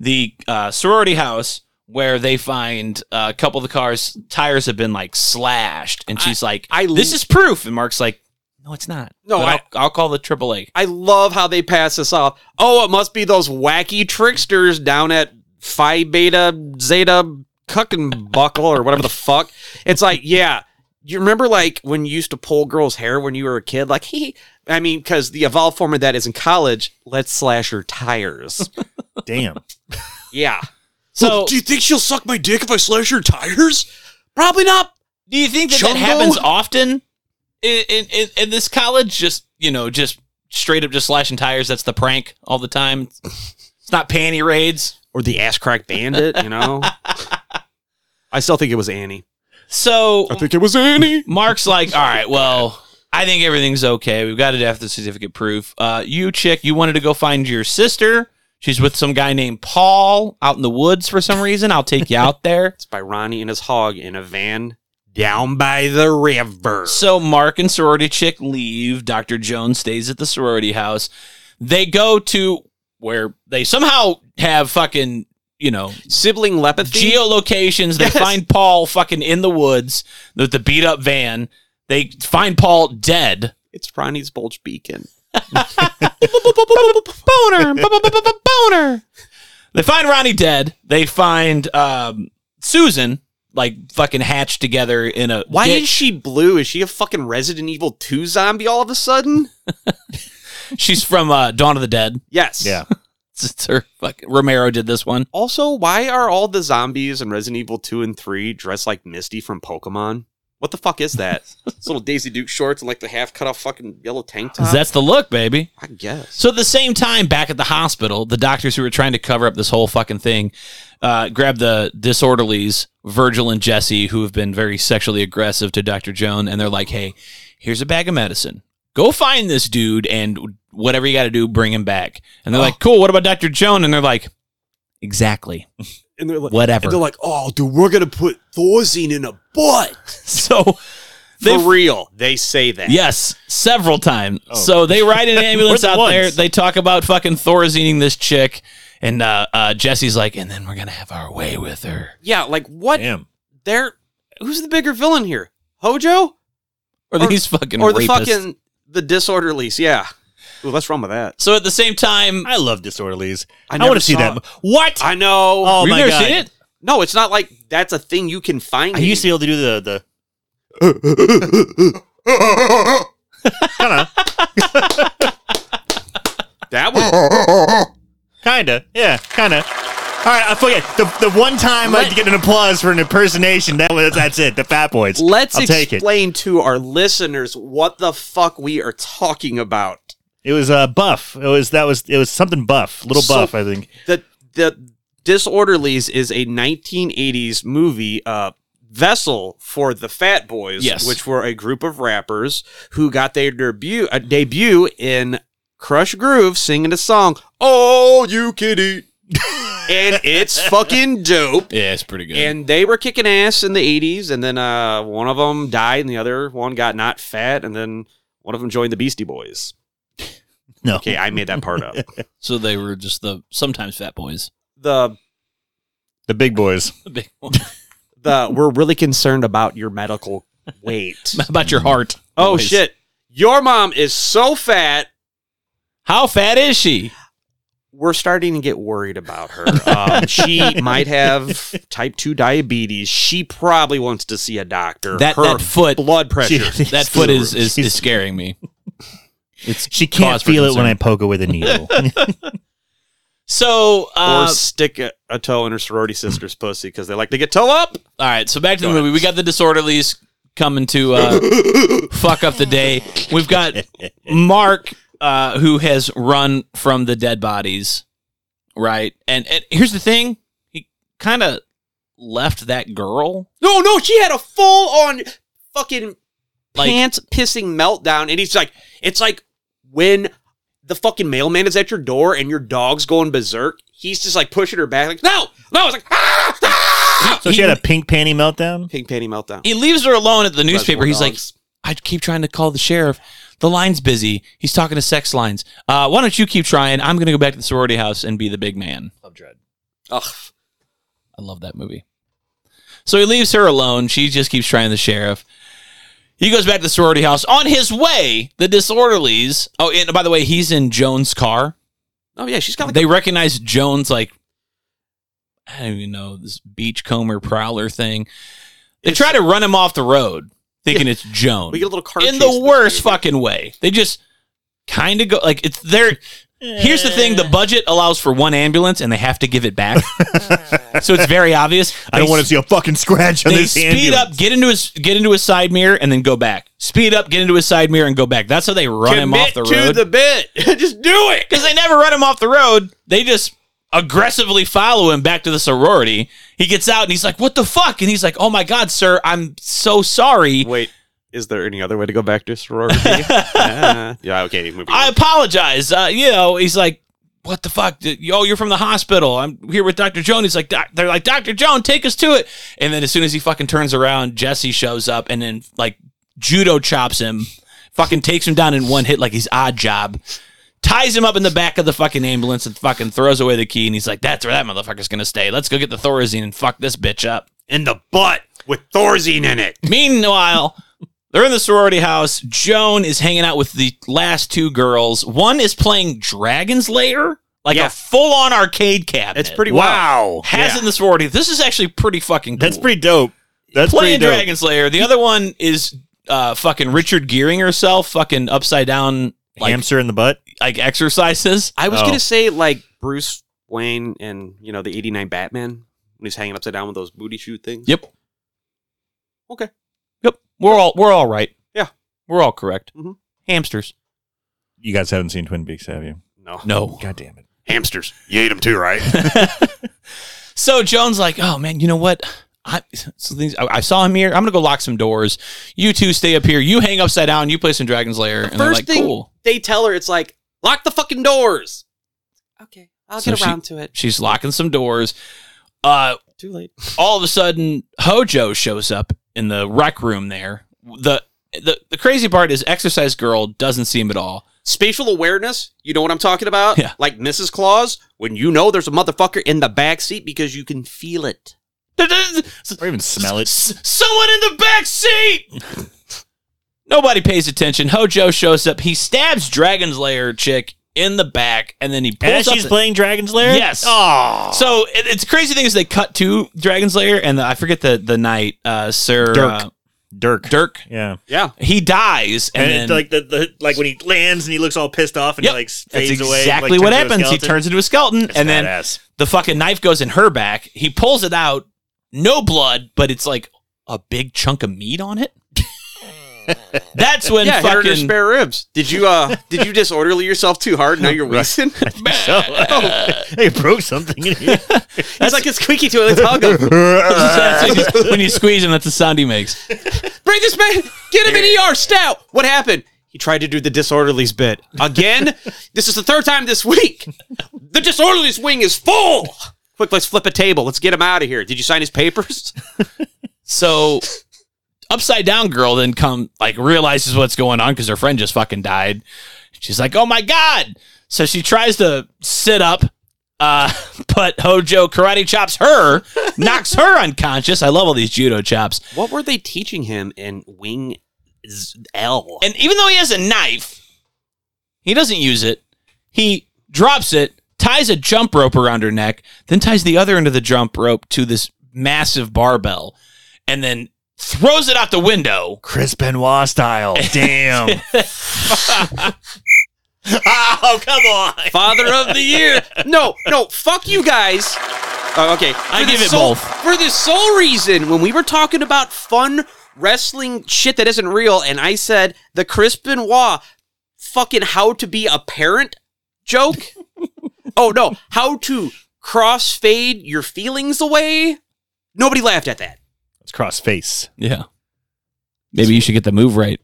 the uh, sorority house where they find uh, a couple of the cars' tires have been like slashed, and she's like,
I l-
"This is proof." And Mark's like, "No, it's not.
No,
But
I-
I'll, I'll call the AAA."
I love how they pass this off. Oh, it must be those wacky tricksters down at Phi Beta Zeta Cuckin Buckle or whatever the fuck. It's like, yeah. You remember like when you used to pull girls' hair when you were a kid? Like, he, I mean, because the evolved form of that is in college, let's slash her tires.
Damn.
yeah.
So
you think she'll suck my dick if I slash her tires?
Probably not.
Do you think that, that
Chumbo?
happens often in, in, in, in this college? Just, you know, just straight up just slashing tires. That's the prank all the time. It's not panty raids.
Or the ass crack bandit, you know? I still think it was Annie.
So
think it was Annie.
Mark's like, all right, well, I think everything's okay. We've got a death certificate proof. Uh, you, chick, you wanted to go find your sister. She's with some guy named Paul out in the woods for some reason. I'll take you out there.
It's by Ronnie and his hog in a van down by the river.
So Mark and sorority chick leave. Dr. Jones stays at the sorority house. They go to where they somehow have fucking, you know,
Sibling telepathy.
geolocations. They
Yes.
find Paul fucking in the woods with the beat up van. They find Paul dead.
it's Ronnie's bulge beacon.
Boner. Boner. They find Ronnie dead. They find um, Susan like fucking hatched together in a
Why
ditch.
is she blue? Is she a fucking Resident Evil 2 zombie all of a sudden?
she's from uh, Dawn of the Dead.
Yes.
Yeah.
It's her fucking Romero did this one.
Also, why are all the zombies in Resident Evil 2 and 3 dressed like Misty from Pokemon? What the fuck is that? it's little Daisy Duke shorts and like the half cut off fucking yellow tank top.
That's the look, baby.
I guess.
So at the same time, back at the hospital, the doctors who were trying to cover up this whole fucking thing uh, grabbed the disorderlies, Virgil and Jesse, who have been very sexually aggressive to Dr. Joan, and they're like, hey, here's a bag of medicine. Go find this dude and whatever you got to do, bring him back. And
Oh.
they're like, cool, what about Dr. Joan? And they're like, exactly.
And they're like,
Whatever.
And they're like, oh, dude, we're gonna put Thorazine in a butt.
so
For
They've-
real, they say that.
Yes, several times. So they ride an ambulance
Oh. More than
out there.
once.
They talk about fucking Thorazining this chick, and uh, uh, Jesse's like, and then we're gonna have our way with her,
Yeah, like what?
Damn.
They're who's the bigger villain here? Hojo
or,
Or-
these fucking
or the
rapists.
fucking the disorderlies? Yeah. Ooh, what's wrong with that?
So at the same time,
I love disorderlies. I,
never
want to see
saw
that.
it.
What?
I know.
oh
You've
my
never
god!
seen it?
No, it's not like that's a thing you can find.
I used to be able to do the the kind of
That was
kind of yeah kind of. All right, I forget the the one time I
Let-
get an applause for an impersonation. That was that's it. The Fat Boys.
Let's
I'll take it.
explain to our listeners what the fuck we are talking about.
It was uh, Buff. It was that was it was something Buff. Little
So-
Buff, I think.
The the Disorderlies is a 1980s movie uh vessel for the Fat Boys,
Yes.
which were a group of rappers who got their debut uh, debut in Crush Groove singing a song "All You Can Eat," and it's fucking dope.
yeah, it's pretty good.
And they were kicking ass in the 80s, and then uh, one of them died, and the other one got not fat, and then one of them joined the Beastie Boys.
No.
Okay, I made that part up.
so they were just the sometimes fat boys.
the
The Big Boys.
The big one.
the we're really concerned about your medical weight.
about your heart.
oh
Boys.
shit, your mom is so fat.
How fat is she?
We're starting to get worried about her. Um, she might have type two diabetes. She probably wants to see a doctor.
That
her
that foot,
blood pressure.
that foot is is, is scaring me. It's
She can't
cause for
feel it
concern.
when I poke her with a needle.
so uh,
or stick a, a toe in her sorority sister's pussy because they like to get toe up.
All right, so back to the movie. We got the disorderlies coming to uh, fuck up the day. We've got Mark, uh, who has run from the dead bodies, right? And, and here's the thing: he kind of left that girl.
No, no, she had a full on fucking
Like-
pants pissing meltdown, and he's like, it's like when the fucking mailman is at your door and your dog's going berserk. He's just like pushing her back, like no, no. It's like ah, ah!
so she had a pink panty meltdown.
pink panty meltdown.
He leaves her alone at the newspaper.
Reservoir
He's like,
Dogs.
I keep trying to call the sheriff. The line's busy. He's talking to sex lines. Uh, why don't you keep trying? I'm going to go back to the sorority house and be the big man.
Ugh.
I love that movie. So he leaves her alone. She just keeps trying the sheriff. He goes back to the sorority house. On his way, the disorderlies. Oh, and by the way, he's in Joan's car.
Oh yeah, she's got like
They recognize Joan's like I don't even know this beachcomber prowler thing. They try to run him off the road, thinking it's Joan.
we get a little car
in
chase
the
this
worst
movie.
fucking way. They just kind of go like it's their. Here's the thing: the budget allows for one ambulance, and they have to give it back. so it's very obvious.
I don't want to see a fucking scratch on
They
this.
speed
ambulance.
up, get into his get into his side mirror, and then go back. Speed up, get into his side mirror, and go back. That's how they run him off the
Commit
road.
to the bit. just do it.
Because they never run him off the road. They just aggressively follow him back to the sorority. He gets out and he's like, "What the fuck?" And he's like, "Oh my god, sir, I'm so sorry.
Wait, is there any other way to go back to sorority? Ah. yeah, okay, moving
I
on.
apologize." Uh, you know, he's like, "What the fuck? Yo, you're from the hospital. I'm here with Doctor Joan." He's like, "Doc-" "They're like, Doctor Joan, take us to it." And then as soon as he fucking turns around, Jesse shows up and then like judo chops him, fucking takes him down in one hit like he's odd job. ties him up in the back of the fucking ambulance and fucking throws away the key. And he's like, that's where that motherfucker's going to stay. Let's go get the Thorazine and fuck this bitch up.
in the butt with Thorazine in it.
Meanwhile, they're in the sorority house. Joan is hanging out with the last two girls. One is playing Dragon's Lair, like
Yeah.
a full on arcade cabinet.
It's pretty
Wow.
Has
yeah.
in the sorority. This is actually pretty fucking cool.
That's pretty dope. That's
playing
pretty dope.
Dragon's Lair. The other one is uh, fucking Richard Gearing herself, fucking upside down like
Hamster in the butt.
like exercises. Uh,
I was
Oh.
gonna say like Bruce Wayne and you know the '89 Batman when he's hanging upside down with those booty shoot things.
Yep.
Okay.
Yep. We're all we're all right.
Yeah.
We're all correct.
Mhm.
Hamsters.
You guys haven't seen Twin Peaks, have you?
No.
No.
God damn it.
Hamsters. You ate them too, right?
So Joan's like, oh man, you know what? I, so things, I, I saw him here. I'm gonna go lock some doors. You two stay up here. You hang upside down. You play some Dragon's Lair. and they're
first
like,
thing-
cool.
they tell her it's like, lock the fucking doors. Okay. I'll
So
get
she-
around to it.
She's locking some doors. Uh,
Too late.
all of a sudden Hojo shows up in the rec room there. The the, the crazy part is Exercise Girl doesn't see him at all.
Spatial awareness, you know what I'm talking about?
Yeah.
Like Mrs. Claus, when you know there's a motherfucker in the back seat because you can feel it.
Or even smell it.
Someone in the back seat. Nobody pays attention. Hojo shows up. He stabs Dragon's Lair chick in the back, and then he
As
pulls up.
she's
the-
playing Dragon's Lair?
Yes.
Oh.
so it, it's crazy thing is they cut to Dragon's Lair, and the, I forget the the knight, uh, Sir
Dirk.
uh,
Dirk.
Dirk.
Yeah.
Yeah.
He dies, and,
And,
then
it's like the, the like when he lands and he looks all pissed off and
Yep.
he like fades
that's
away.
exactly
like,
what
turns into a
happens. He
skeleton.
turns into a skeleton,
It's
and then
badass.
the fucking knife goes in her back. He pulls it out, no blood, but it's like a big chunk of meat on it. That's when
yeah, hit her in her
fucking
spare ribs. Did you uh did you disorderly yourself too hard? Now you're wheezing.
so, hey, broke something in here.
It's like a squeaky toilet. I'll go.
That's what you- when you squeeze him, that's the sound he makes.
Bring this man. Get him in ER stout. What happened? He tried to do the disorderlies bit again. this is the third time this week. The disorderlies wing is full. Quick, let's flip a table. Let's get him out of here. Did you sign his papers?
So, upside down girl then come like realizes what's going on because her friend just fucking died. She's like, "Oh my god!" So she tries to sit up, uh, but Hojo karate chops her, knocks her unconscious. I love all these judo chops.
What were they teaching him in Wing Z- L?
And even though he has a knife, he doesn't use it. He drops it, ties a jump rope around her neck, then ties the other end of the jump rope to this massive barbell, and then throws it out the window.
Chris Benoit style. Damn. oh, come on.
Father of the year. No, no, fuck you guys. Oh, okay.
I
For the
give it
sole-
both.
For the sole reason, when we were talking about fun wrestling shit that isn't real, and I said the Chris Benoit fucking how to be a parent joke. oh, no. How to crossfade your feelings away. Nobody laughed at that.
It's cross face.
Yeah. Maybe you should get the move right.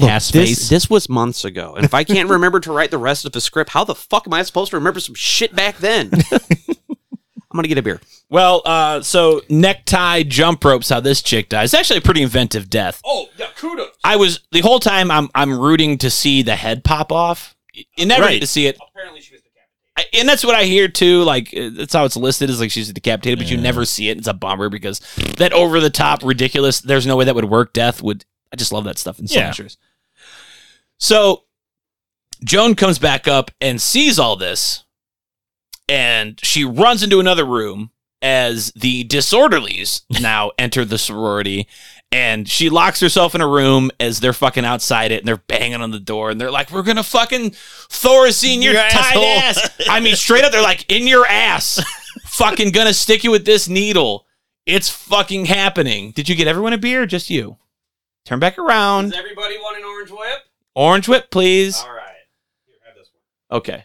Ass
This,
face.
this was months ago, and if I can't remember to write the rest of a script, how the fuck am I supposed to remember some shit back then? I'm gonna get a beer.
Well, uh, so necktie jump ropes. How this chick dies. It's actually a pretty inventive death.
Oh yeah, kudos.
I was the whole time. I'm I'm rooting to see the head pop off. You never
Right.
get to see it.
Apparently she was decapitated.
I, and that's what I hear too. Like uh, that's how it's listed is like she's decapitated, but you never see it. It's a bummer because that over the top, ridiculous. There's no way that would work. Death would. I just love that stuff in
Yeah.
slashers. So Joan comes back up and sees all this, and she runs into another room as the disorderlies now enter the sorority. And she locks herself in a room as they're fucking outside it and they're banging on the door and they're like, We're gonna fucking Thorazine your,
Your
tight
asshole."
ass. I mean, straight up, they're like, In your ass. fucking gonna stick you with this needle. It's fucking happening. Did you get everyone a beer or just you? Turn back around.
everybody want an orange whip?
Orange whip, please.
All right. Here, have this one.
Okay.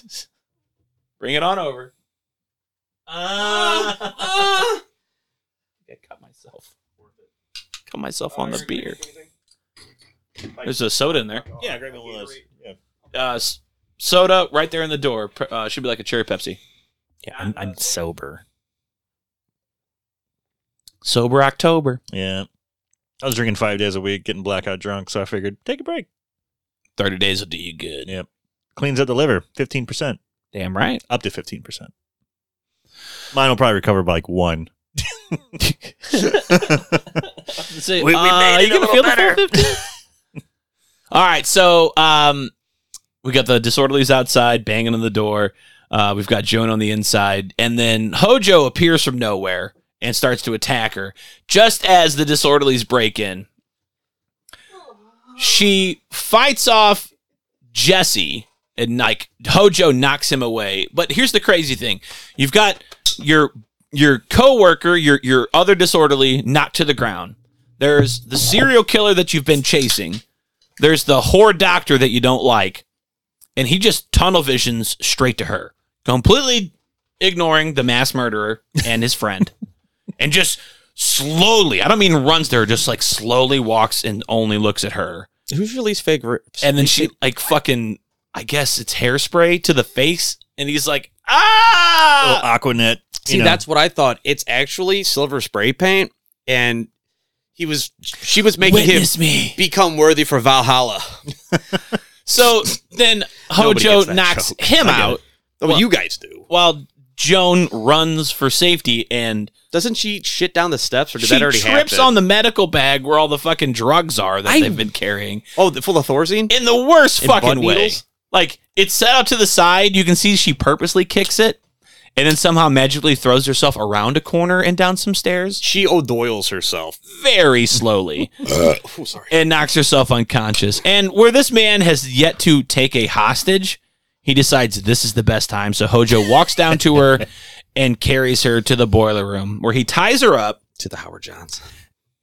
Bring it on over. Uh, I cut myself. Cut myself on the beer. There's a soda in there.
Yeah, grab me one of those. Yeah.
Uh, s- soda right there in the door. Pr- Uh, should be like a cherry Pepsi.
Yeah, I'm, I'm sober.
Sober October.
Yeah. I was drinking five days a week, getting blackout drunk, so I figured take a break.
30 days will do you good.
Yep. Cleans up the liver, fifteen percent,
Damn right.
up to fifteen percent. Mine will probably recover by like one.
Say,
We- we made it a little
the full 50? All right, so um, we got the disorderlies outside banging on the door. Uh, we've got Joan on the inside, and then Hojo appears from nowhere and starts to attack her just as the disorderlies break in. She fights off Jesse, and like Hojo knocks him away. But here's the crazy thing: you've got your your coworker, your your other disorderly knocked to the ground. There's the serial killer that you've been chasing. There's the whore doctor that you don't like. And he just tunnel visions straight to her, completely ignoring the mass murderer and his friend. and just slowly, I don't mean runs to her, just like slowly walks and only looks at her.
Who's your least favorite?
And then she like fucking, I guess it's hairspray to the face. And he's like, ah!
Aquanet.
See, that's what I thought. It's actually silver spray paint, and he was she was making
Witness
him
me.
become worthy for Valhalla.
So then
Nobody
Hojo
gets that
knocks
joke.
him
I get
out
it. Oh,
Well-
you guys do.
while Joan runs for safety and
Doesn't she shit down the steps, or did
she
that already
trips
happen?
on the medical bag where all the fucking drugs are that
I-
they've been carrying
oh, the, full of Thorazine.
in the worst
And
fucking
butt
way.
needles?
Like it's set out to the side. You can see she purposely kicks it and then somehow magically throws herself around a corner and down some stairs
She O'Doyle's herself.
very slowly
Oh, sorry.
and knocks herself unconscious. And where this man has yet to take a hostage, he decides this is the best time. So Hojo walks down to her and carries her to the boiler room where he ties her up
To the Howard Johns.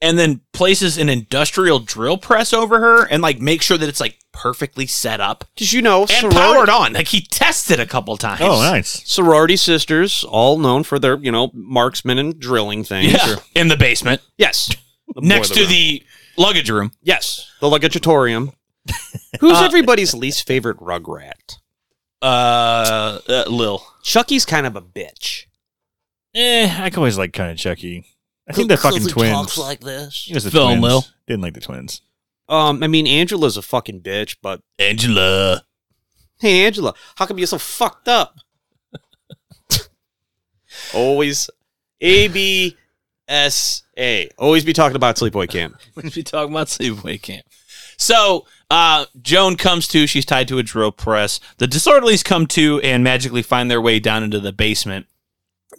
and then places an industrial drill press over her and like make sure that it's like perfectly set up
Because you know,
and
sorority,
powered on. Like he tested a couple times.
Oh, nice.
sorority sisters, all known for their you know marksmen and drilling things.
Yeah.
or-
In the basement
yes. The
next to
boiler room.
the luggage room.
yes, the legatorium. Who's
Uh,
everybody's least favorite Rugrat?
Uh, uh Lil.
Chucky's kind of a bitch.
Eh, I always like kind of Chucky. I think they're fucking twins.
this.
It was the
Phil and
twins.
Lil.
Didn't like the twins.
Um, I mean, Angela's a fucking bitch, but
Angela.
hey, Angela, how come you're so fucked up? Always A B S A. Always be talking about Sleepaway Camp.
We'd be talking about sleepaway camp. So uh, Joan comes to. She's tied to a drill press. The disorderlies come to and magically find their way down into the basement.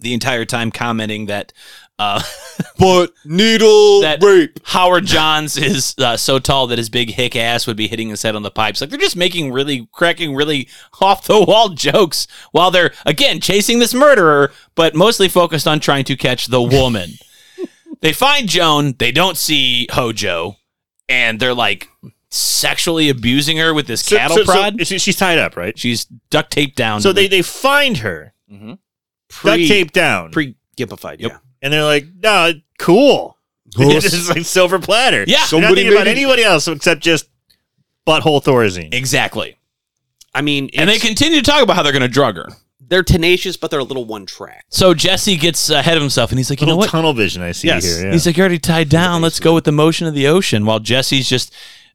The entire time commenting that uh,
But needle
That-
rape.
Howard Johns is uh, so tall that his big hick ass would be hitting his head on the pipes. Like they're just making really cracking really off the wall jokes while they're again chasing this murderer, but mostly focused on trying to catch the woman. they find Joan. They don't see Hojo, and they're like sexually abusing her with this
So-
cattle
so- so
prod.
she- she's tied up, right?
She's duct taped down.
So
to
they,
the-
they find her, duct
Pre-
taped down,
Pre gimpified.
Yep.
Yeah.
and they're like, "No, cool." This is like silver platter.
Yeah.
They're not
Somebody
thinking about
made it.
anybody else except just butthole Thorazine.
exactly,
I mean,
and they
it's-
continue to talk about how they're going to drug her.
They're tenacious, but they're a little one track.
So Jesse gets ahead of himself, and he's like, "You know
Little
what?
tunnel vision I see
Yes.
here. yeah.
He's like, you're already tied down. Let's go with the motion of the ocean. While Jesse's just,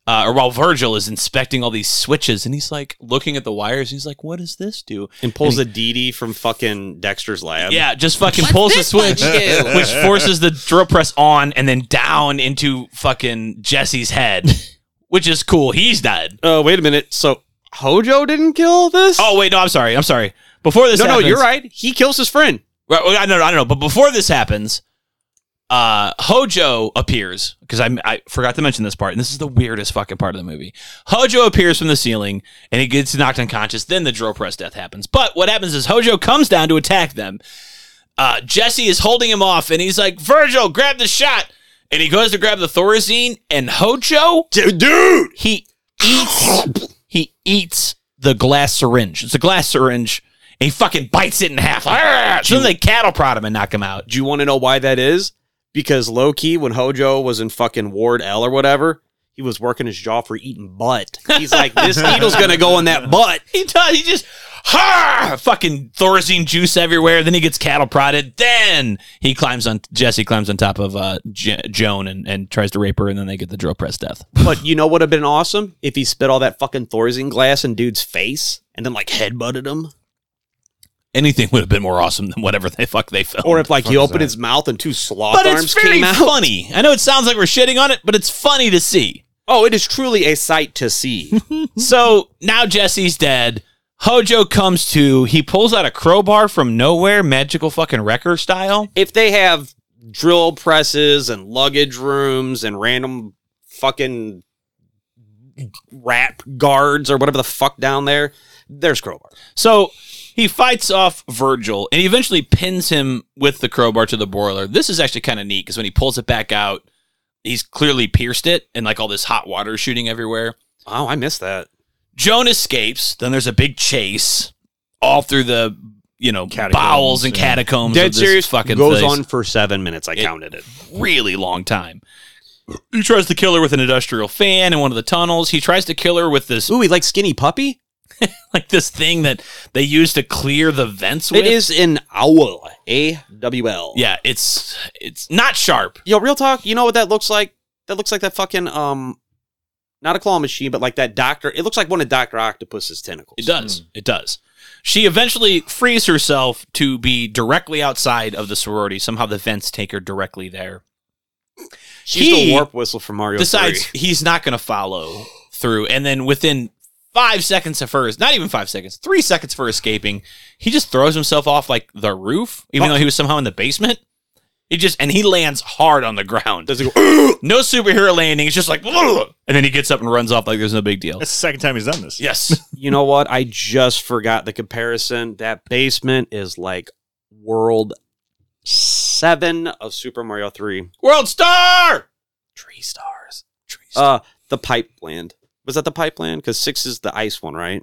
uh, or while Virgil is inspecting all these switches, and he's like looking at the wires. He's like, what does this do?
And pulls a DD from fucking Dexter's lab.
Yeah, just fucking pulls the switch, which forces the drill press on and then down into fucking Jesse's head, which is cool. He's dead.
Uh, wait a minute. So Hojo didn't kill this?
Oh wait, no, I'm sorry. I'm sorry. Before this,
no, no,
happens-
you're right. He kills his friend.
Right, well, I don't, I don't know, but before this happens, uh, Hojo appears because I, I forgot to mention this part, and this is the weirdest fucking part of the movie. Hojo appears from the ceiling and he gets knocked unconscious. Then the drill press death happens. But what happens is Hojo comes down to attack them. Uh, Jesse is holding him off, and he's like, "Virgil, grab the shot!" And he goes to grab the Thorazine, and Hojo,
Dude!
he eats he eats the glass syringe. It's a glass syringe. And he fucking bites it in half. Like, "Ah!" so then they cattle prod him and knock him out.
Do you want to know why that is? Because low key, when Hojo was in fucking Ward L or whatever, he was working his jaw for eating butt. He's like, this needle's gonna go in that butt.
He does. He just ha fucking Thorazine juice everywhere. Then he gets cattle prodded. Then he climbs on Jesse climbs on top of uh, J- Joan and, and tries to rape her. And then they get the drill press death.
But you know what would have been awesome if he spit all that fucking Thorazine glass in dude's face and then like headbutted him,
Anything would have been more awesome than whatever the fuck they filmed.
or if like he
fuck is
opened
that?
his mouth and two sloth
but
arms
it's very
came out.
funny. I know it sounds like we're shitting on it, but it's funny to see.
Oh, it is truly a sight to see.
So now Jesse's dead. Hojo comes to. He pulls out a crowbar from nowhere, magical fucking wrecker style.
if they have drill presses and luggage rooms and random fucking rap guards or whatever the fuck down there, there's crowbar.
So he fights off Virgil and he eventually pins him with the crowbar to the boiler. This is actually kind of neat because when he pulls it back out, he's clearly pierced it and like all this hot water shooting everywhere.
Oh, I missed that.
Joan escapes. Then there's a big chase all through the you know
Catacombs,
bowels and
yeah.
catacombs. of
Dead
this
serious.
fucking
goes
place.
on for seven minutes. I
It-
counted it.
really long time. He tries to kill her with an industrial fan in one of the tunnels. He tries to kill her with this
Ooh, he likes skinny puppy.
like this thing that they use to clear the vents with.
It is an owl. A W L.
Yeah, it's it's not sharp.
Yo, real talk. You know what that looks like? That looks like that fucking um, not a claw machine, but like that doctor. It looks like one of Doctor Octopus's tentacles.
It does. It does. She eventually frees herself to be directly outside of the sorority. Somehow the vents take her directly there.
She's
He
the warp whistle from Mario.
decides
3.
he's not going to follow through. And then within five seconds of hers, not even five seconds, three seconds for escaping, he just throws himself off like the roof, even
Oh.
though he was somehow in the basement. He just and he lands hard on the ground.
Does it go?
no superhero landing. It's just like, "Ugh," and then he gets up and runs off like there's no big deal.
That's the second time he's done this.
Yes,
you know what? I just forgot the comparison. That basement is like World Seven of Super Mario Three.
world star.
Tree stars.
Tree star.
Uh, the pipeland. Was that the pipeland? Because six is the ice one, right?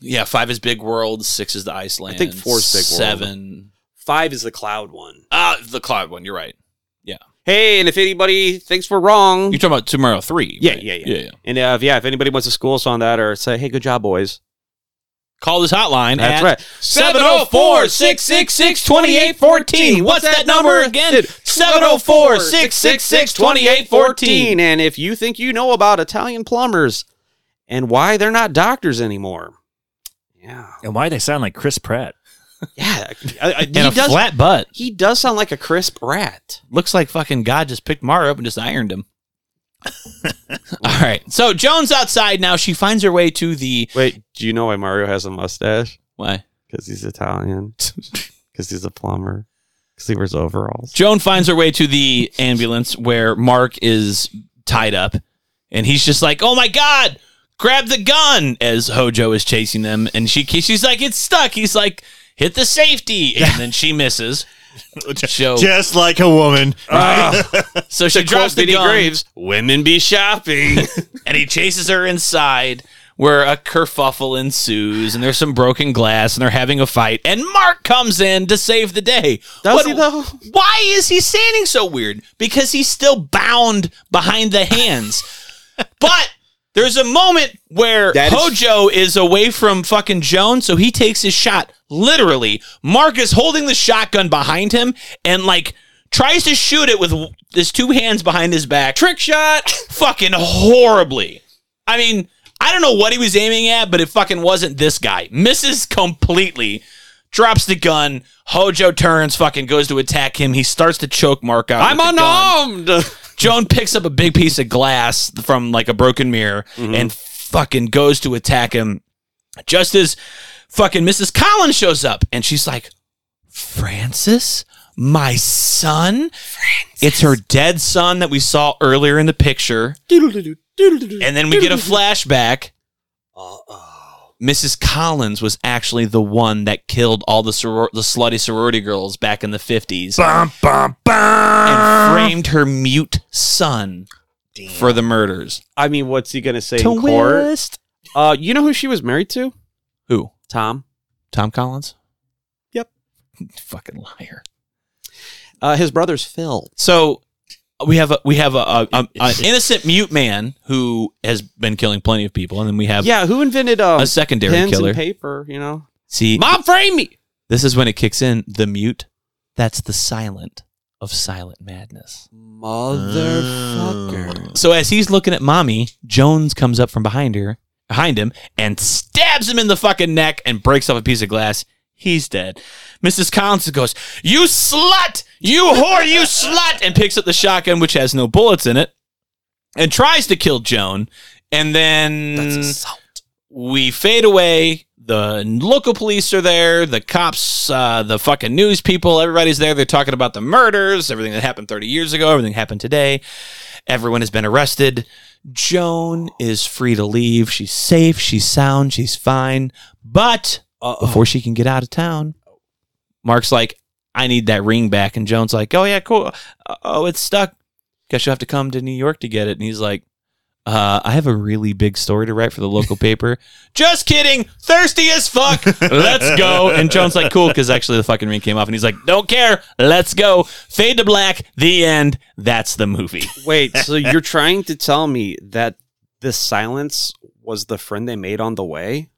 yeah, five is big world. Six is the Iceland.
think four is Big World.
Seven.
Five is the cloud one.
Ah, the cloud one. You're right.
Hey, and if anybody thinks we're wrong,
You're talking about Tomorrow Three.
Yeah,
right?
yeah, yeah.
yeah, yeah.
and uh, if, yeah, if anybody wants to school us on that or say, hey, good job, boys.
Call this hotline.
That's
at
right.
704 666 2814. What's that number again? 704 666 2814.
And if you think you know about Italian plumbers and why they're not doctors anymore, yeah,
And why they sound like Chris Pratt?
yeah, I- I- he
And a
does.
flat butt.
he does sound like a crisp rat.
Looks like fucking God just picked Mara up and just ironed him. All right. So Joan's outside now. She finds her way to the.
Wait, do you know why Mario has a mustache?
Why?
Because he's Italian. Because he's a plumber. Because he wears overalls.
Joan finds her way to the ambulance where Mark is tied up, and he's just like, "Oh my god, grab the gun!" As Hojo is chasing them, and she she's like, "It's stuck." He's like, "Hit the safety," and then she misses. So,
Oh. Just like a woman.
Ah.
Uh,
so she drops the gun,
Women be shopping.
and he chases her inside. Where a kerfuffle ensues, and there's some broken glass, and they're having a fight, and Mark comes in to save the day. What-
Does he though?
Why is he standing so weird? Because he's still bound behind the hands. but there's a moment where
That is-
Hojo is-, away from fucking Joan, so he takes his shot. Literally, Mark is holding the shotgun behind him and like tries to shoot it with w- his two hands behind his back. Trick shot, fucking horribly. I mean, I don't know what he was aiming at, but it fucking wasn't this guy. Misses completely drops the gun. Hojo turns, fucking goes to attack him. He starts to choke Mark out.
I'm
with the gun.
unarmed.
Joan picks up a big piece of glass from like a broken mirror and fucking goes to attack him. Just as fucking Mrs. Collins shows up and she's like, Francis, my son? It's her dead son that we saw earlier in the picture. And then we get a flashback. Mrs. Collins was actually the one that killed all the soror- the slutty sorority girls back in the 50s
bum, bum,
and
bum.
framed her mute son for the murders.
I mean, what's he gonna say in court? Uh, you know who she was married to?
Who?
Tom.
Tom Collins?
Yep.
Fucking liar.
Uh, his brother's Phil.
So we have a we have a, a,
Um,
a an innocent mute man who has been killing plenty of people, and then we have
Yeah, who invented um,
a secondary
pens
killer.
and paper? You know,
See,
mom, frame me.
this is when it kicks in the mute. That's the silent of silent madness.
Motherfucker.
So as he's looking at mommy, Jones comes up from behind her, behind him, and stabs him in the fucking neck and breaks off a piece of glass. He's dead. Mrs. Collins goes, "You slut! You whore! You slut!" and picks up the shotgun, which has no bullets in it, and tries to kill Joan. And then
Mm.
we fade away. The local police are there. The cops, uh, the fucking news people, everybody's there. They're talking about the murders, everything that happened 30 years ago, everything happened today. Everyone has been arrested. Joan is free to leave. She's safe. She's sound. She's fine. But before she can get out of town, Mark's like, I need that ring back. And Joan's like, Oh, yeah, cool. Oh, it's stuck. guess you'll have to come to New York to get it. And he's like, uh, I have a really big story to write for the local paper. Just kidding. Thirsty as fuck. Let's go. And Jones like, cool, because actually the fucking ring came off, and he's like, don't care. Let's go. Fade to black. The end. That's the movie.
Wait, so you're trying to tell me that the silence was the friend they made on the way?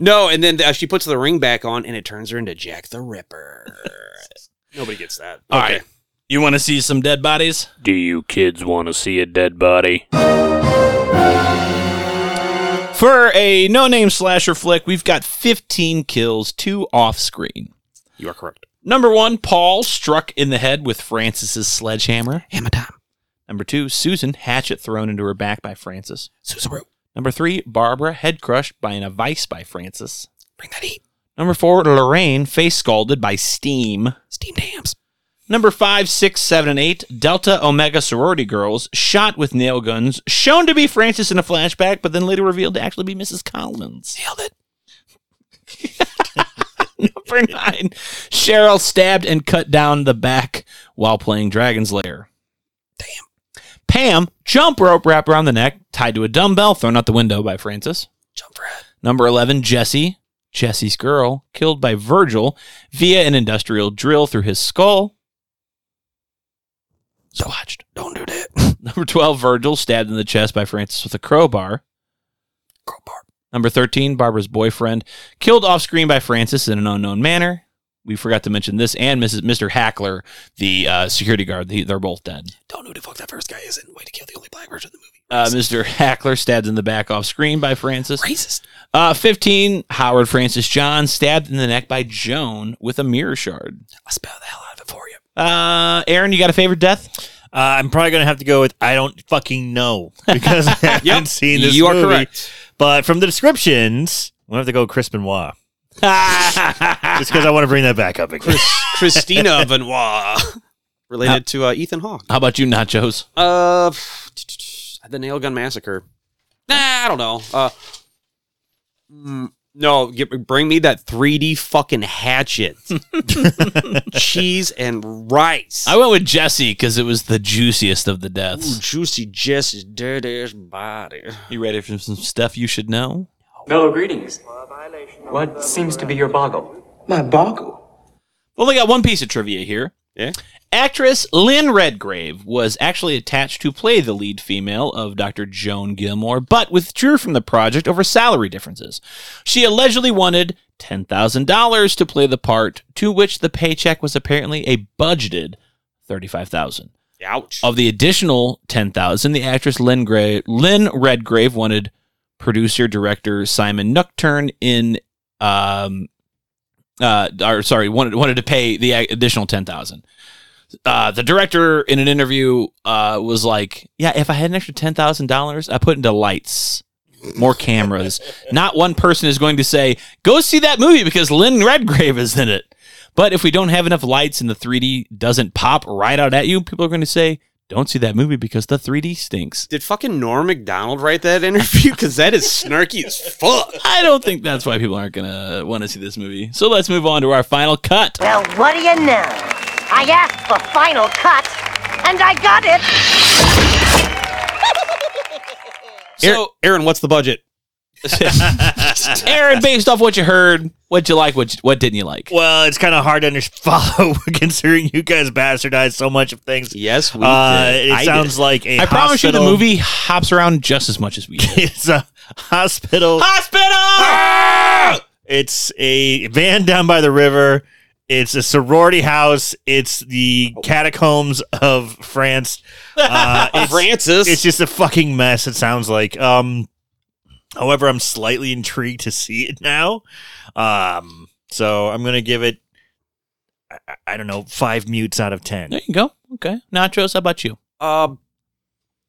no, and then uh, she puts the ring back on, and it turns her into Jack the Ripper. Nobody gets that.
All right. You want to see some dead bodies?
Do you kids want to see a dead body?
For a no-name slasher flick, we've got 15 kills, two off-screen.
You are correct.
Number one, Paul struck in the head with Francis's sledgehammer.
Hammer time.
Number two, Susan hatchet thrown into her back by Francis.
Suzaru,
Number three, Barbara head crushed by an vice by Francis.
bring that heat.
Number four, Lorraine face scalded by steam.
Steam dams.
Number five, six, seven, and eight, Delta Omega sorority girls shot with nail guns, shown to be Francis in a flashback, but then later revealed to actually be Mrs. Collins.
Nailed it.
Number nine, Cheryl stabbed and cut down the back while playing Dragon's Lair.
Damn.
Pam, jump rope wrapped around the neck, tied to a dumbbell, thrown out the window by Francis.
Jump Fred.
Number 11, Jesse, Jesse's girl, killed by Virgil via an industrial drill through his skull. Squatched.
Don't do that.
Number 12, Virgil, stabbed in the chest by Francis with a crowbar.
Crowbar.
Number 13, Barbara's boyfriend, killed off screen by Francis in an unknown manner. We forgot to mention this and Mrs. Mr. Hackler, the uh, security guard. They- they're both dead.
Don't know who the fuck that first guy is and way to kill the only black person in the movie.
Uh, Mr. Hackler stabbed in the back off screen by Francis.
Racist.
Uh, 15, Howard Francis John stabbed in the neck by Joan with a mirror shard.
I'll spell the hell out of it for you.
Uh, Aaron, you got a favorite death?
Uh, I'm probably gonna have to go with I don't fucking know because I haven't seen this.
you are
movie.
correct.
But from the descriptions, I'm gonna have to go Chris Benoit. Just because I want to bring that back up again.
Christina Benoit. Related to uh, Ethan Hawke.
How about you, Nachos?
Uh, the nail gun massacre. Nah, I don't know. Uh, mm, no, get, bring me that 3D fucking hatchet, cheese and rice.
I went with Jesse because it was the juiciest of the
Ooh,
deaths.
juicy Jess's dead ass body.
You ready for some stuff you should know?
Mellow greetings. What seems to be your boggle? My boggle?
Well, they got one piece of trivia here.
Yeah.
Actress Lynn Redgrave was actually attached to play the lead female of Dr. Joan Gilmore, but withdrew from the project over salary differences. She allegedly wanted $10,000 to play the part, to which the paycheck was apparently a budgeted 35000
Ouch. Uh,
Of the additional 10000 the actress Lynn, Gra- Lynn Redgrave wanted producer director Simon Nocturne in um uh or sorry wanted wanted to pay the additional 10,000. Uh the director in an interview uh was like, "Yeah, if I had an extra $10,000, I put into lights, more cameras. Not one person is going to say, "Go see that movie because Lynn Redgrave is in it." But if we don't have enough lights and the 3D doesn't pop right out at you, people are going to say, "Don't see that movie because the 3D stinks."
Did fucking Norm McDonald write that interview? Because that is snarky as fuck.
I don't think that's why people aren't gonna want to see this movie. So let's move on to our final cut.
Well, what do you know? I asked for final cut, and I got it.
So,
Aaron, what's the budget?
Aaron, based off what you heard, what you like, what you, what didn't you like?
well, it's kind of hard to under- follow considering you guys bastardized so much of things.
Yes, we
Uh,
did.
it
I
sounds
did.
like a
I promise you, the
hospital-
movie hops around just as much as we did.
It's a hospital. Ah!
Hospital.
It's a van down by the river. It's a sorority house. It's the
Oh.
catacombs of France. Uh, it's,
Francis.
it's just a fucking mess. It sounds like. Um, however, I'm slightly intrigued to see it now. Um, so I'm gonna give it. I- I, I don't know, five mutes out of ten.
There you go. Okay, Nachos, how about you?
Um,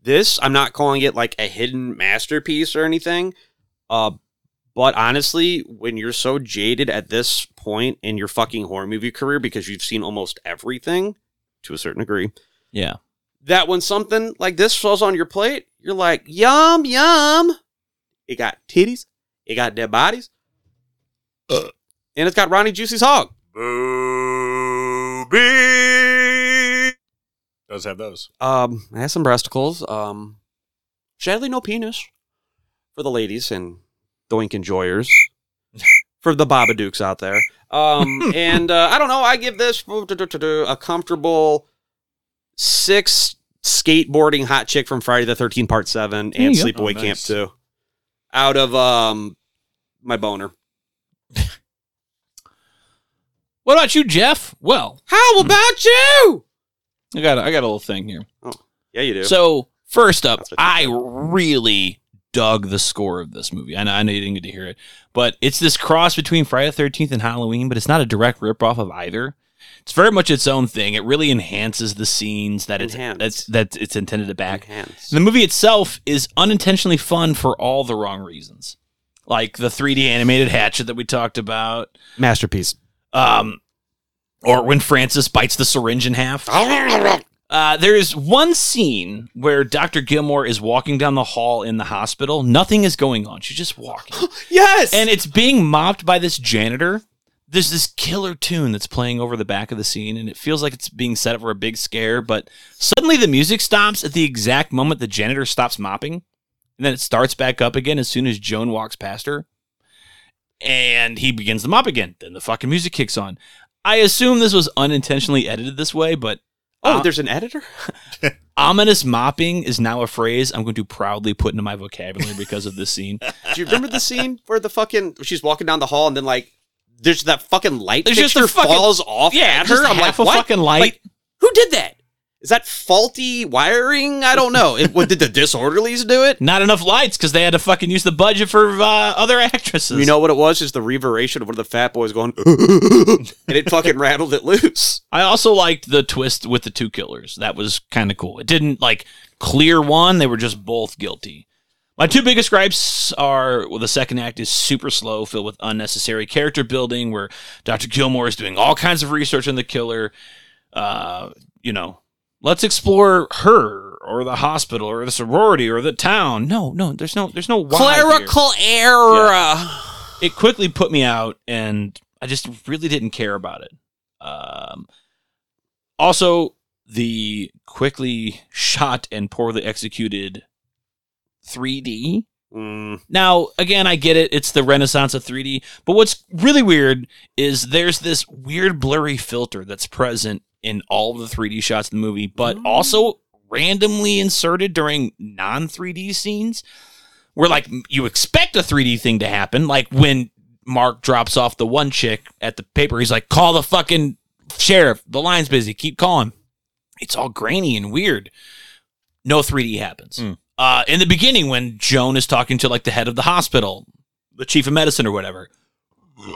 this I'm not calling it like a hidden masterpiece or anything. Uh, but honestly, when you're so jaded at this point in your fucking horror movie career because you've seen almost everything to a certain degree,
Yeah.
that when something like this falls on your plate, you're like, yum yum. It got titties, it got dead bodies, and it's got Ronnie Juicy's hog.
does have those.
Um, it has some breasticles. Um, sadly, no penis for the ladies and doink enjoyers for the Babadooks out there. Um, and uh, I don't know. I give this a comfortable six skateboarding hot chick from Friday the Thirteenth Part Seven
There
and
you go.
Sleepaway
Oh,
Camp
nice.
Two out of um my boner.
What about you, Jeff? Well,
how
Hmm.
about you?
I got a, I got a little thing here.
Oh, yeah, you do.
So first up, I really dug the score of this movie. I know, I know you didn't get to hear it, but it's this cross between Friday the Thirteenth and Halloween, but it's not a direct ripoff of either. It's very much its own thing. It really enhances the scenes that it's
Enhance.
that's that it's intended to back.
Enhance.
The movie itself is unintentionally fun for all the wrong reasons, like the 3D animated hatchet that we talked about,
masterpiece.
um, or when Francis bites the syringe in half. Uh, there is one scene where Dr. Gilmore is walking down the hall in the hospital. Nothing is going on. She's just walking.
yes.
And it's being mopped by this janitor. There's this killer tune that's playing over the back of the scene, and it feels like it's being set up for a big scare. But suddenly the music stops at the exact moment the janitor stops mopping. And then it starts back up again as soon as Joan walks past her. And he begins the mop again. Then the fucking music kicks on. I assume this was unintentionally edited this way, but.
Oh,
uh,
there's an editor.
ominous mopping is now a phrase I'm going to proudly put into my vocabulary because of this scene.
Do you remember the scene where the fucking she's walking down the hall and then like there's that fucking light
There's just
fixture
a fucking-
falls off
yeah,
at
just
her? I'm
half
like,
a
what?
fucking light.
Like, who did that? Is that faulty wiring? I don't know. It, what did the disorderlies do it?
Not enough lights because they had to fucking use the budget for uh, other actresses.
You know what it was? Is the reverberation of one of the fat boys going, and it fucking rattled it loose.
I also liked the twist with the two killers. That was kind of cool. It didn't like clear one, they were just both guilty. My two biggest gripes are well, the second act is super slow, filled with unnecessary character building, where Dr. Gilmore is doing all kinds of research on the killer. Uh, you know, let's explore her or the hospital or the sorority or the town. No, no, there's no, there's no why here.
Clerical error.
It quickly put me out, and I just really didn't care about it. Um, also, the quickly shot and poorly executed 3D. Now, again, I get it. It's the renaissance of 3D. But what's really weird is there's this weird blurry filter that's present in all of the 3D shots in the movie, but also randomly inserted during non 3D scenes where, like, m- you expect a 3D thing to happen. Like when Mark drops off the one chick at the paper, he's like, call the fucking sheriff. The line's busy. Keep calling. It's all grainy and weird no 3D happens. Uh, in the beginning, when Joan is talking to like the head of the hospital, the chief of medicine or whatever,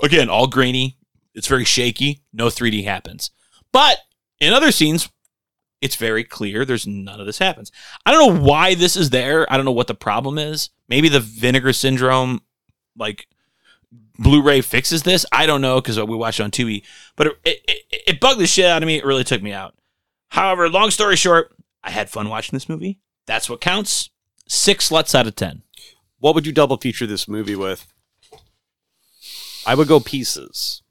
again, all grainy. It's very shaky. No 3D happens. But in other scenes, it's very clear there's none of this happens. I don't know why this is there. I don't know what the problem is. Maybe the vinegar syndrome, like Blu-ray fixes this. I don't know because we watched it on Tubi, but it, it, it, it bugged the shit out of me. It really took me out. However, long story short, I had fun watching this movie. That's what counts. Six sluts out of ten.
What would you double feature this movie with? I would go pieces.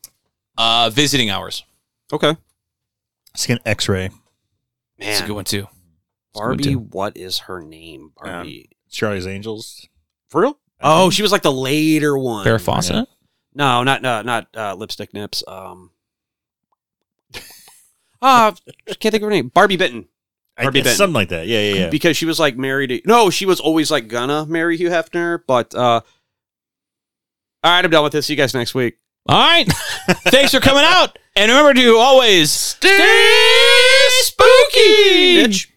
Uh, visiting hours.
Okay.
It's like an X-ray.
Man.
That's a good one too.
Barbie,
too.
what is her name? Barbie.
Charlie's Angels.
For real? Oh, she was like the later one.
Farrah Fawcett?
No, not no, not uh, lipstick nips. Um, ah, can't think of her name. Barbie Benton.
I-
Barbie
it's
Benton.
something like that. Yeah, yeah, yeah.
Because she was like married. To, no, she was always like gonna marry Hugh Hefner. But uh, all right, I'm done with this. See you guys next week.
All right. Thanks for coming out. And remember to always stay spooky.
Bitch.